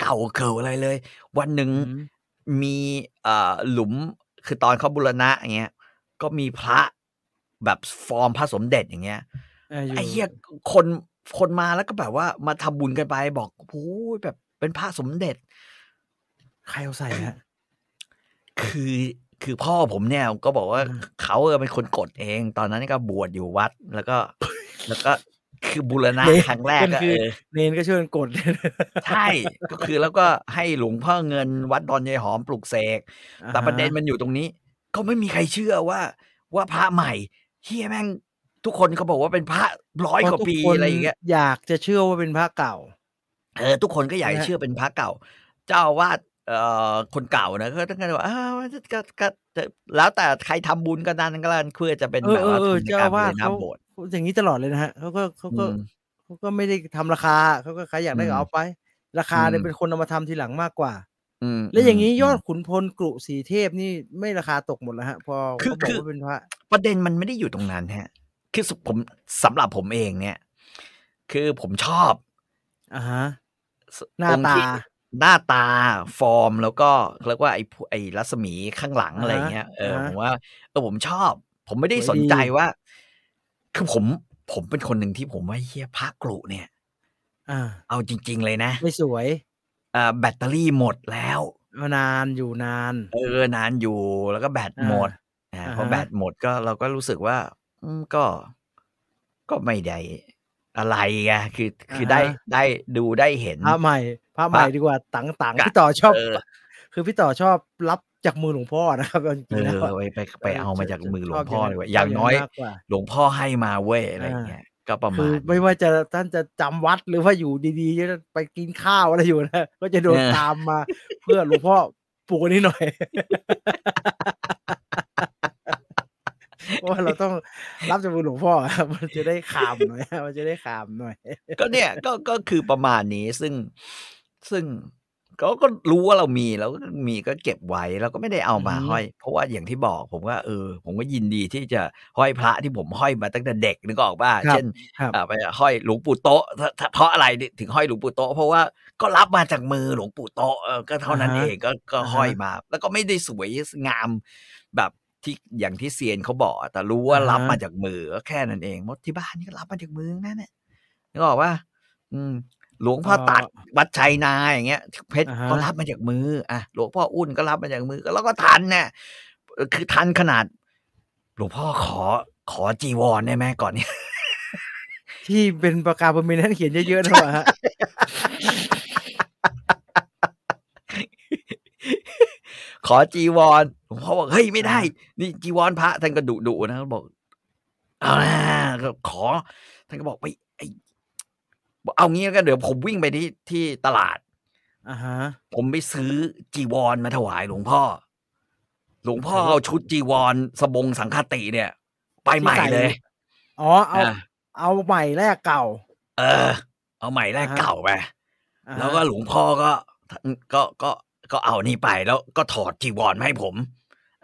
เก่าเกิอะไรเลย วันหนึ่ง
อืม
มีเอ่อหลุมคือตอนเขาบุรณะอย่างเงี้ย ก็มีพระแบบฟอร์มพระสมเด็จอย่างเงี้ย
า
ไอ้เหี้ยคนคนมาแล้วก็แบบว่ามาทำบุญกันไปบอกโอ้ยแบบเป็นพระสมเด็จ
ใครเอาใส่ฮะ
คือคือพ่อผมเนี่ยก็บอกว่า
อ่า
เขาเออเป็นคนกดเอง ตอนนั้นก็บวชอยู่วัด แล้วก็ แล้วก็คือบุรณะครั้งแรกก็
คื
เอ
อ
อ
เนนก็ช่วยกันกด
ใช่ ก็คือแล้วก็ให้หลวงพ่อเงินวัดดอนยายหอมปลูกเสก แต่ประเด็นมันอยู่ตรงนี้ ก็ไม่มีใครเชื่อว่า ว่าพระใหม่เฮียแม่ง ทุกคนเขาบอกว่าเป็นพระร้อยกว่าปีอะไรอย่างเงี้ย
อยากจะเชื่อว่าเป็นพระเก่า
เออทุกคนก็อยาก
นะฮะ
ให้เชื่อเป็นพระเก่า เจ้าอาวาดเอ่อคนเก่านะก็ต้องการว่าอ้าวก็ก็ก็ก็แล้วแต่ใครทำบุญก็นั้นก็แล้วกันเพื่อจะเป็น
เอ
แบ
อบ เออ
ว่า
เออ
ทุนใน
เจ้า
การ
อาว่าร ส
บูณะ
เขา
โบสถ์
เขาอย่างนี้ตลอดเลยนะฮะเขาก็เขาก็
อืม
เขาก็ไม่ได้ทำราคาเขาก็ใครอยากได้ก็
อืม
เอาไป ราคาเนี่ย
อืม
เป็นคนเอามาทำทีหลังมากกว่า
ม
แล้วอย่างนี้
ม
ยอดขุนพลกรุสีเทพนี่ไม่ราคาตกหมดแล้วฮะ พอ
คือ
เขาบอ
คื
ก
อ
ว่าเป็นพระ
ประเด็นมันไม่ได้อยู่ตรงนั้นฮะ คือสุผมสำหรับผมเองเนี่ย คือผมชอบ
อ่าฮะ
ส
หน้า
องค์ที่
ตา
หน้าตาฟอร์มแล้วก็เรียกว่าไอ้ผู้ไอ้รัศมีข้างหลัง
อ่าฮะ
อะไรเงี้ยเออ
อ่าฮะ
ผมว่าเออผมชอบ ผมไม่ได้
สวยดี
สนใจว่า คือผมผมเป็นคนหนึ่งที่ผมว่าเฮียพระกรุเนี่ย
อ่า
เอาจริง ๆ เลยนะ
ไม่สวย
เอ่อแบตเตอรี่หมดแล้ว
มานานอยู่นาน
เออนานอยู่แล้วก็แบต
อ่า
หมดอ่า
อ่า
พอ
ฮะ
แบตหมดก็เราก็รู้สึกว่าอืมก็ ก็ไม่ได้อะไรไงคือคืออา
ฮะ
ได้ได้ดูได้เห็น
พระใหม่พระใหม่ดีกว่าตังตัง
กะ
พี่ต่อชอบ
เออ
คือพี่ต่อชอบรับจากมือหลวงพ่อนะครับเอาจ
เอ
ริงๆแล้ว
อไปไปไปเอามาจากมือหลวงพ่อเลย
ชบ
ว่าอย่างน้อย
มากกว่า
หลวงพ่อให้มาเว้ยอะไรอย่างเงี้ยก็ประมา
คือ
ณ
ไม่ว่าจะท่านจะจำวัดหรือว่าอยู่ดีๆจะไปกินข้าวอะไรอยู่นะ ก็จะโดน
เออ
ตาม มา เพื่อหลวงพ่อปลูกอันนี้หน่อย เพราะว่าเราต้องรับจากมือหลวงพ่อครับมันจะได้ขามหน่อยมันจะได้ขามหน่อย
ก็เนี่ยก็ก็คือประมาณนี้ซึ่งซึ่งก็ก็รู้ว่าเรามีแล้วก็มีก็เก็บไว้เราก็ไม่ได้เอามา
อือฮึ
ห้อย เพราะว่าอย่างที่บอกผมว่าเออ ผมก็ยินดีที่จะห้อยพระที่ผมห้อยมาตั้งแต่เด็กนึกออกป่ะเช่น
ครับ
อ่าไปห้อยหลวงปู่โต๊ะถ้าถ้าเพราะอะไรถึงห้อยหลวงปู่โต๊ะเพราะว่าก็รับมาจากมือหลวงปู่โต๊ะเออก็เท่านั้นเองก็ก็ห้อยมา แล้วก็ไม่ได้สวยงามแบบที่อย่างที่เซียนเขาบอกแต่รู้ว่ารับมาจากมือก็แค่นั้นเองมดที่บ้านนี่ก็รับมาจากมือทั้งนั่นแหละ นึกออกว่า อืม หลวงพ่อตัดวัดชัยนาอย่างเงี้ย เพชร
อ่าฮะ
ก็รับมาจากมืออ่ะหลวงพ่ออุ่นก็รับมาจากมือแล้วก็ทันเนี่ยเออคือทันขนาด หลวงพ่อขอขอจีวรได้ไหมก่อนเนี่ย
ที่เป็นประกาศบนเมนนั้นเขียนเยอะๆนะวะฮะ
ขอจีวรหลวงพ่อบอกเฮ้ยไม่ได้ นี่จีวรพระท่านก็ดุดุนะบอกเอานะก็ขอ ท่านก็บอกไปไอ้บอกเอางี้แล้วกันเดี๋ยวผมวิ่งไปที่ที่ตลาด
อ่าฮะ
ผมไปซื้อจีวรมาถวายหลวงพ่อ หลวงพ่อ
ครับ
เอาชุดจีวรสบงสังฆติเนี่ย ไปใหม่เลย
อ๋อเอา
อ่ะ
เอาใหม่แรกเก่า
เออ เอาใหม่แรก
อ่า
เก่าไป
อ่าฮะ
แล้วก็หลวงพ่อก็ก็ก็ก็เอานี่ไปแล้วก็ถอดจีวรมาให้ผม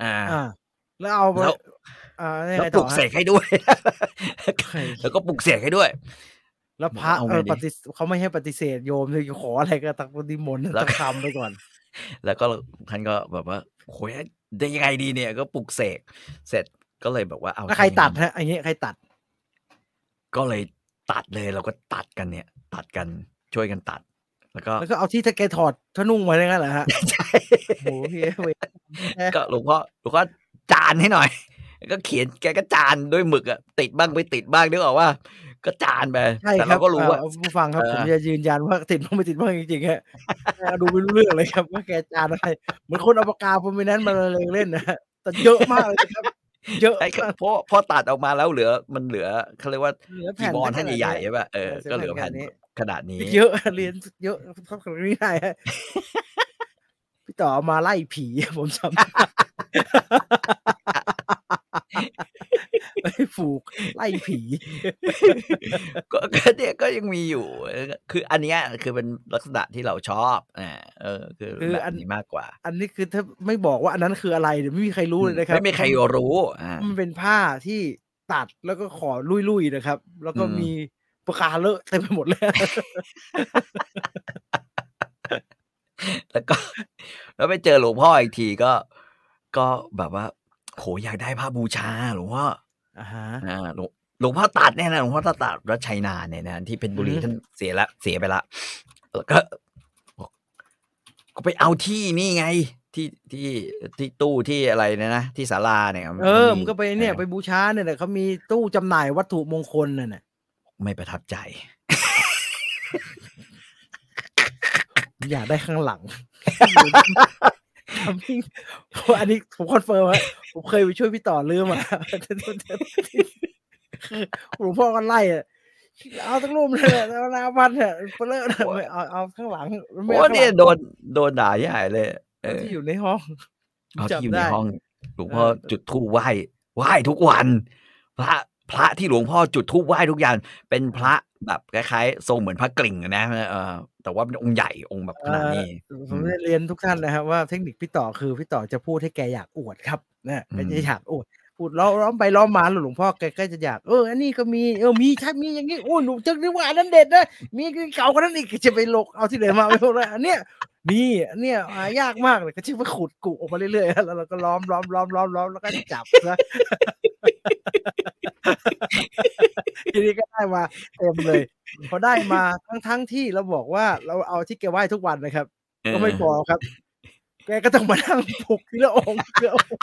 อ่า
อ่าแล้วเอาไป
แล้ว
อ่ายัง
แล้ว
ไง
ป
ต่
ลุ
อก ฮะ
เสกให้ด้วย
ไอ้
แล้วก็ปลุกเสกให้ด้วย
แล้วพระ
เอาไง
เออ
ดี
ปฏิเสธเขาไม่ให้ปฏิเสธโยมเลยขออะไรก็ตักนิมนต์
แล้ว
ตักคำไป ก่อน
แล้วก็ท่านก็แบบว่าโอ้ยได้ยังไงดีเนี่ย ก็ปลุกเสกเสร็จก็เลยแบบว่าเอา
แล้วใครตั
ถ้าอย่างนั้
ด
น
ฮะอันนี้ใครตัด
ก็เลยตัดเลยเราก็ตัดกันเนี่ย ตัดกันช่วยกันตัด แล้วก็
แล้วก็เอาที่ถ้าแกถอดทะนุ่งมาได้งั้นเหรอฮะ
ใช่
โอ้โหพี่เอ้ย
ก็หลวงพ่อหลวงพ่อจานให้หน่อย แล้วก็เขียนแกก็จานด้วยหมึกอะติดบ้างไม่ติดบ้างนึกออกว่า ก็จานไป
ใช่
แต่
ครั
เรา
บ
ก็รู้ว่า
เอ่อผู้ฟังครับ
เออ
ผมจะยืนยันว่าติดบ้างไม่ติดบ้างจริงๆฮะดูไม่รู้เรื่องเลยครับว่าแกจานอะไรเหมือนคนเอาปากกาผมไปนั้นมาเลงเล่นนะฮะแต่เยอะมากเลยนะครับ เยอะ
ไอ้
มาก
พอพอตัดออกมาแล้วเหลือมันเหลือเขาเรียกว่า
เหลือ
จี
แผ่น
บอลท่าน
ขด
ใหญ่ๆ
เย
ใช่ป่ะเออ
เออ
ก็เหลือแผ่น
เสื้อแผ่นขนาดนี้
ขนาดนี้
เยอะ เรียนเยอะเท่ากับนี้ได้ฮะ พี่ต่อเอามาไล่ผีผมจำได้ ไล่ผูกไล่ผี
ก็ ก็เนี่ยก็ยังมีอยู่เออคืออันเนี้ยคือเป็นลักษณะที่เราชอบอ่าเออ คือ
คือ
แบบ
อัน
นี้มากกว่า
อันนี้คือถ้าไม่บอกว่าอันนั้นคืออะไรเดี๋ยวไม่มีใครรู้เลยนะครับ
ไม่มีใครรู้อ่า
มันเป็นผ้าที่ตัดแล้วก็ขอลุยๆนะครับ แล้วก็
อืม
มีปากกาเลอะเต็มไปหมดเลย
แล้วก็ แล้วไปเจอหลวงพ่ออีกทีก็ ก็แบบว่าโหอยากได้ผ้าบูชาหลวงพ่อ
อ่าฮะ
อ่าหลวงหลวงพ่อตัดเนี่ยนะหลวงพ่อตัดรัชชัยนาเนี่ยนะที่เพชรบุรี
อือฮึ
ท่านเสียละเสียไปละแล้วก็บอกก็ไปเอาที่นี่ไง ที่ที่ที่ตู้ที่อะไรเนยนะที่ศาลาเนี่ย
เออมันก็ไปเนี่ย
ออ
ไปบูชาเนี่ยแหละเขามีตู้จำหน่ายวัตถุมงคลน่ะน่ะ
ไม่ประทับใจ
ผมอยากได้ข้างหลัง ทำให้อันนี้ผมคอนเฟิร์มว่าผมเคยไปช่วยพี่ต่อลืมอ่ะหลวงพ่อก็ไล่อะเอาตั้งรูปเลยอะเอาหน้าบ้านเนี่ยเปลอะ
โอ้ย
ไม่เอาเอาข้างหลังไม่
โอ้
เอาข้างหลัง
เนี่ยโดนโดนด่าใหญ่เลยเออ
ที่อยู่ในห้อง
เอาที่อยู่
จำ
ใน
ได้
ห้องหลวงพ่อ
เออ
จุดธูปไหว้ไหว้ทุกวัน พระพระที่หลวงพ่อจุดธูปไหว้ทุกอย่าง เป็นพระ แบบคล้ายๆทรงเหมือนพระกลิ่งนะเออแต่ว่าเป็นองค์ใหญ่องค์แบบขนาดนี้
ผมได้เรียนทุกท่านนะครับว่าเทคนิคพี่ต่อคือพี่ต่อจะพูดให้แกอยากอวดครับนะ
อืม
แกจะอยากอวดพูดล้อล้อมไปล้อมมาหลวงพ่อแกก็จะอยากเอออันนี้ก็มีเออมีใช่มีอย่างนี้โอ้ยหนูจึกนึกว่าอันนั้นเด็ดนะมีเก่ากว่านั้นอีกก็จะไปลกเอาที่ไหนมาไม่รู้เลยอันเนี้ยนี่อันเนี้ยหายากมากเลยก็ชื่อว่าขุดกุออกมาเรื่อยๆแล้วเราก็ล้อมล้อมล้อมล้อมล้อมแล้วก็จับนะ ทีนี้ก็ได้มาเต็มเลย พอได้มาทั้งทั้งๆที่เราบอกว่าเราเอาที่แกไหว้ทุกวันนะครับ
เออ
ก็ไม่พอครับ แกก็ต้องมานั่งปลุก ทีละองค์ทีละองค์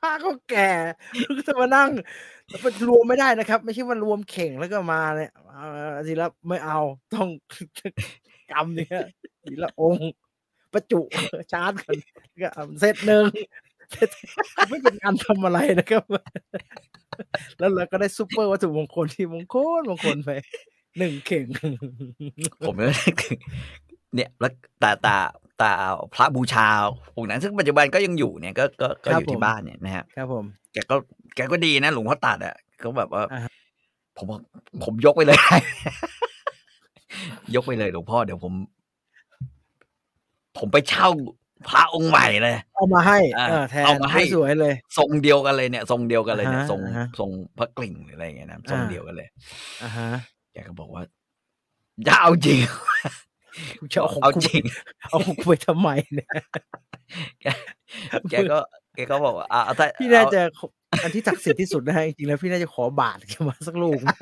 ผ้าก็แก่ ก็จะมานั่งแล้วมันรวมไม่ได้นะครับ ไม่ใช่ว่ารวมเข่งแล้วก็มาเนี่ยเอาทีละไม่เอา ต้อง กำเนี่ยทีละองค์ ประจุชาร์จกันก็เอาเซตหนึ่ง เซตไม่เป็นการทำอะไรนะครับ แล้วเราก็ได้ซูเปอร์วัตถุมงคลที่มงคลมงคลไปหนึ่งเข่ง
ผมก็ เนี่ยแล้วแต่แต่แต่พระบูชาองค์นั้นซึ่งปัจจุบันก็ยังอยู่เนี่ยก็ก็ก็
ครั
อบ ยู่
ผม
ที่บ้านเนี่ยนะฮะ
ครับผม
แกก็แกก็ดีนะ หลวงพ่อตัดอ่ะก็แบบว่า
อ่าฮะ
ผมว่าผมยกไปเลย ยกไปเลยหลวงพ่อเดี๋ยวผม ผมไปเช่าพระองค์ใหม่เลย
เอามาให้
อ่า
เออแทน
เอามาให้
สวยๆเลย
ทรงเดียวกันเลยเนี่ยทรงเดียวกันเลยเนี่ย
อ่าฮะ
ทรง
อ่าฮะ
ทรงพระกลิ่งหรืออะไรอย่างเงี้ยนะทรง
อ่า
เดียวกันเลย
อ่าฮะ
แกก็บอกว่าจะเอาจริง
กูจะเอาของ
เอา
กู
จริง
เอาของกูไปทำไมเนี่ย
แกก็แกก็บอกว่าอ่ะเอาถ้า
พี่น่า
เอา
จะขออันที่ศักดิ์สิทธิ์ที่สุดนะฮะจริงๆแล้วพี่น่าจะขอบาทแกมาสักลูก นะ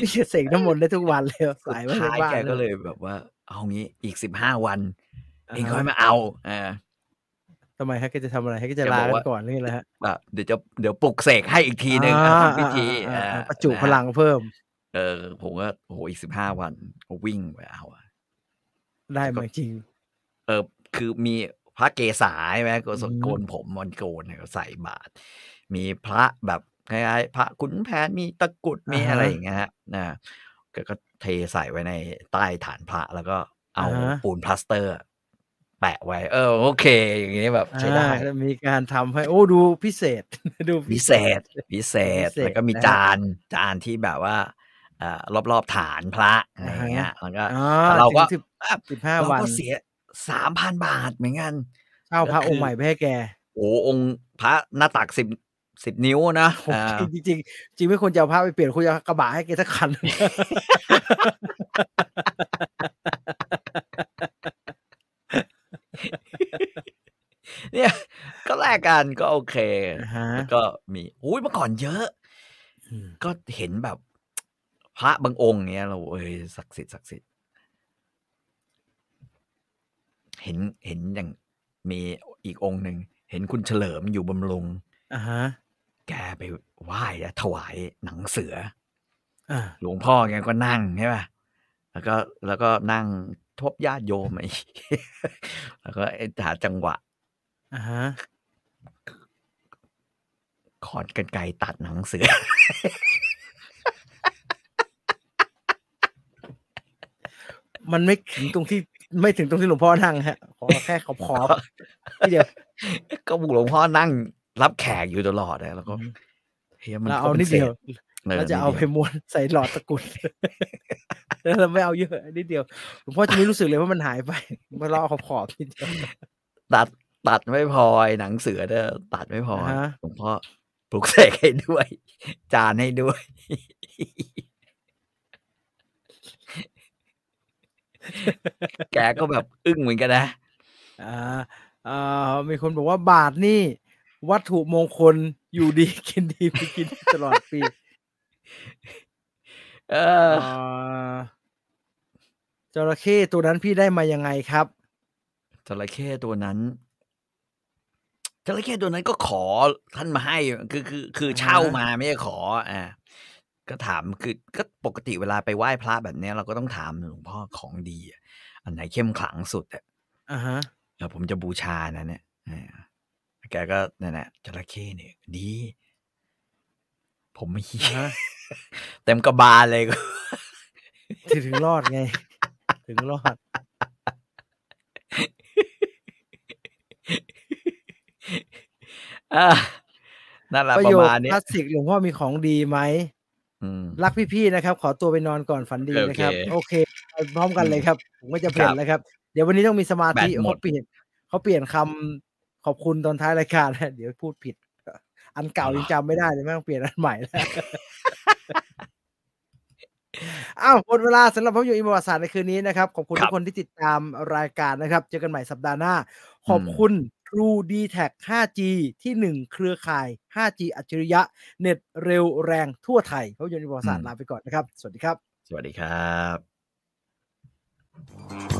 พี่จะเสกน้ำมนต์ได้ทุกวันเลยสายไว้
สุด
ใน
ท้าย
บ้าน
แกก็
เลย
เลยแบบว่า เอางี้อีกสิบห้าวันเอง
าฮะ
ค่อยมาเอาอ่า
ทำไมฮะแกจะทำอะไรให้แกจะ
แกบ
ลา
อก
กัน
ว่า
ก่อนนี่แหละฮะ
แบบเดี๋ยวจะเดี๋ยวปลุกเสกให้อีกทีหนึ่ง
อ่า
อ่ะทำพิธี
อ่าอ่าอ่า
อ่า
ประจุ
นฮ
พลังเพิ่ม
เออผมก็โอ้โหอีกสิบห้าวันก็วิ่งไปเอาอ่ะ
ได้มาจริง
เออ คือมีพระเกศาใช่ไหมโกศ
อืม
โกนผมมอนโกนเนี่ยก็ใส่บาตรมีพระแบบคล้ายๆพระขุนแผนมีตะกรุดมีอะไรอย่างเงี้ยฮะนะแกก็เทใส่ไว้ในใต้ฐานพระแล้วก็เอา
อ่าฮะ
ปูนพลาสเตอร์ แปะไว้ เออ โอเค อย่างเงี้ยแบบใช้ได้
อ่าแล้วมีการทำให้ โอ้ดูพิเศษ ดู
พิเศษพิเศษ
พิเศษ
แล้วก็มี
นะฮะ
จานจานที่แบบว่าเอ่อรอบๆฐานพระอะไรอย่างเงี้ยแล้วก็
อ่า
เราก็
ถึง
อ่ะ
สิบห้า
เรา
วัน
ก็เสียสามพันบาทเหมือนกัน
เช่าพระ
ก็คือ อ
งค์ใหม่ไปให้แก
โอ้องค์พระหน้าตักสิบสิบนิ้วนะ
ผม
อ่า
จริงๆจริงๆจริงไม่ควรจะเอาผ้าไปเปลี่ยนควรจะเอากระบะให้แกสัก คัน
เนี่ยก็แลกกันก็โอเค
อ่าฮะ
แล้วก็มีอุ้ยเมื่อก่อนเยอะ ก็เห็นแบบ พระบางองค์เนี้ยเราเอ้ยศักดิ์สิทธิ์ศักดิ์สิทธิ์เห็นเห็นอย่างมีอีกองค์หนึ่งเห็นคุณเฉลิมอยู่บำรุง
อ่าฮะ
แกไปไหว้แล้วถวายหนังเสือ
อ่า
หลวงพ่อแกก็นั่งใช่ป่ะแล้วก็แล้วก็นั่งทบญาติโยมไอ้ แล้วก็ไอ้หาจังหวะ
อ่าฮะ
ขอนกันไกรตัดหนังเสือ
มันไม่ถึงตรงที่ไม่ถึงตรงที่หลวงพ่อนั่งฮะ ขอแค่ข อบขอบเดี๋ยว
ก็หลวงพ่อนั่งรับแขกอยู่ตลอดนะแล้วก็
อืม
เฮ้ยมัน
เรา
ก็
เอา
ป็
นิดเดียว
ศษอ
เราจะเอาไป
นิดดีย
ม้วน ใส่หลอดตะกรุดแล้วเราไม่เอาเยอะนิดเดียวหลวงพ่อจะไม่รู้สึกเลยว่ามันหายไป มาเราเอาขอบขอบนิดเดียว
วตัดตัดไม่พอไอ้หนังเสือเด้อตัดไม่พออา
ฮะ
หลวงพ่อปลุกเสกให้ด้วย จานให้ด้วย แกก็แบบอึ้งเหมือนกันนะ
อ่าอ่ามีคนบอกว่าบาทนี่ วัตถุมงคลอยู่ดี กินดีไปกินตลอดปี
เอ อ
เอ่อจระเข้ตัวนั้นพี่ได้มายังไงครับ
จระเข้ตัวนั้นจระเข้ตัวนั้นก็ขอท่านมาให้คือคือ คือ
อ่า
เช่ามาไม่ได้ขอ อ่า ก็ถามคือก็ปกติเวลาไปไหว้พระแบบเนี้ยเราก็ต้องถามหลวงพ่อของดีอะอันไหนเข้มขลังสุดอะ
อ่าฮะ
เออผมจะบูชานะเนี่ยอ่าแกก็นั่นแหละจระเข้เนี่ยดี ผมไม่ขี้
อ่ าฮะ
เต็มกระบาลเลย
ถึงถึงรอดไง ถึงรอด
อ่ะ นั่นแหละ
ประ
ป
โย
ระ
ค
มาณนี้
คลาสสิกหลวงพ่อมีของดีไหม
อืม
รักพี่ๆนะครับ ขอตัวไปนอนก่อนฝันดีนะครับ โอ
โอ
เคไปพร้อมกันเลยครับ ผมก็จะเปลี่ยน
ครับ
แล้วครับ เดี๋ยววันนี้ต้องมีสมาธิ
แบตหม
เขา
ด
เปลี่ยนเขาเปลี่ยนคำขอบคุณตอนท้ายรายการ เดี๋ยวพูดผิด อันเก่ายังจำไม่ได้เลยแม่งเปลี่ยนอันใหม่แล้ว อ้าวหมดเวลาสำหรับภาพยนตร์อิมประวัติศาสตร์ในคืนนี้นะครับ ขอบคุณ
ครั
ทุก
บ
คนที่ติดตามรายการนะครับ เจอกันใหม่สัปดาห์หน้า ขอบคุณ True d t a c 5G ทีหนึ่1 เครือข่าย 5G อัจฉริยะ เน็ตเร็วแรงทั่วไทยภาพยนตร์อิมประวัติศาสตร์
อืม
ลาไปก่อนนะครับ สวัสดีครับ
สวัสดีครับ